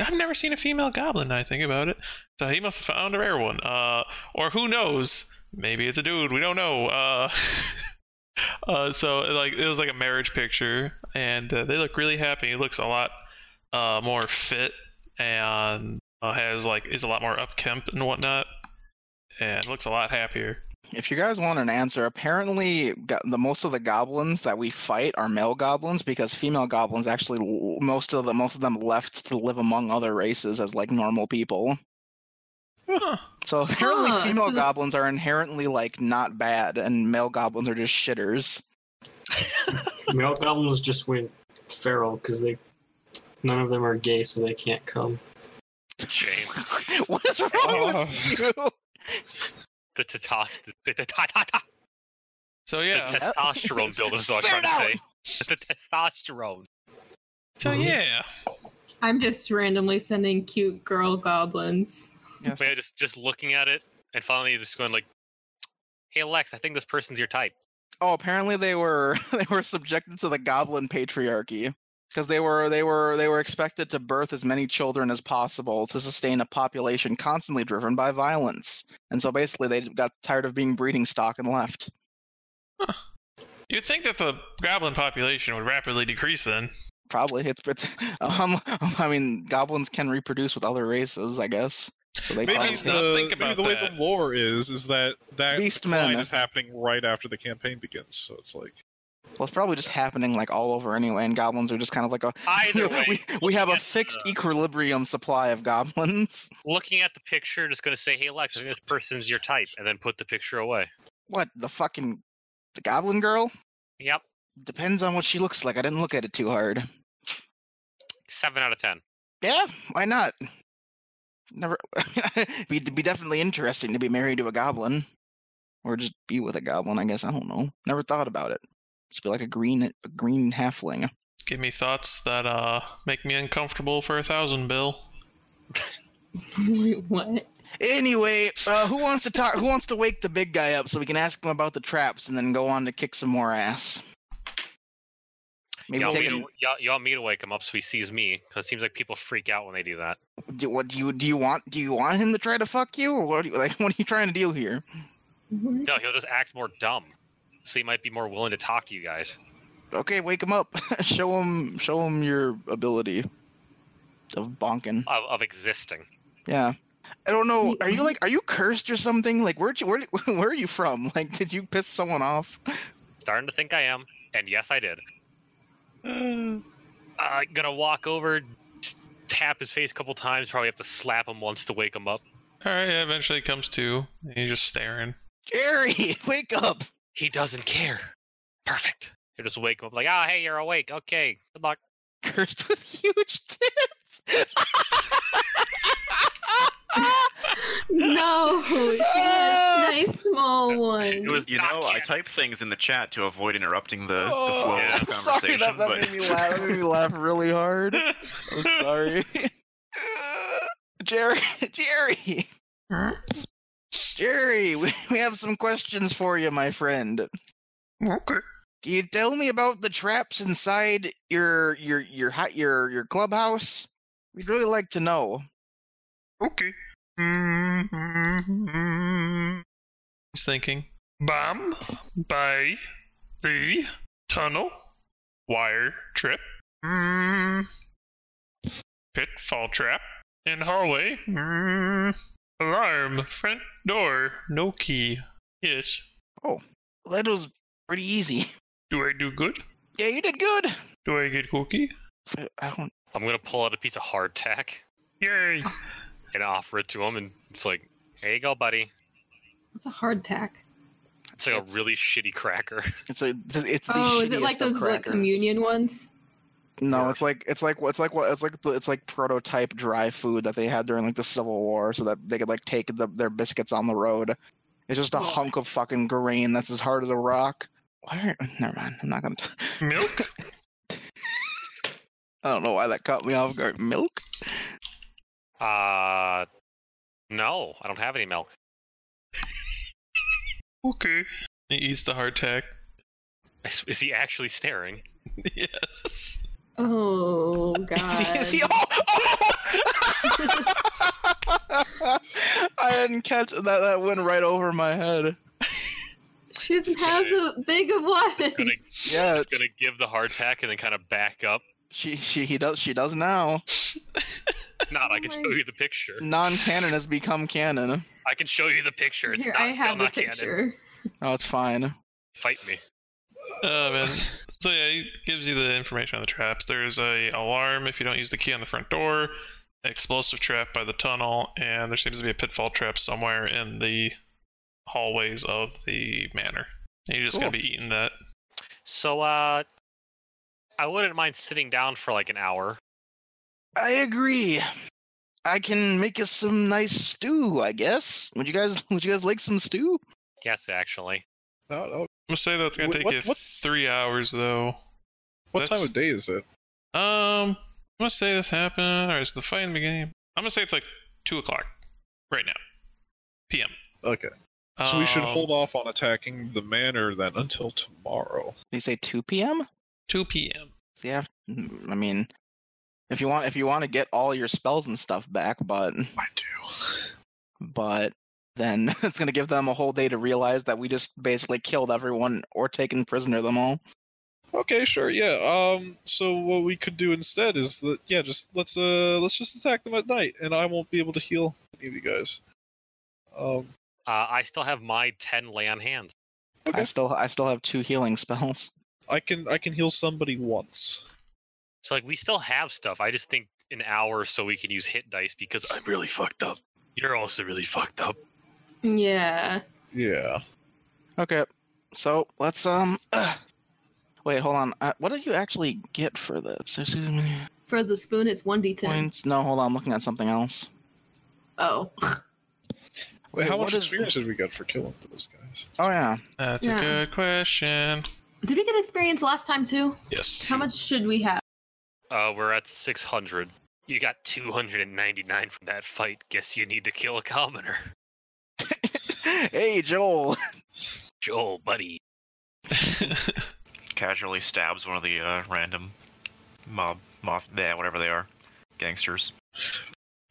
A: I've never seen a female goblin. now I think about it, so he must have found a rare one. Uh, or who knows? Maybe it's a dude. We don't know. Uh, uh, so like it was like a marriage picture, and uh, they look really happy. He looks a lot uh, more fit and uh, has like is a lot more upkempt and whatnot, and looks a lot happier.
E: If you guys want an answer, apparently go- the most of the goblins that we fight are male goblins because female goblins actually l- most of the most of them left to live among other races as like normal people.
A: Huh.
E: So apparently
D: Huh,
E: female
D: so the-
E: goblins are inherently like not bad and male goblins are just shitters.
H: Male goblins just went feral because they none of them are gay, so they can't come.
F: Shame.
E: what is wrong with
D: Oh.
E: you?
F: The tatas. The tatata.
A: So
F: The
A: yeah.
F: testosterone build is what
E: Spit
F: I'm
E: it
F: trying to say. The testosterone.
A: So
H: Mhm.
A: yeah.
D: I'm just randomly sending cute girl goblins.
E: Yes.
F: Yeah, just just looking at it and finally just going like, "Hey Lex, I think this person's your type."
E: Oh, apparently they were they were subjected to the goblin patriarchy because they were they were they were expected to birth as many children as possible to sustain a population constantly driven by violence. And so basically they got tired of being breeding stock and left.
A: You'd think that the goblin population would rapidly decrease then.
E: Probably it's, it's um, I mean goblins can reproduce with other races, I guess. So they
A: I
C: maybe
E: probably,
A: did not
C: the,
A: think
C: maybe
A: about
C: the way
A: that.
C: the lore is is that that
E: Beast
C: line
E: men.
C: is happening right after the campaign begins so it's like
E: well, it's probably just happening like all over anyway, and goblins are just kind of like a
F: Either way,
E: we, we have a
F: looking at
E: fixed
F: the-
E: equilibrium supply of goblins.
F: looking at the picture, just going to say, "Hey Lex, I think this person's your type," and then put the picture away.
E: What the fucking the goblin girl?
F: Yep,
E: Depends on what she looks like. I didn't look at it too hard.
F: seven out of ten.
E: Yeah, why not? Never. be be definitely interesting to be married to a goblin, or just be with a goblin. I guess I don't know. Never thought about it. Just be like a green a green halfling.
A: Give me thoughts that uh make me uncomfortable for a thousand bill.
D: Wait, what?
E: Anyway, uh, who wants to talk? Who wants to wake the big guy up so we can ask him about the traps and then go on to kick some more ass? Maybe
F: y'all,
E: take
F: meet,
E: a-
F: aw- y'all, y'all meet away come up so he sees me because it seems like people freak out when they do that.
E: do, what do you do you want do you want him to try to fuck you or what do you, like what are you trying to do here?
F: No, he'll just act more dumb, so he might be more willing to talk to you guys.
E: Okay, wake him up. show him show him your ability of bonking.
F: Of, of existing.
E: Yeah. I don't know.
D: Ye-
E: Are you like are you cursed or something? Like where'd you where where are you from? Like did you piss someone off?
F: Starting to think I am, and yes, I did. Uh, gonna walk over, s- tap his face a couple times. Probably have to slap him once to wake him up.
A: All right, yeah, eventually it comes to, and he's just staring.
E: Jerry, wake up.
F: He doesn't care. Perfect. He'll just wake him up like, ah, hey, you're awake. Okay, good luck.
E: Cursed with huge tits.
D: No, she had a nice small one.
F: It was
B: You
F: not
B: know, I
F: candy.
B: type things in the chat to avoid interrupting the, the
E: Oh,
B: flow
F: yeah.
B: of the
E: I'm sorry
B: conversation.
E: that, that
B: but
E: made me laugh. That made me laugh really hard. I'm sorry. Jerry, Jerry, Jerry, we, we have some questions for you, my friend.
A: Okay.
E: Can you tell me about the traps inside your your your hot your your clubhouse? We'd really like to know.
A: Okay. He's thinking. Bomb by the tunnel wire trip. Mm. Pitfall trap in hallway. Mm. Alarm front door. No key. Yes.
E: That was pretty easy.
A: Do I do good?
E: Yeah, you did good.
A: Do I get cookie?
E: I- I don't.
F: I'm gonna pull out a piece of hardtack
A: Yay!
F: and offer it to him, and it's like, here you go, buddy.
D: That's a hard tack.
F: It's like
E: It's-
F: a really shitty cracker.
E: It's a, it's the
D: Oh, is it
E: shittiest
D: like
E: of
D: those like,
E: crackers.
D: communion ones?
E: No, it's like it's like it's like what it's like the- it's like prototype dry food that they had during like the Civil War, so that they could like take the, their biscuits on the road. It's just a
D: Yeah.
E: hunk of fucking grain that's as hard as a rock. Why? Are, never mind. I'm not gonna. T-
A: Milk?
E: I don't know why that caught me off guard. Milk.
F: Uh, no, I don't have any milk.
A: Okay. He eats the hardtack.
F: Is, is he actually staring?
A: yes.
D: Oh
E: Is he-
D: god.
E: is he- oh, oh! I didn't catch that. That went right over my head.
D: She doesn't have the big of one.
F: Gonna,
E: Yeah.
F: just gonna give the hardtack and then kind of back up.
E: She she he does she does now.
F: Not, I
D: Oh
F: can show
D: my-
F: you the picture.
E: Non-canon has become canon.
F: I can show you the picture. It's
D: Here,
F: not,
D: I
F: still
D: have the
F: not canon.
D: picture.
E: Oh, it's fine.
F: Fight me.
A: Oh man. So yeah, it gives you the information on the traps. There's a alarm if you don't use the key on the front door, explosive trap by the tunnel, and there seems to be a pitfall trap somewhere in the hallways of the manor. And you just
E: Cool.
A: gotta be eating that.
F: So, uh, I wouldn't mind sitting down for like an hour.
E: I agree. I can make us some nice stew, I guess. Would you guys would you guys like some stew?
F: Yes, actually.
C: No, no.
A: I'm gonna say that's gonna
C: Wh-
A: take
C: what-
A: you
C: what-
A: three hours though.
C: What
A: That's-
C: time of day is it?
A: Um, I'm gonna say this happened, or is the fight in the beginning? I'm gonna say it's like two o'clock right now, p.m.
C: Okay. So we should
A: Um,
C: hold off on attacking the manor then until tomorrow.
E: They say two p.m.
A: two p.m.
E: Yeah, mm, I mean, if you want if you want to get all your spells and stuff back, but
C: I do.
E: but then it's gonna give them a whole day to realize that we just basically killed everyone or taken prisoner them all.
C: Okay, sure. Yeah. Um. So what we could do instead is that yeah, just let's uh let's just attack them at night, and I won't be able to heal any of you guys. Um.
F: Uh, I still have my 10 lay on hands.
E: I
C: Okay.
E: still I still have two healing spells.
C: I can I can heal somebody once.
F: So, like, we still have stuff. I just think an hour so we can use hit dice because I'm really fucked up. You're also really fucked up.
D: Yeah.
C: Yeah.
E: Okay, so let's um. wait, hold on. Uh, what did you actually get for this? Excuse me.
D: For the spoon it's one D ten.
E: Points? No, hold on. I'm looking at something else.
D: Oh.
C: Wait,
E: Wait,
C: how
E: what
C: much
E: is-
C: experience did we get for killing those guys?
E: Oh yeah.
A: That's
D: Yeah.
A: a good question.
D: Did we get experience last time too?
A: Yes.
D: How much should we have?
F: Uh, we're at 600. You got 299 from that fight. Guess you need to kill a commoner.
E: hey Joel.
F: Joel, buddy.
B: casually stabs one of the uh, random mob, mob, yeah, whatever they are, gangsters.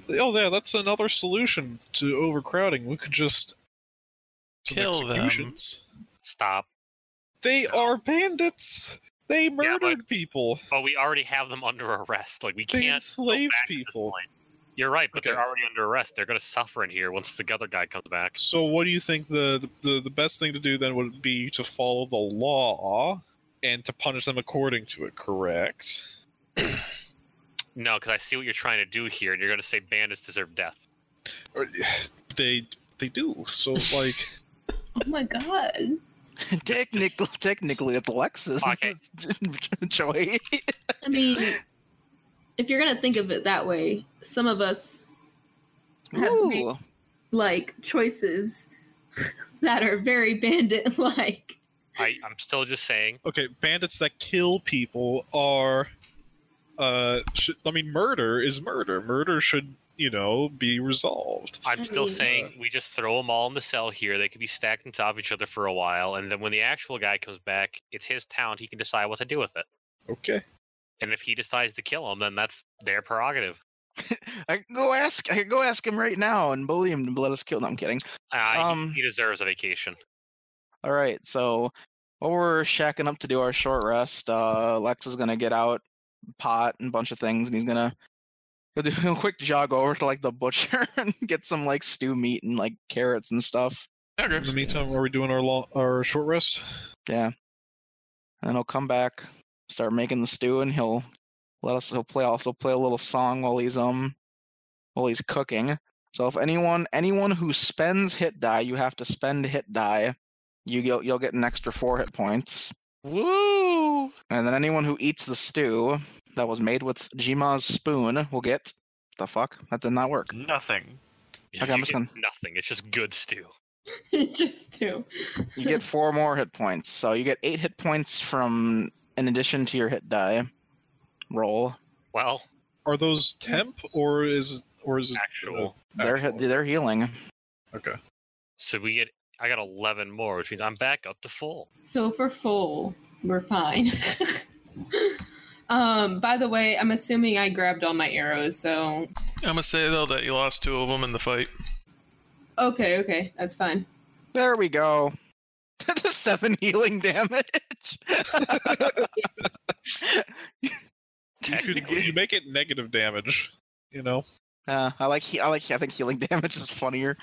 C: Oh, yeah, that's another solution to overcrowding. We could just some
A: Kill them.
C: executions.
F: Stop.
C: They are bandits. They
F: but-
C: murdered people.
F: But we already have them under arrest. Like we
C: They
F: can't. go
C: enslaved
F: back at this
C: people.
F: point. You're right, but they're
C: Okay.
F: already under arrest. They're gonna suffer in here once the other guy comes back.
C: So, what do you think the, the the best thing to do then would be to follow the law and to punish them according to it? Correct.
F: No, because I see what you're trying to do here, and you're gonna say bandits deserve death.
C: Or, they they do. So, like,
D: Oh my god.
E: Technically, technically, it's Lexus.
F: Okay.
E: Joey.
D: I mean, if you're gonna think of it that way, some of us Have me.
E: Ooh.
D: like choices that are very bandit like.
F: I, I'm still just saying.
C: okay, bandits that kill people are. Uh, sh- I mean, murder is murder. Murder should, you know, be resolved.
F: I'm still
D: mean-
F: saying we just throw them all in the cell here. They could be stacked on top of each other for a while, and then when the actual guy comes back, it's his town. He can decide what to do with it.
C: Okay.
F: And if he decides to kill him, then that's their prerogative.
E: I can go ask. I could go ask him right now and bully him to let us kill. No, I'm kidding.
F: Uh, he-
E: Um,
F: he, deserves a vacation.
E: All right. So while we're shacking up to do our short rest, uh, Lex is gonna get out pot and a bunch of things, and he's gonna he'll do a quick jog over to like the butcher and get some like stew meat and like carrots and stuff.
C: In the meantime, are we doing our long, our short rest?
E: Yeah. And then he'll come back, start making the stew, and he'll let us. He'll play also play a little song while he's um while he's cooking. So if anyone anyone who spends hit die, you have to spend hit die. You you'll, you'll get an extra four hit points.
K: Woo!
E: And then anyone who eats the stew that was made with Jima's spoon will get the fuck that did not work.
B: Nothing.
E: Okay, I'm
F: You
E: just
F: get Nothing. It's just good stew.
D: Just to
E: You get four more hit points, so you get eight hit points from in addition to your hit die roll.
F: Well,
C: Are those temp or is or is it
F: actual.
E: They're he-
C: Actual.
E: they're healing.
C: Okay.
F: So we get. I got 11 more, which means I'm back up to full.
D: So if we're full, we're fine. um, by the way, I'm assuming I grabbed all my arrows, so
A: I'm gonna say though that you lost two of them in the fight.
D: okay, okay, that's fine.
E: There we go. the seven healing damage.
C: You, could, you make it negative damage. You know.
E: uh, I like he- I like I think healing damage is funnier.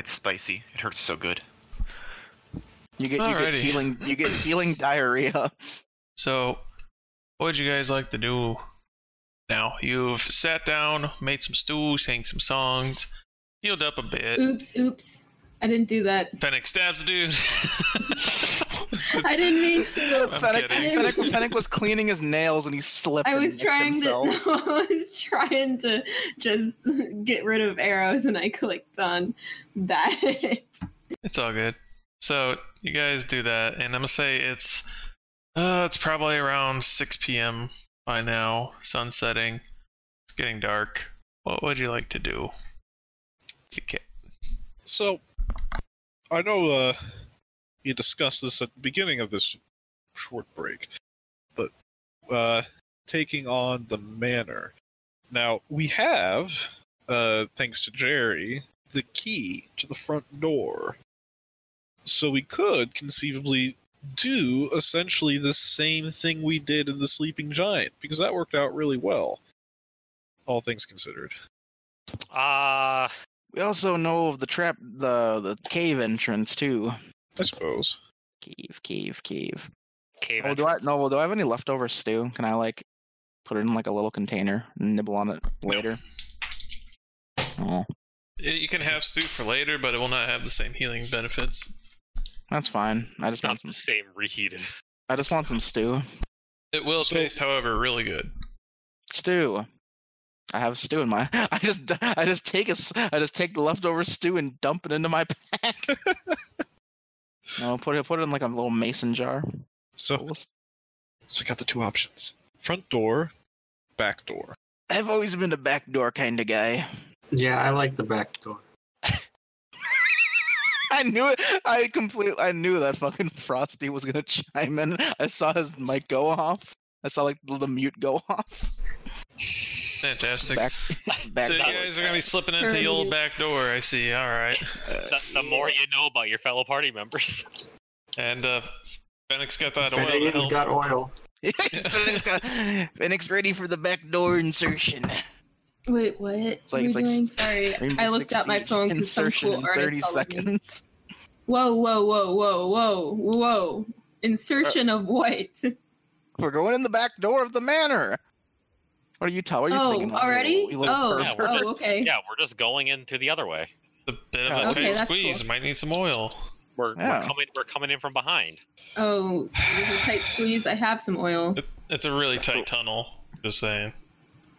B: It's spicy. It hurts so good.
E: You get you get
A: Alrighty.
E: healing you get healing diarrhea.
A: So, what would you guys like to do? Now you've sat down, made some stew, sang some songs, healed up a bit.
D: Oops, oops. I didn't do that.
A: Fennec stabs the dude.
D: I didn't mean to.
A: I'm
E: Fennec,
A: kidding.
E: Fennec, Fennec was cleaning his nails and he slipped.
D: I
E: and
D: was
E: nicked
D: trying to.
E: himself.
D: I was trying to just get rid of arrows, and I clicked on that.
A: It's all good. So you guys do that, and I'm gonna say it's uh, it's probably around 6 p.m. by now, sun setting. It's getting dark. What would you like to do? You ca-
C: So, I know uh, you discussed this at the beginning of this short break, but uh, taking on the manor. Now, we have, uh, thanks to Jerry, the key to the front door. So, we could conceivably do essentially the same thing we did in the Sleeping Giant, because that worked out really well, all things considered.
F: Ah,
E: We also know of the trap the the cave entrance too.
C: I suppose.
E: Cave, cave, cave.
F: cave.
E: Oh, do I
F: entrance.
E: no? Well, do I have any leftover stew? Can I like put it in like a little container and nibble on it later? Oh,
A: y- you can have stew for later, but it will not have the same healing benefits.
E: that's fine. I just want
F: Not
E: some.
F: the same reheated.
E: I just want some stew.
A: It will
C: So-
A: taste, however, really good.
E: stew. I have stew in my. I just I just take a s- I just take the leftover stew and dump it into my pack. no, put it put it in like a little mason jar.
C: So, So I got the two options: front door, back door.
E: I've always been a backdoor kind of guy.
H: Yeah, I like the back door.
E: I knew it. I completely. I knew that fucking Frosty was gonna chime in. I saw his mic go off. I saw like the mute go off.
A: Fantastic.
E: Back, back
A: so you
E: door.
A: guys are gonna be slipping into the old back door. I see. All right.
E: Uh,
F: The, the more you know about your fellow party members.
A: And uh, Fennec's got that oil. to
H: Fennec's
A: help.
H: got oil.
E: Phoenix, got, Phoenix ready for the backdoor insertion.
D: Wait, what? It's
E: like-
D: are
E: it's
D: we
E: like
D: doing?
E: s-
D: Sorry,
E: Rainbow
D: I looked
E: Six
D: at my
E: Siege
D: phone because some
E: Insertion
D: cool
E: in
D: artist
E: 30
D: called me.
E: seconds.
D: Whoa, whoa, whoa, whoa, whoa, whoa!
E: Uh,
D: Insertion of what?
E: We're going in the back door of the manor. What are you telling? What are you
D: Oh,
E: thinking? Lalo?
D: already?
E: You little
D: Oh,
F: Yeah, we're
E: pervert.
D: oh, okay.
F: Yeah, we're just going in through the other way.
A: It's a bit of a
E: Okay,
A: tight
D: that's
A: squeeze.
D: cool.
A: Might need some oil.
F: We're,
E: Yeah.
F: we're coming. We're coming in from behind.
D: Oh, it was a tight squeeze. I have some oil.
A: It's it's a really
E: That's
A: tight tunnel. Just saying.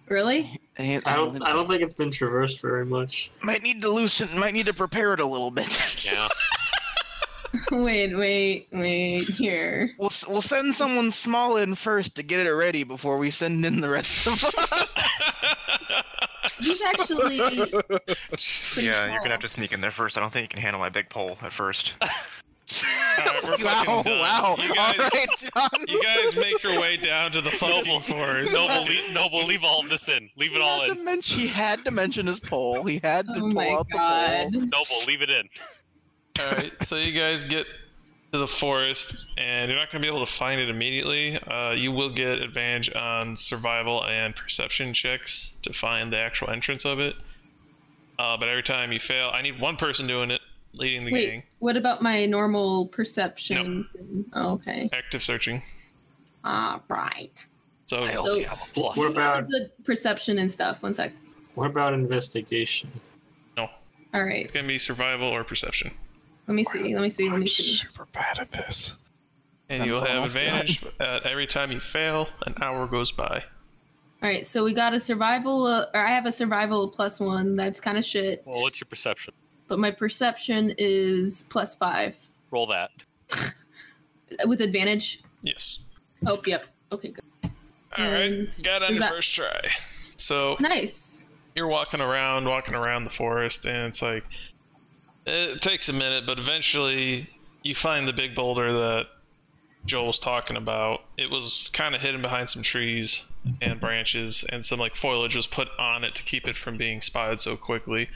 D: Really?
E: Hey, um,
H: I don't. I don't think it's been traversed very much.
E: Might need to loosen. Might need to prepare it a little bit.
F: Yeah.
D: wait, wait, wait. Here.
E: We'll s- we'll send someone small in first to get it ready before we send in the rest of us.
D: He's actually.
B: yeah, you're gonna have to sneak in there first. I don't think you can handle my big pole at first.
A: right, we're
E: wow!
A: fucking done.
E: Wow!
A: You
E: All
A: guys-
E: right, John.
A: You guys make your way down to the
F: Noble,
A: football forest.
F: noble, leave, noble, leave all of this in. Leave it
E: He
F: all
E: had
F: in.
E: to mention- he had to mention his pole. He had to
D: Oh
E: pull
D: my
E: out the
D: god.
E: pole.
F: Noble, leave it in.
A: All right, so you guys get to the forest, and you're not going to be able to find it immediately. Uh, you will get advantage on survival and perception checks to find the actual entrance of it. Uh, but every time you fail, I need one person doing it, leading the gang,
D: Wait, what about my normal perception? Oh, okay.
A: active searching.
D: All right.
A: So
F: I
D: So-
F: also have a plus.
H: What
D: She has a
H: about
D: good perception and stuff. One sec.
H: what about investigation?
D: All right.
A: it's going to be survival or perception,
D: Let me see. Let me see. Let me see.
C: super bad at this.
A: and
E: That's
A: you'll have
E: almost
A: advantage at every time you fail. An hour goes by.
D: All right. So we got a survival, uh, or I have a survival of plus one. That's kind of shit.
F: Well, what's your perception?
D: But my perception is plus five
F: Roll that.
D: Uh, with advantage.
A: Yes.
D: Oh, yep. Okay, good.
A: All right,
D: And
A: got on
D: is
A: your
D: that-
A: first try. So
D: Nice.
A: you're walking around, walking around the forest, and it's like it takes a minute, but eventually you find the big boulder that Joel was talking about. It was kind of hidden behind some trees and branches, and some like foliage was put on it to keep it from being spotted so quickly.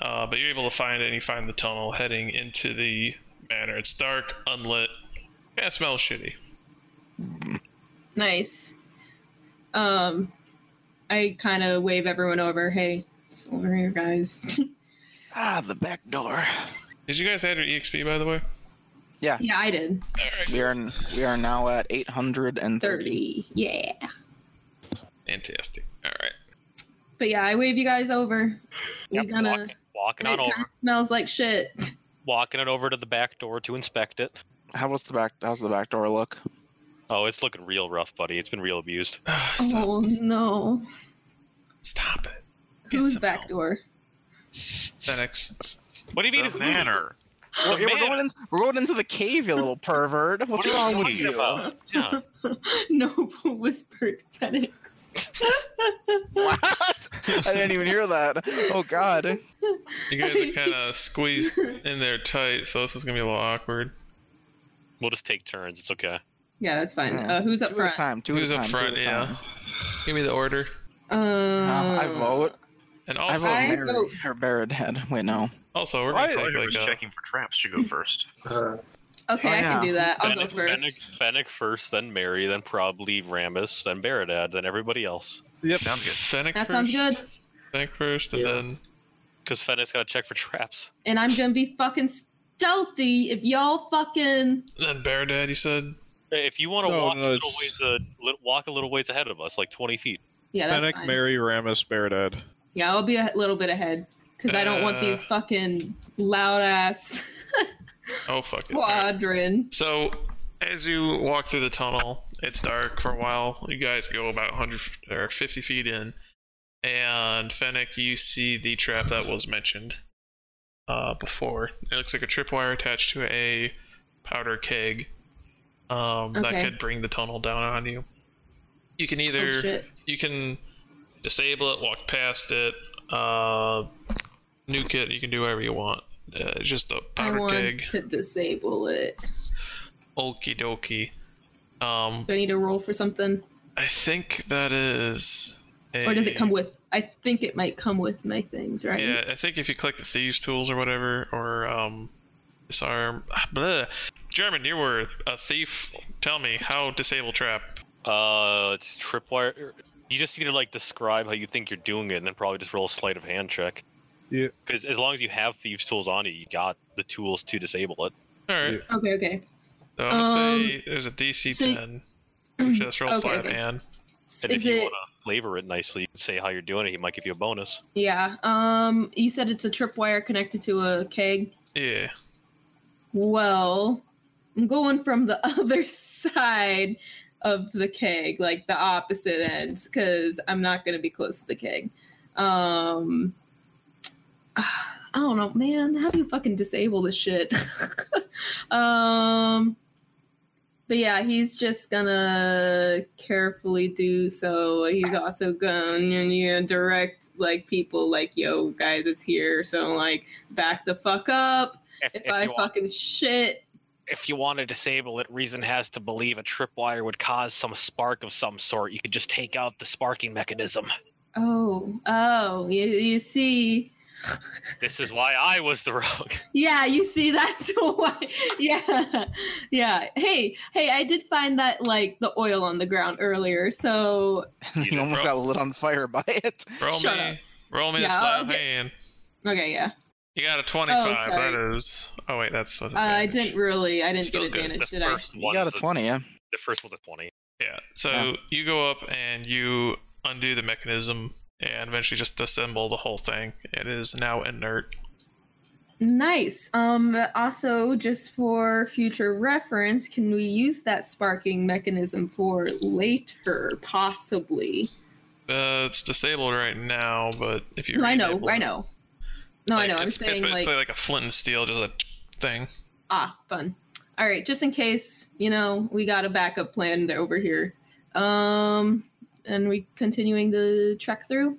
A: Uh, but you're able to find it, and you find the tunnel heading into the manor. It's dark, unlit, kind of smells shitty.
D: Nice. Um, I kind of wave everyone over. Hey, it's over here, guys.
E: Ah, the back door.
A: Did you guys add your exp by the way?
D: yeah, I did.
A: All right.
E: We are we are now at eight hundred and thirty.
D: 30. Yeah.
A: Fantastic. All right.
D: But yeah, I wave you guys over.
F: Yep,
D: we gonna.
F: walking, walking on
D: It
F: over,
D: kinda smells like shit.
F: walking it over to the back door to inspect it.
E: How was the back? How's the back door look?
F: Oh, it's looking real rough, buddy. It's been real abused.
A: Stop.
D: Oh no.
A: Stop it. Get
D: Who's
A: some
D: back
A: help.
D: door?
A: Fenix.
F: What do you mean?
B: The
F: who?
B: manor.
E: We're, yeah, we're
F: man.
E: going in, we're going into the cave, you little pervert. What's
F: What are
E: wrong with
F: talking
E: you?
F: about? Yeah.
D: Noble whispered Phoenix.
E: What? I didn't even hear that. Oh God.
A: You guys are kind of squeezed in there tight, so this is gonna be a little awkward.
F: We'll just take turns. It's okay.
D: yeah, that's fine.
E: Yeah.
D: Uh, who's up
E: Two at a
D: front?
E: time. Two
A: Who's
E: at a
A: up
E: time.
A: front?
E: two at a
A: Yeah.
E: time.
A: Give me the order.
D: Uh,
E: Uh, I vote.
A: And
E: I vote
A: also,
D: I
E: Mary
D: vote-
E: or Barrett head. Wait, no.
A: also we're gonna
C: I- I
A: take
B: I
A: like uh,
B: was
A: a.
B: checking for traps. You go first.
H: Uh,
D: Okay,
E: Oh,
D: I
E: yeah.
D: can do that. I'll go
F: Fennec,
D: first.
F: Fennec, Fennec first, then Mary, then probably Ramus, then Baradad, then everybody else.
B: Sounds good.
A: Fennec
D: That sounds
A: first,
D: good.
A: Fennec first, and
H: Yeah.
A: then
F: Because Fennec's got to check for traps.
D: And I'm gonna be fucking stealthy if y'all fucking.
A: then Bear Dad. You said
F: Hey, If you want to
C: No,
F: walk,
C: no,
F: a little
C: it's-
F: ways, uh, li- walk a little ways ahead of us, like 20 feet.
D: Yeah, that's
C: Fennec,
D: fine.
C: Mary, Ramus, Baradad.
D: Yeah, I'll be a little bit ahead because I don't want
A: Uh,
D: these fucking loud ass
A: oh fuck it. All right.
D: squadron.
A: So as you walk through the tunnel, it's dark for a while. You guys go about 100 f- or 50 feet in, and Fennec, you see the trap that was mentioned uh, before. It looks like a tripwire attached to a powder keg um, that
D: Okay.
A: could bring the tunnel down on you. You can
D: Oh,
A: either
D: shit.
A: you can disable it, walk past it, uh, nuke it. You can do whatever you want. Uh, just a
D: I
A: powder
D: want
A: keg.
D: to disable it.
A: Okie dokie. Um,
D: Do I need to roll for something,
A: I think that is. A,
D: or does it come with? I think it might come with my things, right?
A: Yeah, I think if you click the thieves tools or whatever, or um, disarm. Blah. German, you were a thief. Tell me how disable trap.
F: Uh, it's tripwire. You just need to like describe how you think you're doing it, and then probably just roll a sleight of hand check.
C: Yeah.
F: Because as long as you have thieves' tools on you, you got the tools to disable it.
A: All right.
C: Yeah.
D: Okay. Okay.
A: So I'm gonna
D: Um,
A: say there's a DC
D: so-
A: 10. Just roll
D: Okay,
A: sleight
D: okay.
A: of hand.
D: S-
F: And
D: Is
F: if you
D: it?
F: want to flavor it nicely, and say how you're doing it. He might give you a bonus.
D: Yeah. Um. You said it's a tripwire connected to a keg.
A: Yeah.
D: Well, I'm going from the other side of the keg, like the opposite ends, because I'm not going to be close to the keg. Um, I don't know, man. How do you fucking disable this shit? um, but yeah, he's just gonna carefully do so. He's also gonna you know, direct like people, like yo guys, it's here. So like, back the fuck up
K: If,
D: if,
K: if
D: I
K: you want,
D: fucking shit.
K: if you want to disable it, reason has to believe a tripwire would cause some spark of some sort. You could just take out the sparking mechanism.
D: Oh, oh, you, you see,
F: This is why I was the rogue.
D: yeah, you see, that's why, yeah, yeah. Hey, hey, I did find that like the oil on the ground earlier, so
E: you almost got lit on fire by it.
A: Roll
D: Shut
A: me.
D: up.
A: Roll me
D: Yeah,
A: a sleight
D: I'll
A: of
D: get-
A: hand.
D: okay, yeah.
A: You got a 25.
D: sorry. Uh,
A: that is. Oh wait, that's. what
D: I
A: advantage.
D: didn't really, I didn't
F: Still
D: get
F: good.
D: advantage,
F: The
D: did I?
F: first
E: You got a
F: one's a-
E: twenty, yeah.
F: The first one's a twenty.
A: Yeah. So
E: Yeah.
A: you go up and you undo the mechanism and eventually just disassemble the whole thing. It is now inert.
D: Nice. Um. Also, just for future reference, can we use that sparking mechanism for later, possibly?
A: Uh, it's disabled right now, but if you.
D: No, I know,
A: re-enable
D: I
A: it-
D: know. No, I
A: like,
D: know. I'm
A: it's, it's
D: saying like
A: basically like... a flint and steel, just a thing.
D: Ah, fun. All right, just in case, you know, we got a backup plan to- over here. Um, and we continuing the trek through.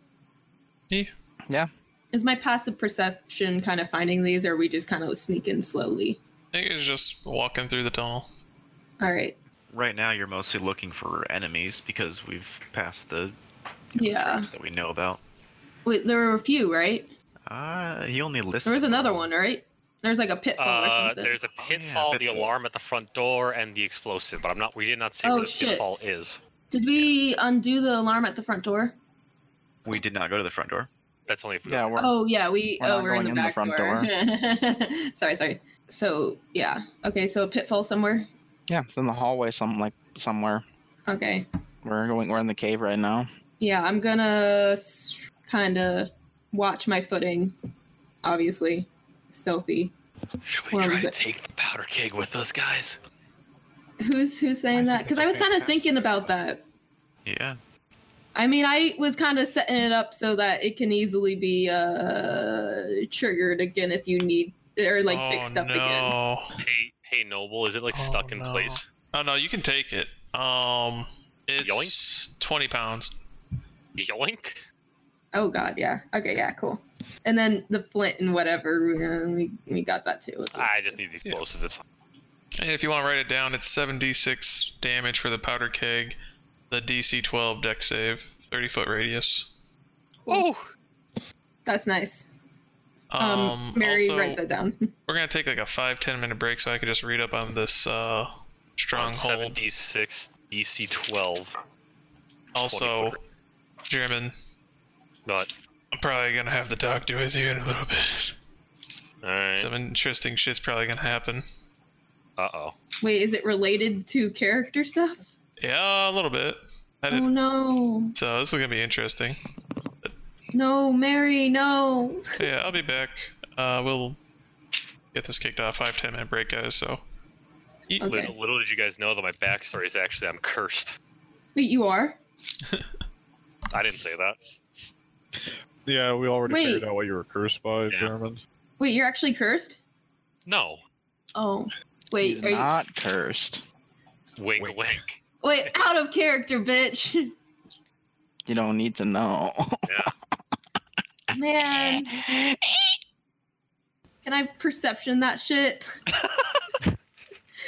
A: Yeah.
E: Yeah.
D: Is my passive perception kind of finding these, or are we just kind of sneaking slowly?
A: I think it's just walking through the tunnel.
D: All right.
B: Right now, you're mostly looking for enemies because we've passed the
D: Yeah.
B: traps that we know about.
D: Wait, there were a few, right?
B: Uh, he only listed.
D: There was another
B: them.
D: one, right? There's like a pitfall or
F: Uh,
D: something.
F: there's a
B: Oh, yeah,
F: pitfall, the
B: pitfall.
F: alarm at the front door, and the explosive. But I'm not. We did not see
D: Oh,
F: where the
D: shit.
F: pitfall is.
D: Did we undo the alarm at the front door?
B: We did not go to the front door.
F: That's only if we
E: Yeah, we're
D: Oh yeah, we
E: We're
D: oh
E: not
D: we're in the
E: going in the
D: back
E: front
D: door. sorry, sorry. So yeah, okay. So a pitfall somewhere.
E: yeah, it's in the hallway some like somewhere.
D: Okay.
E: We're going we're in the cave right now.
D: Yeah, I'm gonna kind of watch my footing, obviously. Stealthy.
F: Should
D: we Well, try to but-
F: take the powder keg with us, guys?
D: Who's who's saying
C: I think
D: that?
C: that's
D: Because
C: a
D: I was kind of
C: fantastic
D: thinking about
C: idea.
D: that.
B: Yeah.
D: I mean, I was kind of setting it up so that it can easily be uh triggered again if you need or like
A: oh,
D: fixed up
A: no.
D: again.
F: Hey, hey, Noble, is it like
A: Oh,
F: stuck in
A: no.
F: place?
A: Oh no, you can take it. Um, it's twenty pounds.
F: Yoink!
D: Oh god, yeah. Okay, yeah, cool. And then the flint and whatever, uh, we we got that too.
F: Ah, I just need the explosive. It's
A: And if you want to write it down, it's seven d six damage for the powder keg, the DC twelve deck save, thirty foot radius.
F: oh,
D: That's nice.
A: Um,
D: Um, Mary,
A: also,
D: write that down.
A: we're gonna take like a five ten minute break so I can just read up on this uh, stronghold.
F: seventy six DC twelve.
A: Also, German,
F: But
A: I'm probably gonna have to talk to with you in a little bit.
F: all right.
A: Some interesting shit's probably gonna happen.
F: Uh oh.
D: Wait, is it related to character stuff?
A: Yeah, a little bit. I
D: Oh
A: didn't.
D: no.
A: So this is gonna be interesting.
D: No, Mary, no.
A: yeah, I'll be back. Uh, we'll get this kicked off. Five ten minute break, guys. So
D: Okay.
F: Little, little did you guys know that my backstory is actually I'm cursed.
D: Wait, you are?
F: I didn't say that.
C: Yeah, we already
D: Wait.
C: figured out what you were cursed by,
F: Yeah.
C: German.
D: Wait, you're actually cursed?
F: No.
D: Oh. Wait,
E: He's
D: are you-
E: not cursed.
F: Wink,
C: Wink.
F: wink.
D: wait, out of character, bitch.
E: You don't need to know.
D: Man. Can I perception that shit?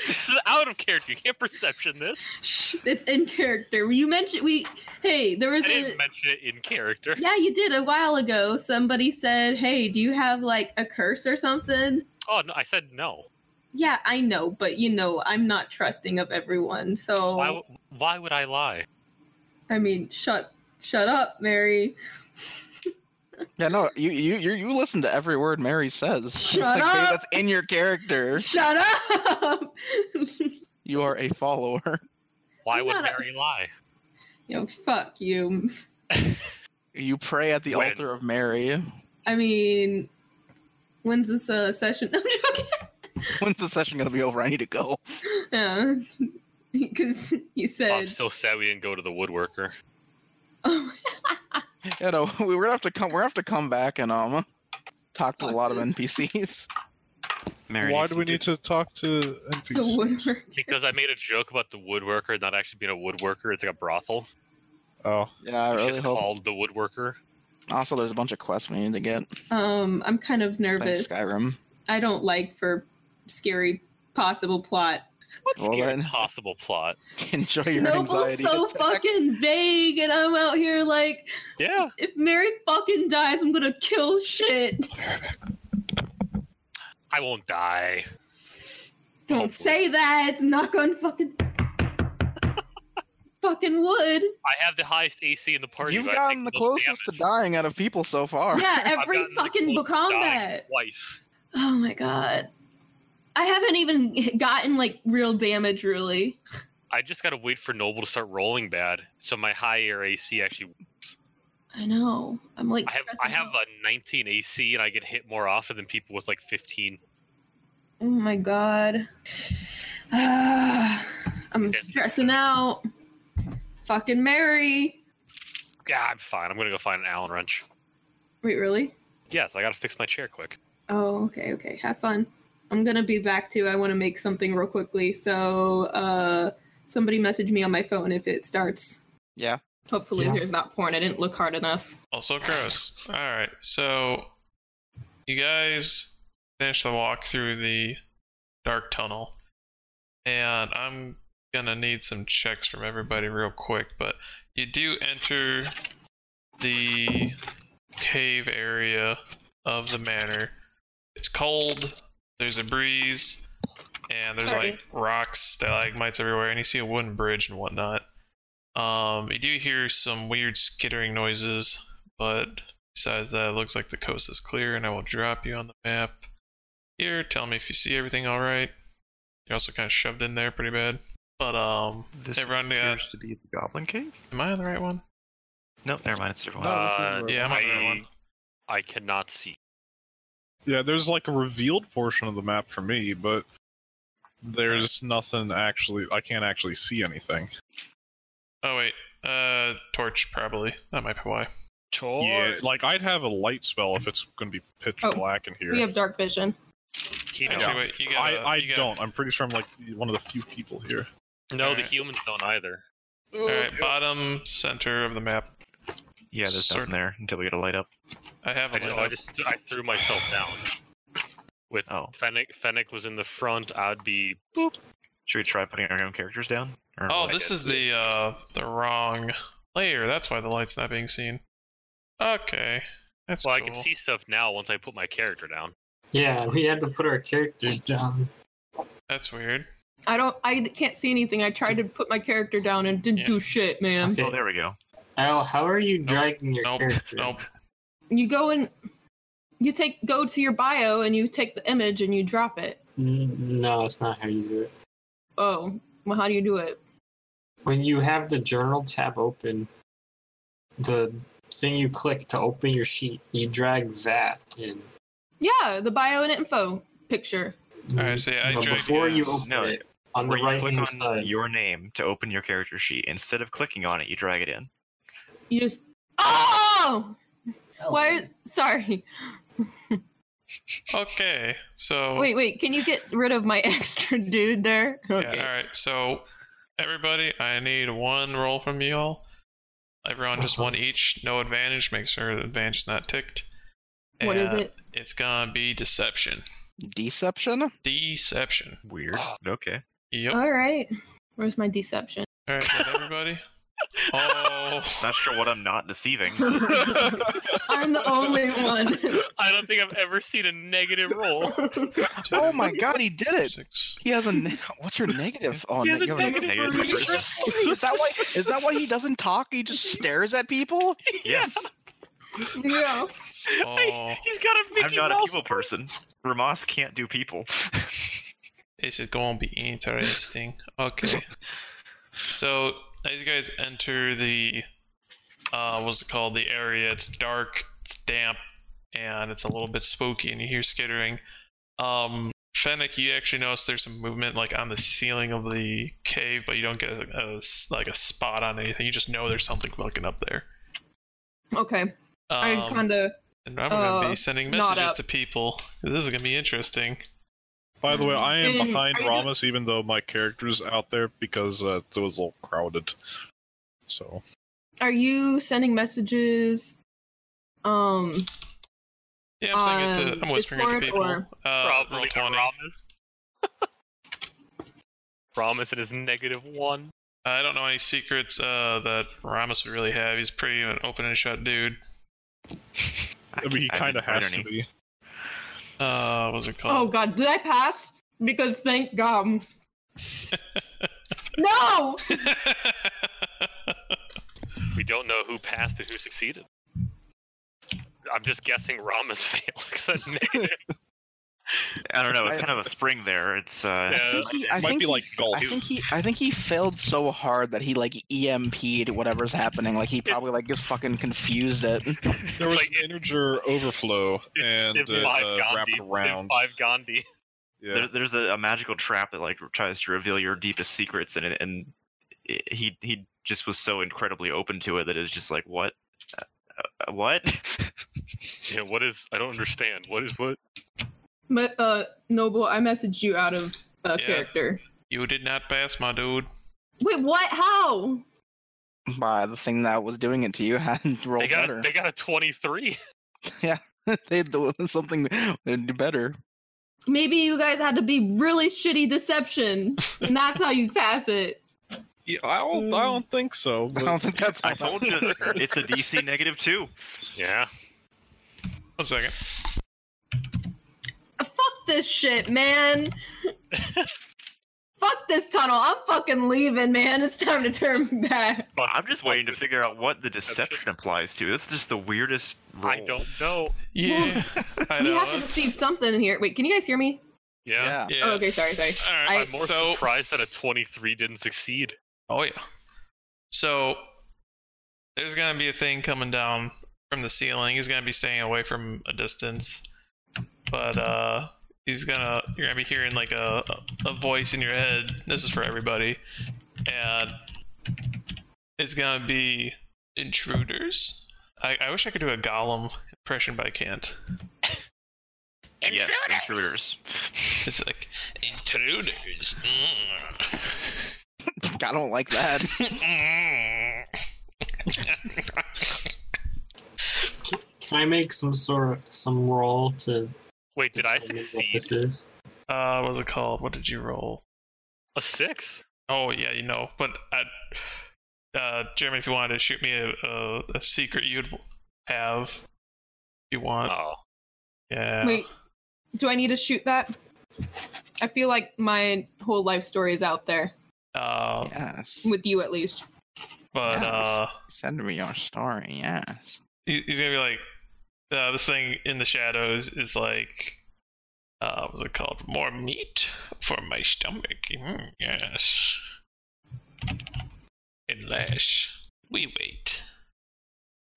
F: This is out of character. You can't perception this.
D: Shh, it's in character. You mentioned we. Hey, there was
F: I
D: a.
F: didn't mention it in character.
D: Yeah, you did a while ago. Somebody said, "Hey, do you have like a curse or something?"
F: Oh no, I said no.
D: Yeah, I know, but you know, I'm not trusting of everyone. So
F: Why? w- Why would I lie?
D: I mean, shut shut up, Mary.
E: Yeah, no, you you you, you listen to every word Mary says.
D: Shut
E: It's like, babe,
D: up!
E: That's in your character.
D: Shut up. you
E: You are a follower.
F: Why
D: I'm
F: would
D: not a-
F: Mary lie?
D: know, fuck you.
E: You pray at the
F: When?
E: altar of Mary.
D: I mean, when's this uh, session? I'm joking.
E: When's the session gonna be over? I need to go.
D: Yeah, because Uh, you
F: Oh, I'm
D: said.
F: still sad we didn't go to the woodworker.
D: Oh,
E: You know, we we're gonna have to come. We're gonna have to come back and um, talk to a lot of NPCs.
B: Mary,
C: Why
B: needs
C: do we
B: to
C: need to talk to
D: the
C: NPCs?
D: woodwork.
F: Because I made a joke about the woodworker not actually being a woodworker. It's like a brothel.
C: Oh,
E: Yeah, I
F: It's
E: really
F: just
E: hope.
F: called the woodworker.
E: Also, there's a bunch of quests we need to get.
D: Um, I'm kind of nervous.
E: Thanks, Skyrim.
D: I don't like for scary possible plot.
F: What's
E: Well,
F: your
E: then.
F: impossible plot?
E: Enjoy your
D: Noble's
E: anxiety.
D: so
E: attack.
D: fucking vague, and I'm out here like,
F: Yeah.
D: if Mary fucking dies, I'm gonna kill shit.
F: I won't die.
D: Don't
F: Hopefully.
D: say that. It's not going fucking fucking wood.
F: I have the highest AC in the party.
E: You've
F: but I
E: gotten
F: take
E: the
F: most
E: closest to
F: damage.
E: dying out of people so far.
D: Yeah,
F: I've
D: every
F: gotten the
D: fucking
F: closest to dying
D: combat.
F: Twice.
D: Oh my god. I haven't even gotten like real damage really.
F: I just gotta wait for Noble to start rolling bad, so my higher AC actually.
D: I know. I'm like
F: I have I
D: stressing
F: have uh,
D: out.
F: a 19 AC, and I get hit more often than people with like 15.
D: Oh my god. I'm
F: Okay.
D: stressing out. Fucking Mary.
F: God, I'm fine. I'm gonna go find an Allen wrench.
D: Wait, really?
F: Yes, I gotta fix my chair quick.
D: Oh, okay, okay. Have fun. I'm gonna be back too. I want to make something real quickly. So, uh, somebody message me on my phone if it starts.
E: Yeah.
D: Hopefully,
H: Yeah.
D: there's not porn. I didn't look hard enough.
A: Also gross. All right, so you guys finish the walk through the dark tunnel, and I'm gonna need some checks from everybody real quick. But you do enter the cave area of the manor. It's cold. There's a breeze, and there's
D: Sorry.
A: like rocks, stalagmites everywhere, and you see a wooden bridge and whatnot. Um, you do hear some weird skittering noises, but besides that, it looks like the coast is clear, and I will drop you on the map. Here, tell me if you see everything all right. You're also kind of shoved in there pretty bad, but um,
B: This
A: everyone, uh,
B: appears to be the Goblin Cave.
A: am I on the right one?
B: No, never mind. It's a different one.
F: Uh,
A: Yeah, I'm on the right
F: I,
A: one.
F: I cannot see.
C: yeah. There's like a revealed portion of the map for me, but there's nothing actually. I can't actually see anything.
A: Oh wait, uh, torch probably. That might be why.
K: Tor.
C: Yeah, like I'd have a light spell if it's going to be pitch
D: Oh,
C: black in here.
D: We have dark vision.
F: He
A: Actually,
F: don't.
A: wait, you got.
C: I, I
A: you got-
C: don't. I'm pretty sure I'm like one of the few people here.
F: No, the
A: Alright.
F: humans don't either.
A: All right, bottom center of the map.
B: yeah, there's
A: Sort-
B: nothing there until we get a light up.
A: I have
F: I
A: it.
F: just,
A: lined
F: I
A: up.
F: just I threw myself down. With
B: Oh.
F: Fennec, Fennec was in the front. I'd be
B: Should we try putting our own characters down? Or
A: Oh,
B: what I
A: this
B: did?
A: is the uh the wrong layer. That's why the light's not being seen. Okay, that's
F: well. I
A: cool.
F: can see stuff now once I put my character down.
H: Yeah, we had to put our characters down.
A: That's weird.
D: I don't. I can't see anything. I tried to put my character down and didn't
A: Yeah.
D: do shit, man.
H: Okay.
B: Oh, there we go.
H: Al, how are you dragging your
A: Nope.
H: character?
A: Nope.
D: You go and you take go to your bio and you take the image and you drop it.
H: N- Mm, No, that's not how you do it.
D: Oh, well, how do you do it?
H: When you have the journal tab open, the thing you click to open your sheet, you drag that in.
D: Yeah, the bio and info picture.
A: Alright, so yeah, I
H: But
A: dragged
H: before you
A: his-
H: open
B: No,
H: it, on the
B: Where you
H: right
B: click
H: hand
B: on
H: side,
B: your name to open your character sheet. Instead of clicking on it, you drag it in.
D: You just oh. Why? Sorry.
A: Okay, so
D: Wait, wait. Can you get rid of my extra dude there? Okay.
A: yeah, all right. So everybody, I need one roll from you all. Everyone, just one each. No advantage. Make sure the advantage is not ticked.
D: What is
A: and
D: it?
A: It's gonna be deception.
E: Deception?
A: Deception.
B: Weird. Okay.
A: Yep.
D: All right. Where's my deception?
A: All right, is that everybody. oh,
B: Not sure what I'm not deceiving.
D: I'm the only one.
F: I don't think I've ever seen a negative roll.
E: Oh my god, he did it!
A: six.
E: He has a. Ne- What's your negative? Oh,
F: He has a
E: you have a-
F: negative
B: Negative
F: for
B: numbers.
F: reason.
E: is that why? Is that why he doesn't talk? He just stares at people.
B: yes.
D: yeah.
A: Oh,
F: He's got a
B: I'm
F: Mickey
B: not a
F: Mouse.
B: people person. Ramos can't do people.
A: this is gonna be interesting. Okay. So as you guys enter the, uh, what's it called? The area. It's dark. It's damp, and it's a little bit spooky. And you hear skittering. Um, Fennec, you actually notice there's some movement like on the ceiling of the cave, but you don't get a, a s- like a spot on anything. You just know there's something looking up there.
D: Okay. I
A: Um,
D: kind of.
A: And I'm gonna
D: Uh,
A: be sending
D: not
A: messages
D: up.
A: to people. This is gonna be interesting.
C: By the way, I am
D: Mm,
C: behind
D: are you-
C: Ramos, even though my character's out there because uh, it was a little crowded. So
D: Are you sending messages? Um.
A: Yeah, I'm sending it
D: Um,
A: to. I'm whispering it to
D: Discord
A: people.
D: or-
A: Uh, roll
F: Probably
A: twenty.
F: Ramos. Ramos and his negative one.
A: I don't know any secrets uh, that Ramos would really have. He's pretty an open and shut dude.
C: I mean, he
B: I
C: kind of
B: didn't write
C: has to
B: any.
C: be.
A: Uh, what's it
D: Oh
A: called?
D: God, did I pass? Because thank God. no.
F: We don't know who passed and who succeeded. I'm just guessing Ramos failed. 'cause that negative-
B: I don't know. It's
E: I-
B: kind of a spring there. It's uh,
E: I
F: Yeah.
E: think he. I
C: Might
E: think
C: be
E: he-
C: like
F: Oh,
C: golf.
E: I think he. I think he failed so hard that he like EMP'd whatever's happening. Like he probably like just fucking confused it.
C: There was
F: Like,
C: an integer overflow and
F: Civ
C: it, uh, wrapped
F: Civ
C: around.
F: Five Gandhi.
C: Yeah.
B: there, there's a, a magical trap that like tries to reveal your deepest secrets, and it, and it, he he just was so incredibly open to it that it's just like what, uh, uh, what?
F: Yeah, what is? I don't understand. What is what?
D: But uh, Noble, I messaged you out of uh,
A: Yeah.
D: character.
A: you did not pass, my dude.
D: Wait, what? How?
E: By the thing that was doing it to you hadn't rolled
F: They got
E: better.
F: they got a 23.
E: they do something they'd do better.
D: Maybe you guys had to be really shitty deception, and that's how you pass it.
C: Yeah, I don't. I don't think so.
E: I
C: but-
E: don't think that's.
B: I told you it's a DC negative two.
F: Yeah.
A: One second.
D: Fuck this shit, man. Fuck this tunnel. I'm fucking leaving, man. It's time to turn back.
B: I'm just waiting to figure out what the deception applies to. This is just the weirdest. Role.
F: I don't know.
A: Yeah, I
D: We
A: know.
D: have to deceive something in here. Wait, can you guys hear me?
F: Yeah.
A: Yeah.
D: Oh, okay, sorry, sorry.
A: All right.
D: I-
F: I'm more
A: so,
F: surprised that a 23 didn't succeed.
A: Oh yeah. So there's gonna be a thing coming down from the ceiling. He's gonna be staying away from a distance, but uh, he's gonna you're gonna be hearing like a a voice in your head. This is for everybody, and it's gonna be intruders. I, I wish I could do a Gollum impression, but I can't.
B: Yes, intruders.
A: It's like intruders. Mm.
E: I don't like that.
A: Uh,
H: Can I make some sort of some roll to
F: Wait, did I
H: determine what
F: succeed?
H: This is
A: uh, what's it called? What did you roll?
F: A six?
A: Oh yeah, you know. But I, uh, Jeremy, if you wanted to shoot me a, a, a secret, you'd have. If you want,
F: Oh,
A: yeah.
D: Wait, do I need to shoot that? I feel like my whole life story is out there
A: Uh,
E: Yes.
D: with you, at least.
A: but
E: Yes.
A: uh,
E: Send me your story. Yes.
A: he, he's gonna be like, uh, this thing in the shadows is like, uh, what's it called? More meat for my stomach. Mm, yes. Unless we wait.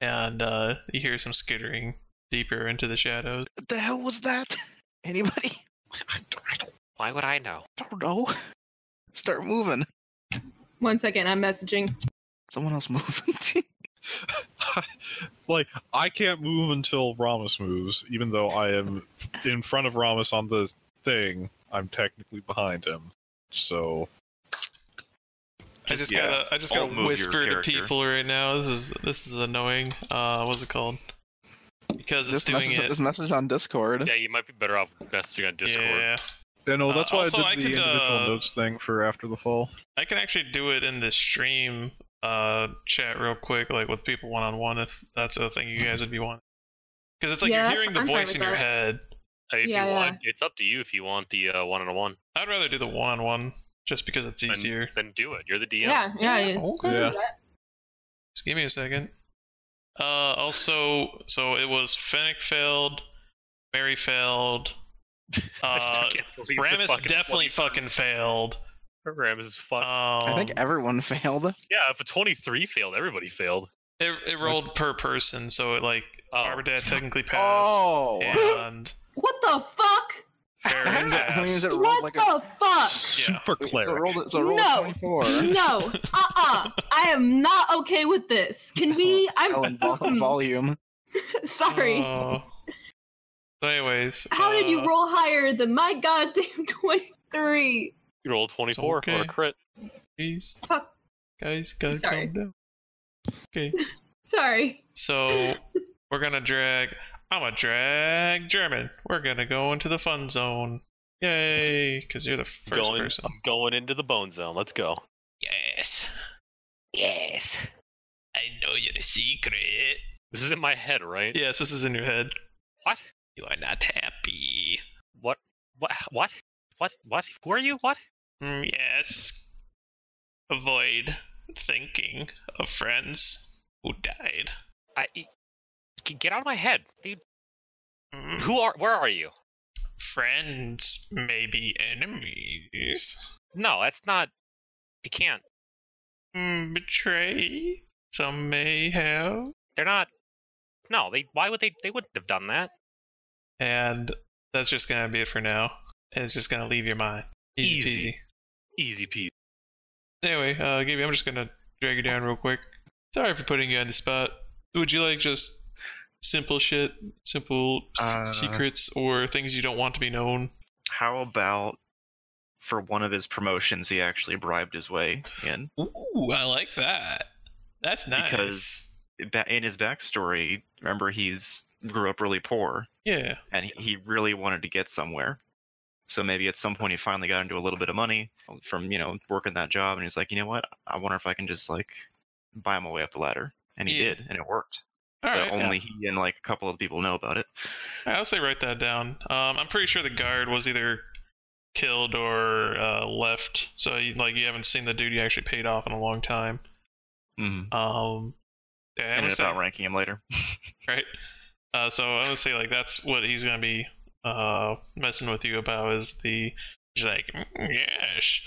A: And uh, you hear some skittering deeper into the shadows.
E: What the hell was that? Anybody? I don't, I don't,
K: Why would I know?
E: I don't know. Start moving.
D: One second, I'm messaging.
E: Someone else moving.
C: like I can't move until Ramos moves, even though I am in front of Ramos on the thing. I'm technically behind him, so
A: I just
C: Yeah.
A: gotta, I just
B: I'll
A: gotta
B: move your
A: whisper to
B: character.
A: people right now. This is this is annoying. Uh, what's it called? You because it's
E: This
A: doing
E: message,
A: it.
E: this message on Discord.
F: Oh, Yeah, you might be better off messaging on Discord.
A: Yeah,
C: Yeah, no,
A: Uh,
C: that's why
A: also,
C: I
A: I
C: did the
A: could,
C: individual
A: uh,
C: notes thing for after the fall.
A: I can actually do it in the stream uh, chat real quick, like with people one on one, if that's a thing you guys would be wanting. Because it's like
D: Yeah,
A: you're
D: that's-
A: hearing the
D: I'm fine
A: voice
D: with
A: in your
D: that.
A: head.
F: Uh, If
D: Yeah,
F: you want, it's up to you if you want the uh, one-on-one.
A: I'd rather do the one on one just because it's
F: Then,
A: easier.
F: then do it. You're the DM.
D: Yeah, yeah, yeah.
A: Okay.
C: Yeah.
A: Just give me a second. Uh, also, so it was Fennec failed, Mary failed,
F: I still
A: uh,
F: can't believe the
A: Ramus
F: fucking Uh,
A: definitely
F: 23
A: fucking failed.
F: Ramus is
A: Um,
F: fucked.
E: I think everyone failed.
F: yeah, if a 23 failed, everybody failed.
A: it, it rolled per person, so it like uh,
F: Oh.
A: Arbidad technically passed.
E: Oh.
A: and
D: What the fuck?
E: That
A: Baron
E: means
A: passed.
E: it rolled
D: What
E: like a.
D: the
A: Yeah.
D: fuck?
C: Super
E: wait, So it rolled, it- so it rolled
D: No.
E: a 24.
D: No, uh uh I am not okay with this. Can we?
E: Ellen,
D: I'm
E: vol- volume.
D: sorry.
A: Oh. So anyways,
D: How did
A: uh,
D: you roll higher than my goddamn 23?
F: You rolled 24 or
A: okay.
F: a crit.
A: Please,
D: Fuck.
A: guys, guys,
D: Sorry.
A: calm down. Okay,
D: Sorry.
A: so we're gonna drag. I'm gonna drag German. We're gonna go into the fun zone. Yay! Because you're the first
F: Going,
A: person.
F: I'm going into the bone zone. Let's go.
K: Yes. Yes. I know you're the secret.
F: This is in my head, right?
A: Yes, this is in your head.
F: What?
K: You are not happy.
F: What? What? What? What? What? Who are you? What?
A: Mm, yes. Avoid thinking of friends who died.
F: I e, g- get out of my head. You-
A: Mm,
F: Who are? Where are you?
A: friends may be enemies.
F: No, that's not. You can't.
A: Mm, betray. Some may have.
F: They're not. No, they. Why would they? They wouldn't have done that.
A: And that's just gonna be it for now. And it's just gonna leave your mind. Easy.
F: Easy.
A: peasy.
F: Easy peasy.
A: Anyway, uh, Gabby, I'm just gonna drag you down real quick. Sorry for putting you on the spot. Would you like just simple shit, simple s-
B: Uh.
A: secrets, or things you don't want to be known?
B: How about for one of his promotions, he actually bribed his way in?
A: Ooh, I like that. That's nice.
B: Because- Ba- In his backstory, remember he's grew up really poor,
A: yeah,
B: and he- he really wanted to get somewhere. So maybe at some point he finally got into a little bit of money from you know working that job, and he's like, you know what? I wonder if I can just like buy my way up the ladder, and he
A: Yeah.
B: did, and it worked.
A: all
B: but
A: right.
B: only he and like a couple of people know about it.
A: I'll say write that down. Um, I'm pretty sure the guard was either killed or uh, left. So you, like you haven't seen the duty actually paid off in a long time.
B: Mm-hmm.
A: Um, yeah, I'm gonna
B: Ended
A: say-
B: up outranking him later.
A: right? Uh, so I would say like that's what he's gonna be uh, messing with you about is the he's like "Mm, yes,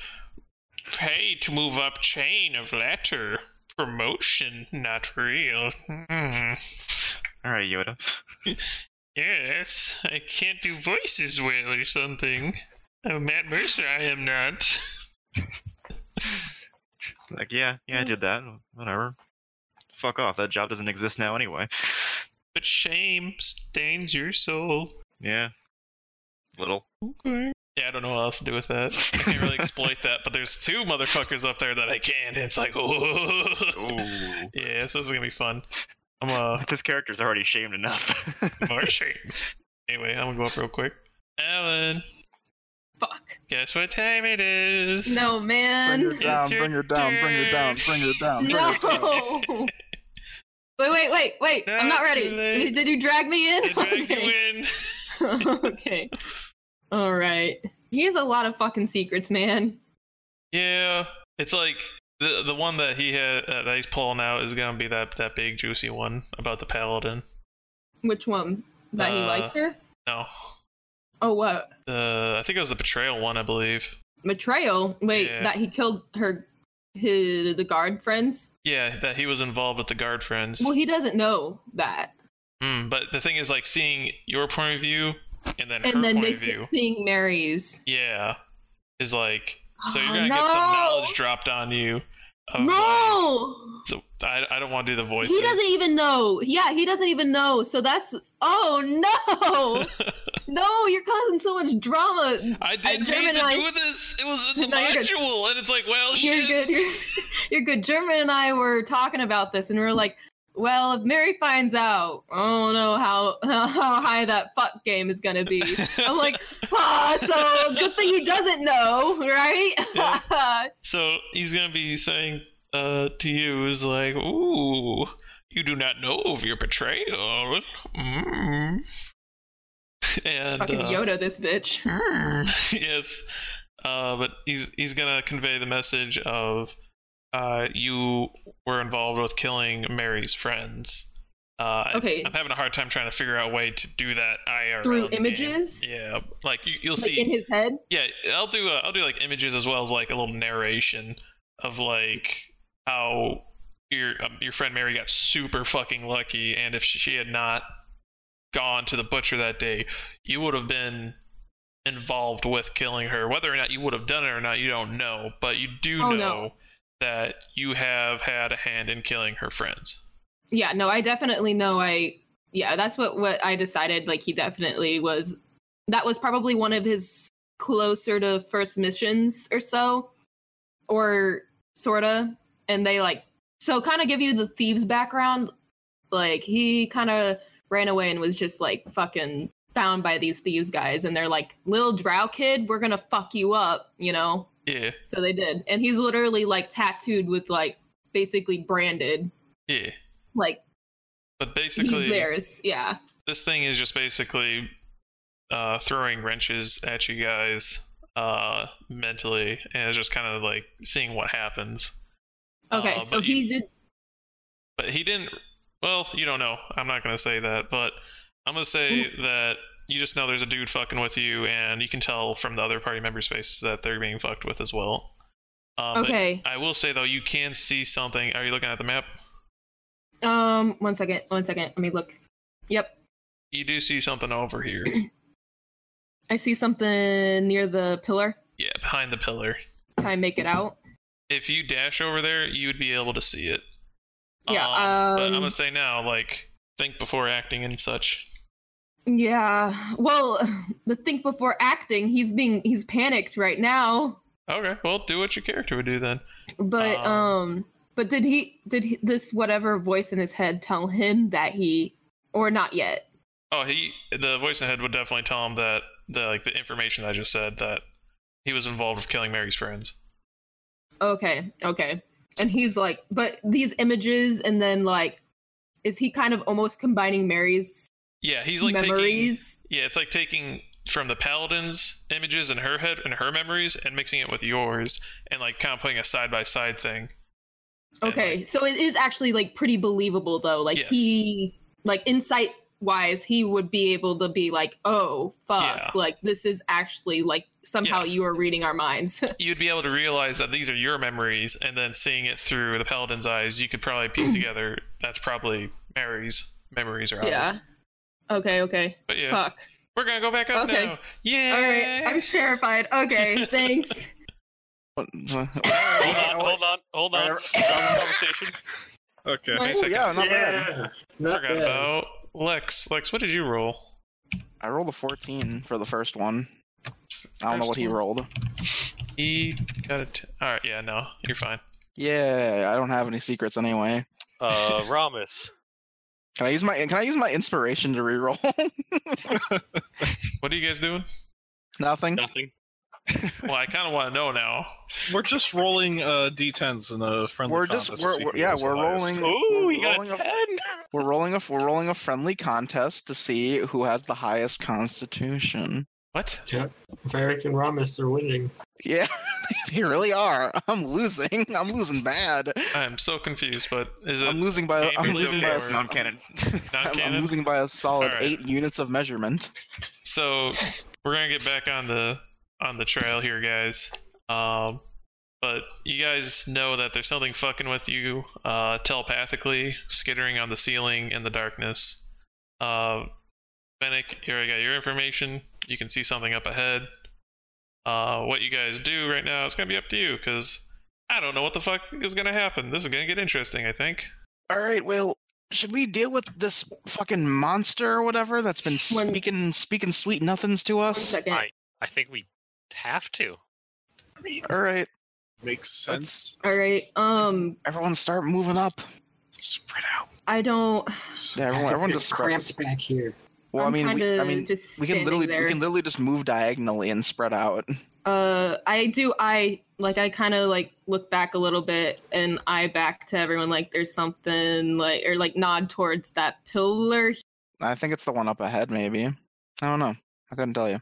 A: pay to move up chain of letter promotion not real. Hmm.
B: All right, Yoda.
A: Yes, I can't do voices well or something. I'm Matt Mercer, I am not.
B: Like, yeah, yeah, I did that. Whatever. Fuck off. That job doesn't exist now anyway.
A: But shame stains your soul.
B: Yeah. Little.
A: Okay. Yeah, I don't know what else to do with that. I can't really exploit that, but there's two motherfuckers up there that I can. It's like, oh.
B: Ooh.
A: Yeah, so this is gonna be fun. I'm uh
B: This character's already shamed enough.
A: more ashamed. Anyway, I'm gonna go up real quick. Alan,
D: Fuck.
A: guess what time it is?
D: No,
E: Bring her
D: man.
E: down,
A: your
E: bring her down, bring her down, bring her down. Bring her down.
D: No. Wait, wait, wait, wait. I'm
A: No,
D: not ready.
A: too late.
D: Did you drag me in?
A: The drag you in.
D: okay. All right. He has a lot of fucking secrets, man.
A: Yeah, it's like the the one that he had uh, that he's pulling out is gonna be that that big juicy one about the paladin.
D: Which one? That he
A: Uh,
D: likes her?
A: No,
D: Oh, what?
A: the I think it was the betrayal one, I believe.
D: Betrayal? Wait,
A: Yeah.
D: that he killed her, his, the guard friends?
A: Yeah, that he was involved with the guard friends.
D: Well, he doesn't know that.
A: mm, but the thing is, like seeing your point of view and then her
D: And then
A: point
D: they
A: of view.
D: seeing Mary's.
A: Yeah, is like So you're
D: Oh,
A: gonna get some knowledge dropped on you. Of like-
D: No!
A: so I, I don't want to do the voices.
D: He doesn't even know. Yeah, he doesn't even know. So that's. Oh, no! no, you're causing so much drama.
A: I didn't
D: I
A: mean to
D: Gemini-
A: do this. It was in the
D: No, you're good.
A: module, and it's like, well,
D: You're
A: Oh, shit.
D: good. You're, you're good. German and I were talking about this, and we were like, Well, if Mary finds out, I don't know how how high that fuck game is gonna be. I'm like, ah, so good thing he doesn't know, right?
A: So he's gonna be saying uh, to you is like, "Ooh, you do not know of your betrayal." Mm. And
D: Fucking
A: uh,
D: Yoda, this bitch.
A: Mm. yes, uh, but he's he's gonna convey the message of uh, you were involved with killing Mary's friends. Uh, and
D: Okay.
A: I'm having a hard time trying to figure out a way to do that IRL
D: Through
A: in the game.
D: images?
A: Yeah, like you, you'll
D: Like
A: see.
D: in his head.
A: Yeah, I'll do uh, I'll do like images as well as like a little narration of like how your um, your friend Mary got super fucking lucky, and if she had not gone to the butcher that day, you would have been involved with killing her. Whether or not you would have done it or not, you don't know, but you do
D: Oh,
A: know
D: no.
A: that you have had a hand in killing her friends.
D: Yeah, no, I definitely know I yeah, that's what what I decided like he definitely was that was probably one of his closer to first missions or so or sorta and they like so kind of give you the thieves background like he kind of ran away and was just like fucking found by these thieves guys and they're like little drow kid we're gonna fuck you up you know
A: Yeah,
D: so they did and he's literally like tattooed with like basically branded
A: yeah.
D: like
A: But basically,
D: he's theirs. Yeah.
A: this thing is just basically uh, throwing wrenches at you guys uh, mentally, and it's just kind of like seeing what happens.
D: Okay.
A: Uh,
D: so
A: but
D: he
A: you-
D: did.
A: but he didn't. Well, you don't know. I'm not gonna say that, but I'm gonna say that you just know there's a dude fucking with you, and you can tell from the other party members' faces that they're being fucked with as well. Um, but
D: Okay.
A: I will say though, you can see something. Are you looking at the map?
D: Um. One second. One second. Let me look. Yep.
A: You do see something over here.
D: I see something near the pillar.
A: yeah, behind the pillar.
D: Can I make it out?
A: if you dash over there, you would be able to see it.
D: Yeah,
A: Uh, but I'm
D: um,
A: gonna say now, like, think before acting and such.
D: Yeah. Well, the think before acting. He's being. He's panicked right now.
A: Okay, well, do what your character would do then.
D: But
A: Um.
D: um. but did he? Did he, this whatever voice in his head tell him that he? Or not yet.
A: Oh, he, the voice in the head would definitely tell him that the like the information I just said that he was involved with killing Mary's friends.
D: Okay. Okay. And he's like, but these images, and then like, is he kind of almost combining Mary's
A: Yeah, he's like taking.
D: memories?
A: Yeah, it's like taking from the paladin's images in her head and her memories and mixing it with yours and like kind of putting a side by side thing. And,
D: Okay,
A: like,
D: so it is actually like pretty believable though. Like
A: Yes.
D: he, like insight wise, he would be able to be like, "Oh fuck,
A: Yeah.
D: like this is actually like somehow you are reading our minds."
A: you'd be able to realize that these are your memories, and then seeing it through the paladin's eyes, you could probably piece together that's probably Mary's memories or ours.
D: yeah. Okay. Okay.
A: But yeah,
D: Fuck.
A: we're gonna go back up
D: Okay.
A: now. Yeah.
D: All right. I'm terrified. Okay. Thanks.
E: What- what- Hmm.
F: Hold on, hold on, hold on. Stop the conversation.
C: Okay.
D: Like-
E: Ooh, yeah, not bad.
H: Not
A: Forgot
H: bad.
A: about Lex. Lex, what did you roll?
E: I rolled a 14 for the first one. I don't know what he rolled.
A: He E, got it. All right. Yeah. No, you're fine.
E: Yeah, I don't have any secrets anyway.
F: Uh, Ramus.
E: Can I use my Can I use my inspiration to reroll?
A: What are you guys doing?
E: Nothing.
F: Nothing.
A: Well, I kind of want to know now.
C: We're just rolling uh, d10s in a friendly
E: We're just-
C: contest to
E: we're-
C: see
E: we're-
C: who
E: yeah,
C: goes
E: we're
C: highest.
E: rolling-
F: Ooh,
E: We're
F: you got
E: rolling
F: a
E: a-
F: ten.
E: We're rolling a We're rolling a friendly contest to see who has the highest constitution.
A: What?
H: Varric and Ramus are winning.
E: Yeah, they really are. I'm losing. I'm losing bad.
A: I'm so confused. But is it
E: I'm losing by.
A: Game
E: I'm
A: is
E: losing
A: over.
E: by. A,
A: Yes.
E: s-
B: non canon.
A: not
E: I'm, I'm
A: canon?
E: losing by a solid
A: Alright.
E: eight units of measurement.
A: so we're gonna get back on the on the trail here guys um but you guys know that there's something fucking with you uh telepathically skittering on the ceiling in the darkness uh Fennec, here i got your information you can see something up ahead uh what you guys do right now is gonna be up to you because i don't know what the fuck is gonna happen this is gonna get interesting i think
E: All right. Well, should we deal with this fucking monster or whatever that's been
D: One-
E: speaking speaking sweet nothings to
D: One
E: us?
D: second.
F: I- I think we have to.
E: All right.
C: Makes sense.
D: All right. Um,
E: Everyone, start moving up.
C: Spread out.
D: I don't.
E: Yeah, everyone, everyone
H: it's
E: just
H: cramped back here.
E: Well, i
D: I'm
E: mean, we,
D: kinda
E: I mean,
D: just
E: we can
D: standing
E: literally
D: there.
E: we can literally just move diagonally and spread out.
D: uh i do i like i kind of like look back a little bit and eye back to everyone like there's something like or like nod towards that pillar
E: I think it's the one up ahead, maybe. I don't know. I couldn't tell you.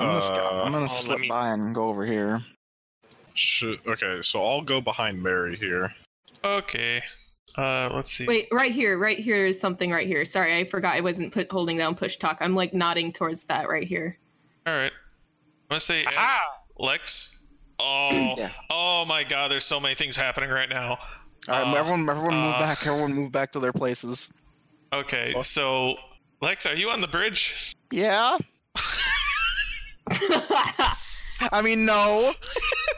E: I'm gonna, sc-
C: Uh,
E: I'm gonna
F: let
E: slip
F: me-
E: by and go over here.
C: Should, okay, so I'll go behind Mary here.
A: Okay. Uh, let's see.
D: wait right here right here is something right here sorry i forgot i wasn't put holding down push talk i'm like nodding towards that right here
A: All right. I'm gonna say as- Lex. Oh,
E: Yeah.
A: oh my God! There's so many things happening right now.
E: All right,
A: Uh,
E: everyone, everyone, move
A: uh,
E: back. Everyone, move back to their places.
A: Okay,
C: Fuck.
A: so Lex, are you on the bridge?
E: Yeah. I mean, no.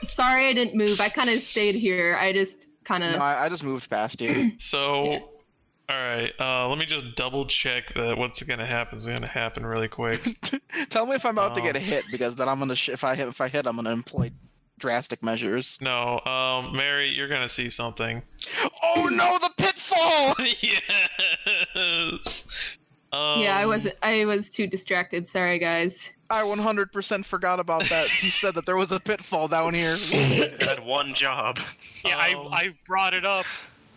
D: sorry i didn't move i kind of stayed here i just kind
E: no
D: of
E: I, I just moved past you.
A: So,
D: Yeah.
A: all right. Uh, let me just double check that what's gonna happen is gonna happen really quick.
E: tell me if I'm about to get
A: Um.
E: hit because then I'm gonna. Sh- if I hit, if I hit, I'm gonna employ drastic measures.
A: no, um, Mary, you're gonna see something.
E: Oh no, the pitfall!
A: yes. Um,
D: yeah i wasn't i was too distracted sorry guys
E: I 100% forgot about that. He said that there was a pitfall down here.
B: had one job.
F: Yeah,
A: Um,
F: I, I brought it up.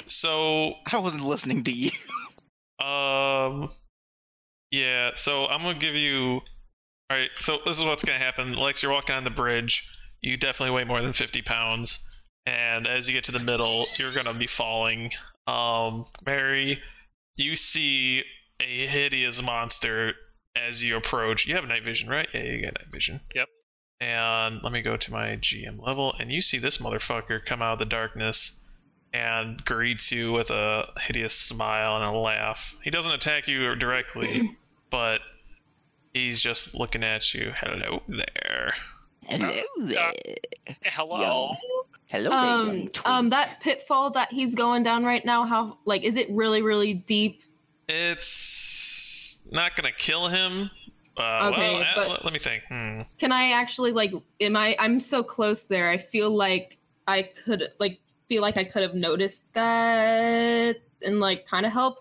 A: So
E: I wasn't listening to you.
A: Um, yeah. So I'm gonna give you. All right. So this is what's gonna happen. Lex, you're walking on the bridge. You definitely weigh more than 50 pounds, and as you get to the middle, you're gonna be falling. Um, Mary, you see a hideous monster as you approach. You have night vision, right? Yeah, you got night vision.
F: Yep.
A: And let me go to my GM level, and you see this motherfucker come out of the darkness and greets you with a hideous smile and a laugh. He doesn't attack you directly, but he's just looking at you. Hello there.
E: Hello there.
F: Hello.
E: Hello there. young
D: um
E: twink.
D: um that pitfall that he's going down right now how like is it really really deep
A: It's not gonna kill him. Uh,
D: Okay,
A: well, uh,
D: but-
A: let- let me think. Hmm.
D: can i actually like am i i'm so close there i feel like i could like feel like i could have noticed that and like kind of help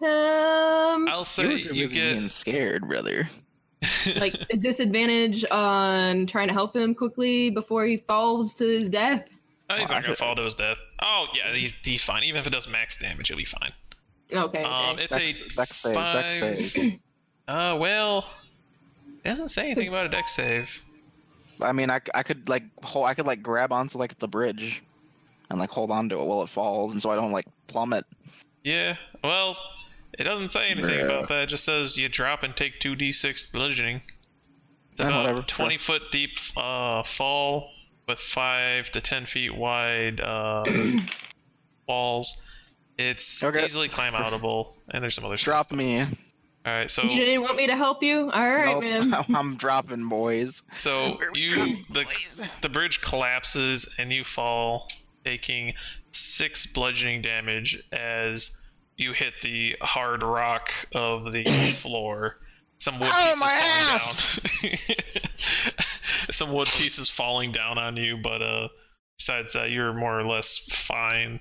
A: I'll
D: him
E: You were
A: say
E: too
A: you
E: busy being
A: get
E: scared, brother.
D: like a disadvantage on trying to help him quickly before he falls to his death
A: Oh, he's not
E: Well,
A: gonna
E: actually-
A: fall to his death. Oh yeah, he's he's fine. Even if it does max damage, he'll be fine.
D: okay,
A: Um,
D: okay.
A: it's
E: Dex,
A: a
E: dex save, dex
A: five-
E: save.
A: Uh, well, it doesn't say anything about a deck save.
E: I mean, I, c- I could like hold, I could like grab onto like the bridge, and like hold onto it while it falls, and so I don't like plummet.
A: Yeah, well, it doesn't say anything
E: Yeah.
A: about that. It just says you drop and take 2d6 bludgeoning. It's
E: Eh,
A: about
E: whatever,
A: 20 foot deep uh, fall with 5 to 10 feet wide uh, walls. It's
E: Okay.
A: easily climb outable, and there's some other stuff.
E: Drop me.
A: Alright, so
D: you didn't want me to help you all right
E: Nope,
D: man
E: I'm dropping, boys.
A: so you the the bridge collapses and you fall, taking six bludgeoning damage as you hit the hard rock of the floor. Some wood
E: Ow,
A: pieces
E: my
A: falling
E: ass!
A: down. Some wood pieces falling down on you, but uh, besides that, you're more or less fine.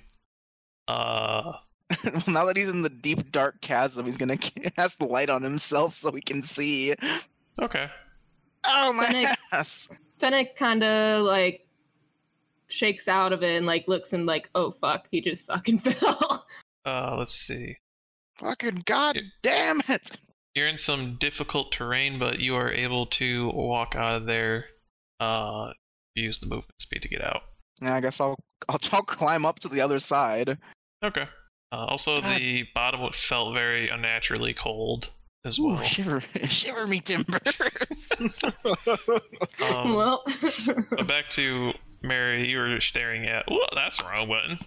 A: Uh,
E: well, now that he's in the deep dark chasm, he's gonna cast light on himself so he can see.
A: okay.
E: Oh my
D: Fennec.
E: ass!
D: Fennec kind of like shakes out of it and like looks and like, oh fuck, he just fucking fell.
A: Uh, let's see.
E: Fucking god
A: Yeah.
E: damn it!
A: you're in some difficult terrain, but you are able to walk out of there. Uh, use the movement speed to get out.
E: Yeah, I guess I'll I'll, I'll climb up to the other side.
A: Okay. Uh, also,
E: God.
A: the bottom felt very unnaturally cold as
E: Ooh,
A: well.
E: shiver, shiver me timbers.
A: Um,
D: well,
A: but back to Mary, you were staring at. Well, that's the wrong button.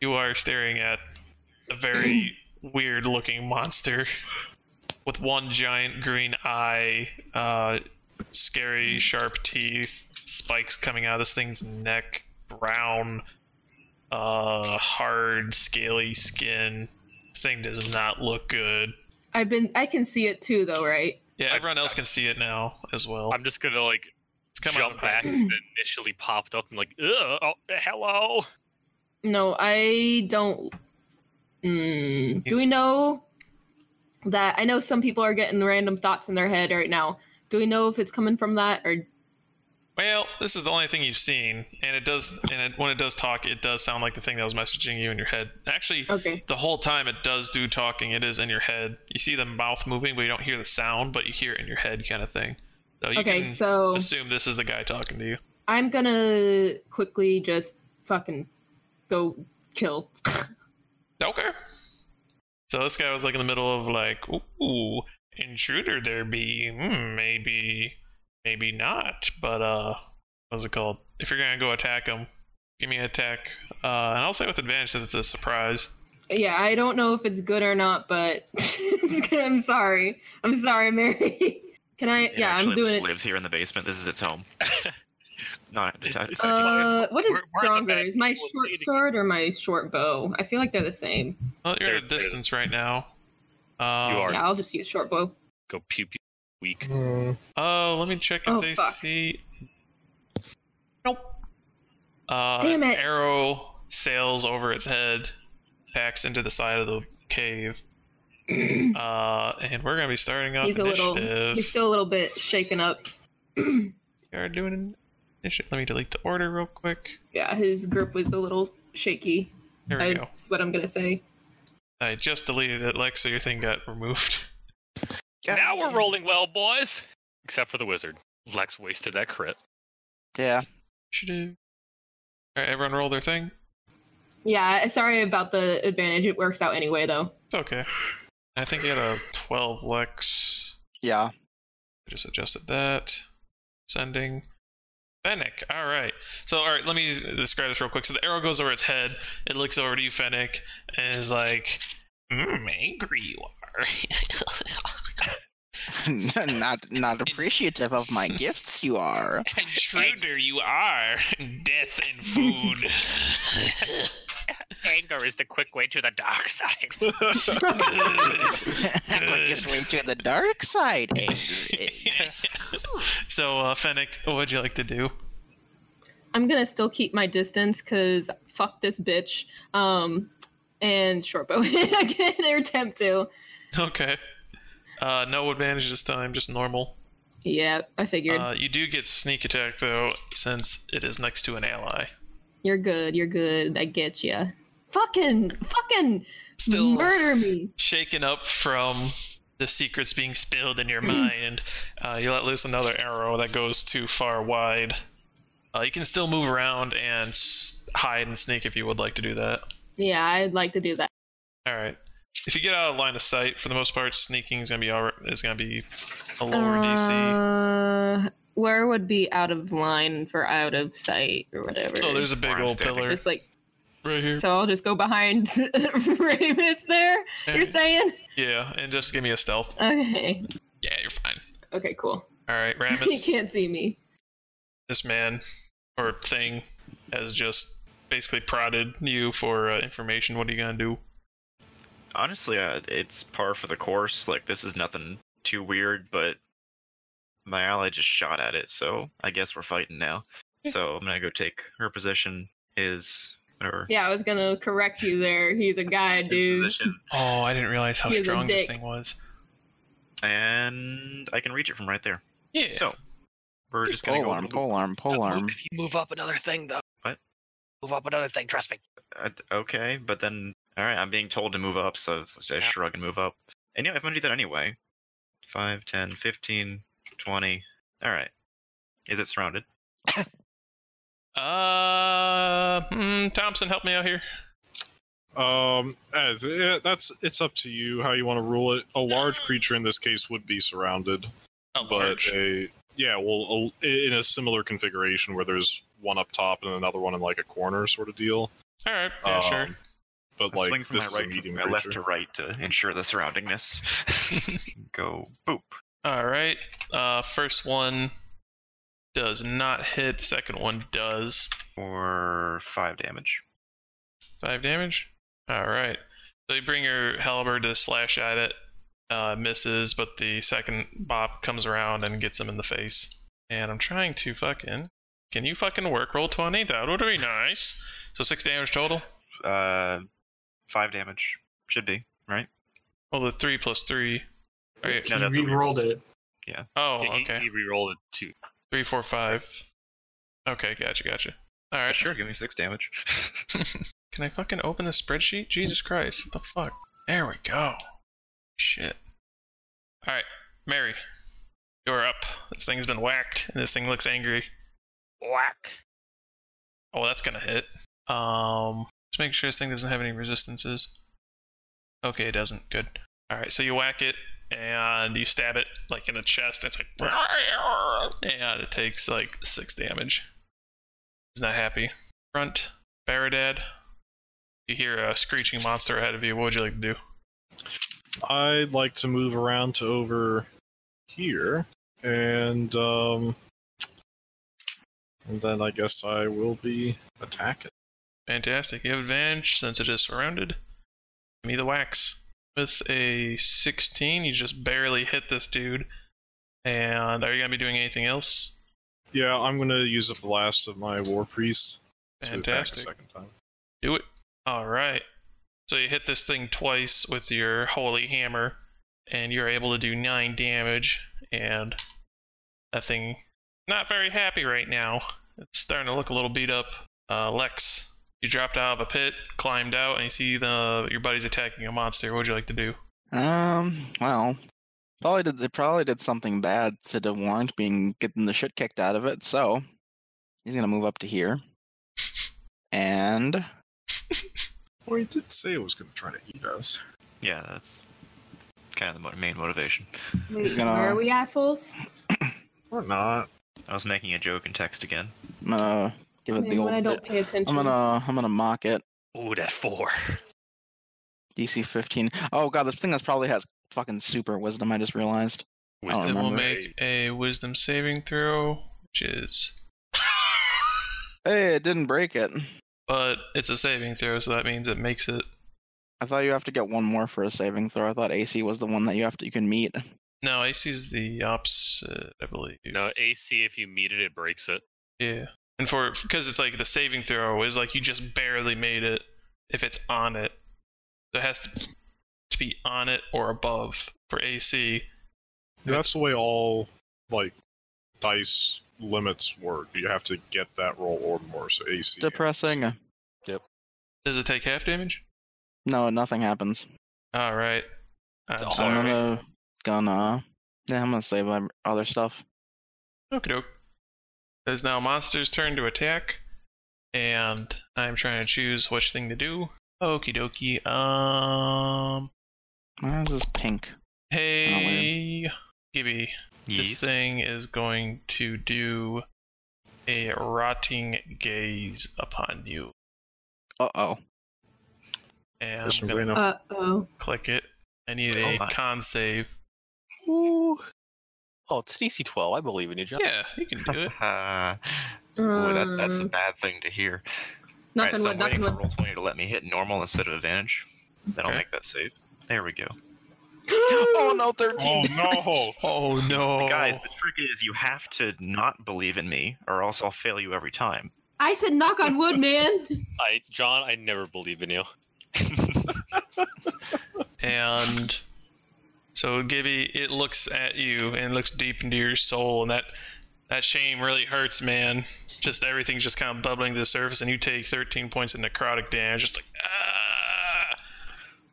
A: You are staring at a very weird-looking monster with one giant green eye, uh, scary sharp teeth, spikes coming out of this thing's neck, brown, uh, hard, scaly skin. This thing does not look good.
D: I've been, I can see it too though, right?
A: Yeah,
F: I-
A: everyone else can see it now as well.
F: I'm just gonna like
A: It's coming out
F: jump
A: of the-
F: back and initially popped up and like, Ugh, oh, hello.
D: No, I don't Mm, do we
A: Yes.
D: know that? I know some people are getting random thoughts in their head right now. Do we know if it's coming from that or
A: Well, this is the only thing you've seen, and it does. And it, when it does talk, it does sound like the thing that was messaging you in your head. Actually,
D: okay?
A: the whole time it does do talking. It is in your head. You see the mouth moving, but you don't hear the sound, but you hear it in your head, kind of thing. So you
D: Okay,
A: can
D: so
A: assume this is the guy talking to you.
D: I'm gonna quickly just fucking go kill.
A: Okay. So this guy was like in the middle of like, ooh, intruder there be, hmm, maybe, maybe not. But uh, what's it called? If you're gonna go attack him, give me an attack, uh, and I'll say with advantage since it's a surprise.
D: Yeah, I don't know if it's good or not, but I'm sorry. I'm sorry, Mary. Can I?
B: It
D: yeah, I'm
B: actually just
D: doing it.
B: lives here in the basement. This is its home. it's not. It's, it's,
D: Uh, what is
F: We're- we're in the
D: stronger?
F: back
D: Is my
F: room of
D: short
F: meeting.
D: sword or my short bow? I feel like they're the same.
A: Well, you're at a
F: There- there it is.
A: distance right now. Um,
F: are.
D: Yeah, I'll just use short bow.
F: Go pew pew. Weak.
A: Oh, let me check
D: Oh,
A: its AC.
D: fuck.
A: Nope. Uh,
D: Damn it.
A: Arrow sails over its head, packs into the side of the cave. uh, and we're gonna be starting off
D: He's a little.
A: initiative.
D: He's still a little bit shaken up.
A: We are doing initiative. Let me delete the order real quick.
D: yeah, his grip was a little shaky.
A: There we go.
D: That's what I'm gonna say.
A: I just deleted it, Lex, so your thing got removed.
F: Now we're rolling well, boys. Except for the wizard. Lex wasted that crit.
E: Yeah.
A: Initiative. All right, everyone roll their thing.
D: Yeah, sorry about the advantage. It works out anyway, though.
A: It's okay. I think you had a 12 Lex.
E: Yeah.
A: I just adjusted that. Sending. Fennec. All right. So, all right. Let me s- describe this real quick. So the arrow goes over its head. It looks over to you, Fennec, and is like, "Mmm, angry you are."
E: not not appreciative of my gifts you are.
A: Intruder, you are. Death and food.
K: Anger is the quick way to the dark side.
E: Quickest way to the dark side. eh?
A: so, uh, Fennec, what would you like to do?
D: I'm gonna still keep my distance because fuck this bitch. Um, and short bow again or attempt to.
A: Okay. Uh, no advantage this time. Just normal.
D: Yeah, I figured.
A: Uh, you do get sneak attack though, since it is next to an ally.
D: you're good. You're good. I get ya. Fucking, fucking
A: Still
D: murder me.
A: shaken up from the secrets being spilled in your mind, uh, you let loose another arrow that goes too far wide. Uh, you can still move around and s- hide and sneak if you would like to do that.
D: Yeah, I'd like to do that.
A: All right. If you get out of line of sight, for the most part, sneaking is gonna be all right, is gonna be a lower DC.
D: Uh, where would be out of line for out of sight or whatever?
A: Oh, there's a big
B: Where I'm
A: old
B: standing.
A: pillar
D: Just like
A: right here.
D: So I'll just go behind Ravis there. You're saying?
A: yeah, and just give me a stealth.
D: Okay.
A: Yeah, you're fine.
D: Okay, cool.
A: All right,
D: he
A: Ramus.
D: can't see me.
A: this man or thing has just basically prodded you for uh, information. What are you gonna do?
B: honestly, uh, it's par for the course. Like this is nothing too weird, but my ally just shot at it, so I guess we're fighting now. so I'm gonna go take her position. His or
D: Yeah, I was gonna correct you there. He's a guy,
B: his
D: dude.
B: position,
A: Oh, I didn't realize how
D: He is a
A: strong this
D: dick.
A: thing was.
B: and I can reach it from right there.
A: Yeah.
B: So we're just gonna
E: Pole
B: go.
E: arm, pole arm, pole
K: Move-
E: arm.
K: If you move up another thing, though.
B: What?
K: Move up another thing. Trust me.
B: Uh, okay, but then all right, I'm being told to move up, so I shrug and move up. And yeah, I'm gonna do that anyway. 5, 10, 15, 20. All right. Is it surrounded?
A: uh, hmm, Thompson, help me out here.
C: Um, as yeah, that's it's up to you how you want to rule it. A large creature in this case would be surrounded,
A: A
C: but
A: large.
C: a yeah, well, a, in a similar configuration where there's one up top and another one in like a corner sort of deal.
A: All right. Yeah,
C: Um,
A: sure.
C: But
B: I'll
C: like
B: swing from
C: this
B: my,
C: is a
B: right
C: medium
B: my left to
C: creature.
B: right to ensure the surroundingness. Go boop.
A: All right. Uh, first one does not hit. Second one does.
B: Or five damage.
A: Five damage. All right. So you bring your halberd to slash at it. Uh, misses, but the second bop comes around and gets him in the face. And I'm trying to fucking. Can you fucking work? Roll 20. That would be nice. So six damage total.
B: Uh, five damage. Should be right.
A: Well, the three plus three. All right.
B: No, that's what
H: he
B: we-
H: re-rolled it.
A: Oh,
F: Yeah, he,
A: okay.
F: he re-rolled it too.
A: Three, four, five. Okay, gotcha, gotcha. All right.
B: Sure, give me six damage.
A: Can I fucking open the spreadsheet? Jesus Christ, what the fuck? There we go. Shit. Alright, Mary. You're up. This thing's been whacked, and this thing looks angry.
K: Whack.
A: Oh, that's gonna hit. Um, just make sure this thing doesn't have any resistances. Okay, it doesn't. Good. Alright, so you whack it, and you stab it, like, in the chest. It's like. And it takes, like, six damage. It's not happy. Front, Baradad. You hear a screeching monster ahead of you. What would you like to do?
C: I'd like to move around to over here, and um, and then I guess I will be attacking.
A: Fantastic. You have advantage since it is surrounded. Give me the wax. With a 16, you just barely hit this dude. And are you going to be doing anything else?
C: Yeah, I'm gonna use the blast of my war priest to
A: Fantastic.
C: attack a second time.
A: Do it. All right. So you hit this thing twice with your holy hammer, and you're able to do nine damage. And that thing, not very happy right now. It's starting to look a little beat up. Uh, Lex, you dropped out of a pit, climbed out, and you see the your buddy's attacking a monster. What would you like to do?
E: Um, well, probably did they probably did something bad to the warrant being getting the shit kicked out of it. So he's gonna move up to here, and
C: Well, he did say it was gonna try to eat us.
B: yeah, that's kind of the mo- main motivation.
D: Wait,
E: gonna-
D: where are we assholes?
C: Or not.
B: I was making a joke in text again.
E: I'm gonna give it
D: Man,
E: the old.
D: when I don't
E: bit-
D: pay attention.
E: I'm gonna I'm gonna mock it.
K: Ooh, that four.
E: DC 15. Oh god, this thing that probably has fucking super wisdom. I just realized.
F: Wisdom.
A: It will
E: remember.
A: make a wisdom saving throw, which is.
E: Hey, it didn't break it.
A: But it's a saving throw, so that means it makes it.
E: I thought you have to get one more for a saving throw. I thought AC was the one that you have to you can meet.
A: No, AC is the opposite, I believe.
F: No, AC. If you meet it, it breaks it.
A: Yeah. And for because it's like the saving throw is like you just barely made it if it's on it. So it has to, to be on it or above for AC.
C: That's the way all like dice limits work. You have to get that roll or more. So AC.
E: Depressing.
A: Does it take half damage?
E: No, nothing happens.
A: All right. I'm
K: all
E: So I'm
A: sorry.
E: gonna gonna yeah, I'm gonna save my other stuff.
A: Okie doke. It is now monster's turn to attack, and I'm trying to choose which thing to do. Okie dokie. Um.
E: Why is this pink?
A: Hey, Gibby. This
B: Yeast.
A: thing is going to do a rotting gaze upon you.
E: Uh oh.
A: And
C: Yes,
A: I'm going to
C: Reno.
D: Uh oh.
A: click it. I need
B: Oh
A: a
B: my.
A: con save.
K: Ooh. Oh, it's DC 12. I believe in you, John.
A: Yeah, you can do it.
B: Ooh, that, that's a
D: Um,
B: bad thing to hear. Alright,
D: Nothing
B: so
D: would,
B: I'm waiting
D: nothing
B: for
D: would.
B: roll 20 to let me hit normal instead of advantage. Then I'll
A: Okay.
B: make that save. There we go.
E: Oh no, thirteen.
C: Oh no!
A: Oh no.
B: Guys, the trick is you have to not believe in me, or else I'll fail you every time.
D: I said knock on wood, man.
F: I, John, I never believe in you.
A: And so Gibby, it looks at you and looks deep into your soul and that that shame really hurts, man. Just everything's just kind of bubbling to the surface and you take 13 points of necrotic damage just like ah.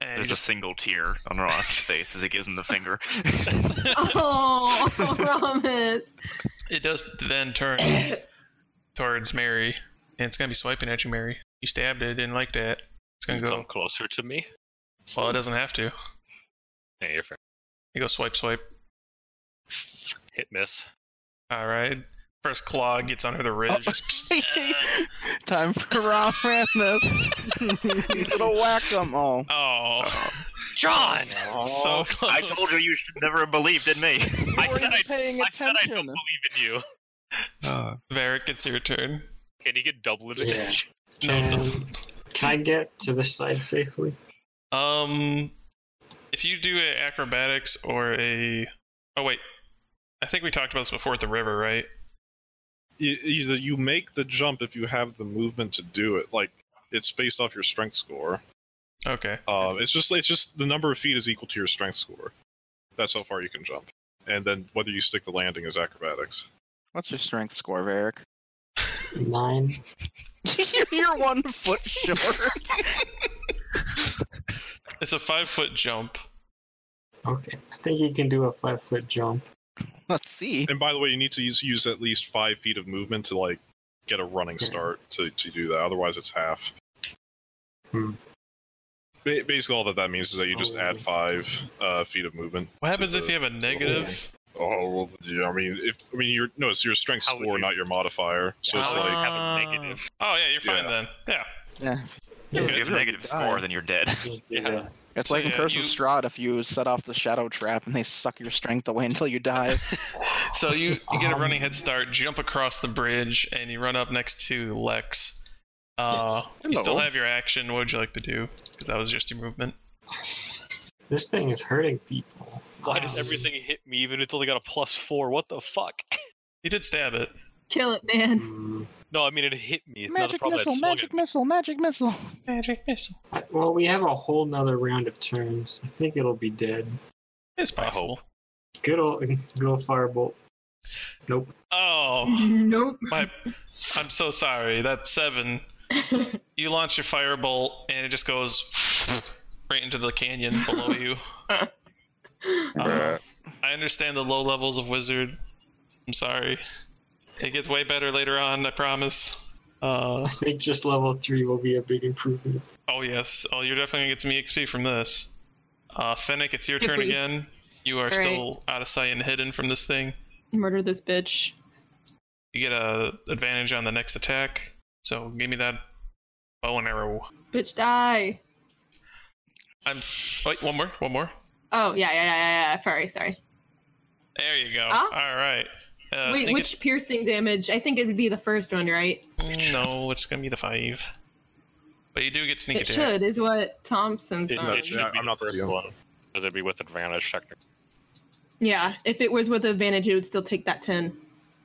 A: And you
B: There's a
A: just
B: single tear on Ross's face as he gives him the finger.
D: Oh, promise.
A: It does then turn towards Mary, and it's gonna be swiping at you, Mary. You stabbed it, didn't like that. It's gonna
F: Come
A: go.
F: closer to me.
A: Well, it doesn't have to.
F: Hey, you're fair.
A: You go swipe, swipe.
F: Hit miss.
A: All right. First claw gets under the ridge. just-
E: Time for Rom Randos. He's gonna whack them all.
A: oh,
K: John!
A: so close.
B: I told you you should never have believed in me.
F: I
E: We're
F: said I,
E: paying
F: I said I don't
E: attention.
F: believe in you.
A: Varric, it's your turn.
F: Can you get double advantage?
H: Can, can I get to this side safely?
A: Um, if you do a acrobatics or a, oh wait, I think we talked about this before at the river, right?
C: E- Either you make the jump if you have the movement to do it. Like it's based off your strength score.
A: Okay.
C: Um, it's just it's just the number of feet is equal to your strength score. That's how far you can jump, and then whether you stick the landing is acrobatics.
E: What's your strength score, Varric?
H: Nine.
E: you're, you're one foot short.
A: It's a five foot jump.
H: Okay. I think he can do a five foot jump.
E: Let's see.
C: And by the way, you need to use use at least five feet of movement to like get a running
H: Okay.
C: start to, to do that. Otherwise, it's half.
H: Hmm.
C: Ba- basically, all that that means is that you just
H: Oh.
C: add five uh, feet of movement.
A: What happens
C: to
A: if
C: the-
A: you have a negative?
C: Oh well, yeah, I mean, if I mean, your no, it's your strength
F: How would
C: score,
F: you-
C: not your modifier. So it's
F: How would
C: like
F: have a
A: Ah.
F: negative.
A: Oh yeah, you're fine
C: Yeah.
A: then. Yeah.
E: Yeah,
B: If you have a
E: Yeah.
B: negative score, then you're dead.
H: Just do
F: Yeah.
H: that.
E: it's like in
A: Yeah,
E: Curse
A: you-
E: of Strahd if you set off the shadow trap and they suck your strength away until you die.
A: So you, you get a
H: Um,
A: running head start, jump across the bridge, and you run up next to Lex. Uh,
E: Yes.
A: You still
E: Hello.
A: have your action. What would you like to do? Because that was just your movement.
H: This thing is hurting people.
F: Why does
H: Um,
F: everything hit me even until I got a plus four? What the fuck?
A: You did stab it.
D: Kill it, man.
H: hmm.
F: No, I mean it hit me. It's not a
E: magic
F: problem that
E: missile,
F: swung
E: magic
F: at me.
E: missile, magic missile.
A: Magic missile.
H: I, well, we have a whole nother round of turns. I think it'll be dead.
A: It's
F: I hope.
A: possible.
H: Good old, good old firebolt. Nope.
A: Oh,
D: Nope.
A: my! I'm so sorry. That's seven. You launch your firebolt, and it just goes right into the canyon below you. I understand the low levels of wizard. I'm sorry. It gets way better later on. I promise. Uh,
H: I think just level three will be a big improvement.
A: oh yes. Oh, you're definitely gonna get some EXP from this. Uh, Fennec, it's your
D: If
A: turn
D: we-
A: again. You are
D: Alright.
A: still out of sight and hidden from this thing.
D: Murder this bitch.
A: You get a advantage on the next attack. So give me that bow and arrow.
D: Bitch, die.
A: I'm s- wait one more, one more.
D: Oh yeah, yeah, yeah, yeah. yeah. Sorry, sorry.
A: There you go.
D: Huh?
A: All right. Uh,
D: Wait,
A: sneak
D: which piercing damage? I think it would be the first one, right?
A: it- no, it's gonna be the five. But you do get sneak
D: It
A: attack.
D: should is what Thompson's
F: It-
D: on.
F: it should
C: yeah,
F: be
C: I'm
F: the
C: not the
F: first
C: DM.
F: one. Because it'd be with advantage technically.
D: Yeah, if it was with advantage, it would still take that ten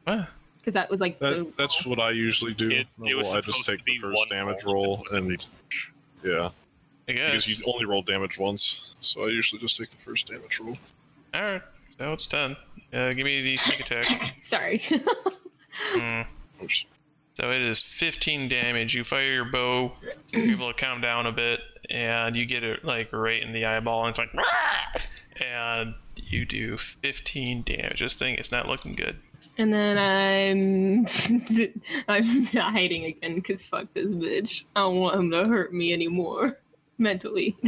A: Huh.
D: because that was like the
C: that, that's what I usually do.
F: It- it
C: Well,
F: was
C: I just
F: supposed to
C: take the
F: be
C: first
F: one
C: damage
F: roll.
C: roll and yeah,
A: I
C: because
A: guess.
C: you only roll damage once, so I usually just take the first damage roll.
A: All right. So it's ten. Uh, give me the sneak attack.
D: sorry.
A: Mm.
C: Oops.
A: So it is 15 damage. You fire your bow, you're able to calm down a bit, and you get it like right in the eyeball, and it's like, "Rah!" and you do 15 damage. This thing is not looking good.
D: and then I'm I'm hiding again because fuck this bitch. I don't want him to hurt me anymore mentally.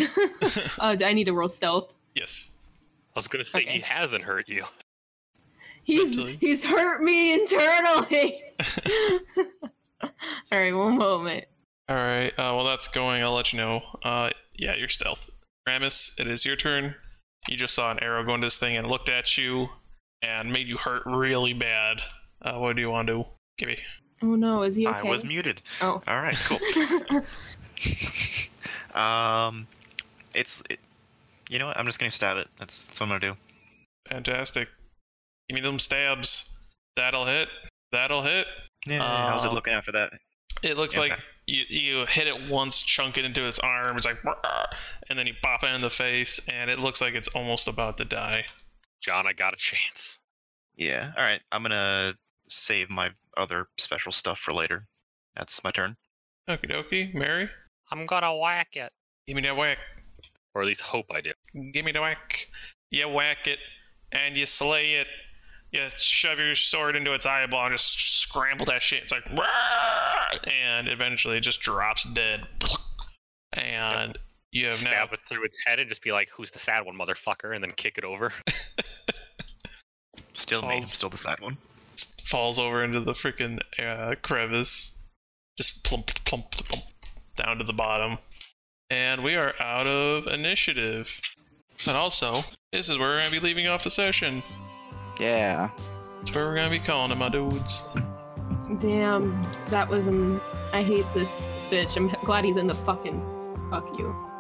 D: uh, do I need to roll stealth?
A: Yes.
F: I was gonna say
D: Okay.
F: he hasn't hurt you.
D: He's
A: Mentally.
D: he's hurt me internally. All right, one moment.
A: All right. Uh, well, that's going. I'll let you know. Uh, yeah, your stealth. Ramus, it is your turn. You just saw an arrow go into this thing and looked at you and made you hurt really bad. Uh, what do you want to do? Give me.
D: Oh no, is he okay?
B: I was muted.
D: Oh.
B: All right, cool. um, it's it, you know what? I'm just gonna stab it. That's that's what I'm gonna do.
A: Fantastic. Give me them stabs. That'll hit. That'll hit.
B: Yeah. how's it
A: Uh,
B: looking after that?
A: It looks
B: Okay.
A: like you, you hit it once, chunk it into its arm. It's like, "Rah," and then you pop it in the face, and it looks like it's almost about to die.
F: John, I got a chance.
B: Yeah. All right. I'm gonna save my other special stuff for later. That's my turn.
A: Okie dokie. Mary,
F: I'm gonna whack it.
A: give me that whack.
F: Or at least hope I do.
A: Give me the whack. You whack it, and you slay it. You shove your sword into its eyeball and just scramble that shit. It's like, "Rah!" and eventually it just drops dead. And you have now
F: Stab it through its head and just be like, Who's the sad one, motherfucker? and then kick it over.
B: Still me.
A: Falls.
B: Still the sad one.
A: falls over into the freaking uh, crevice, just plump, plump, plump, down to the bottom. And we are out of initiative. And also, this is where we're gonna be leaving off the session.
E: Yeah.
A: That's where we're gonna be calling it, my dudes.
D: Damn, that was. Um, I hate this bitch. I'm glad he's in the fucking. Fuck you.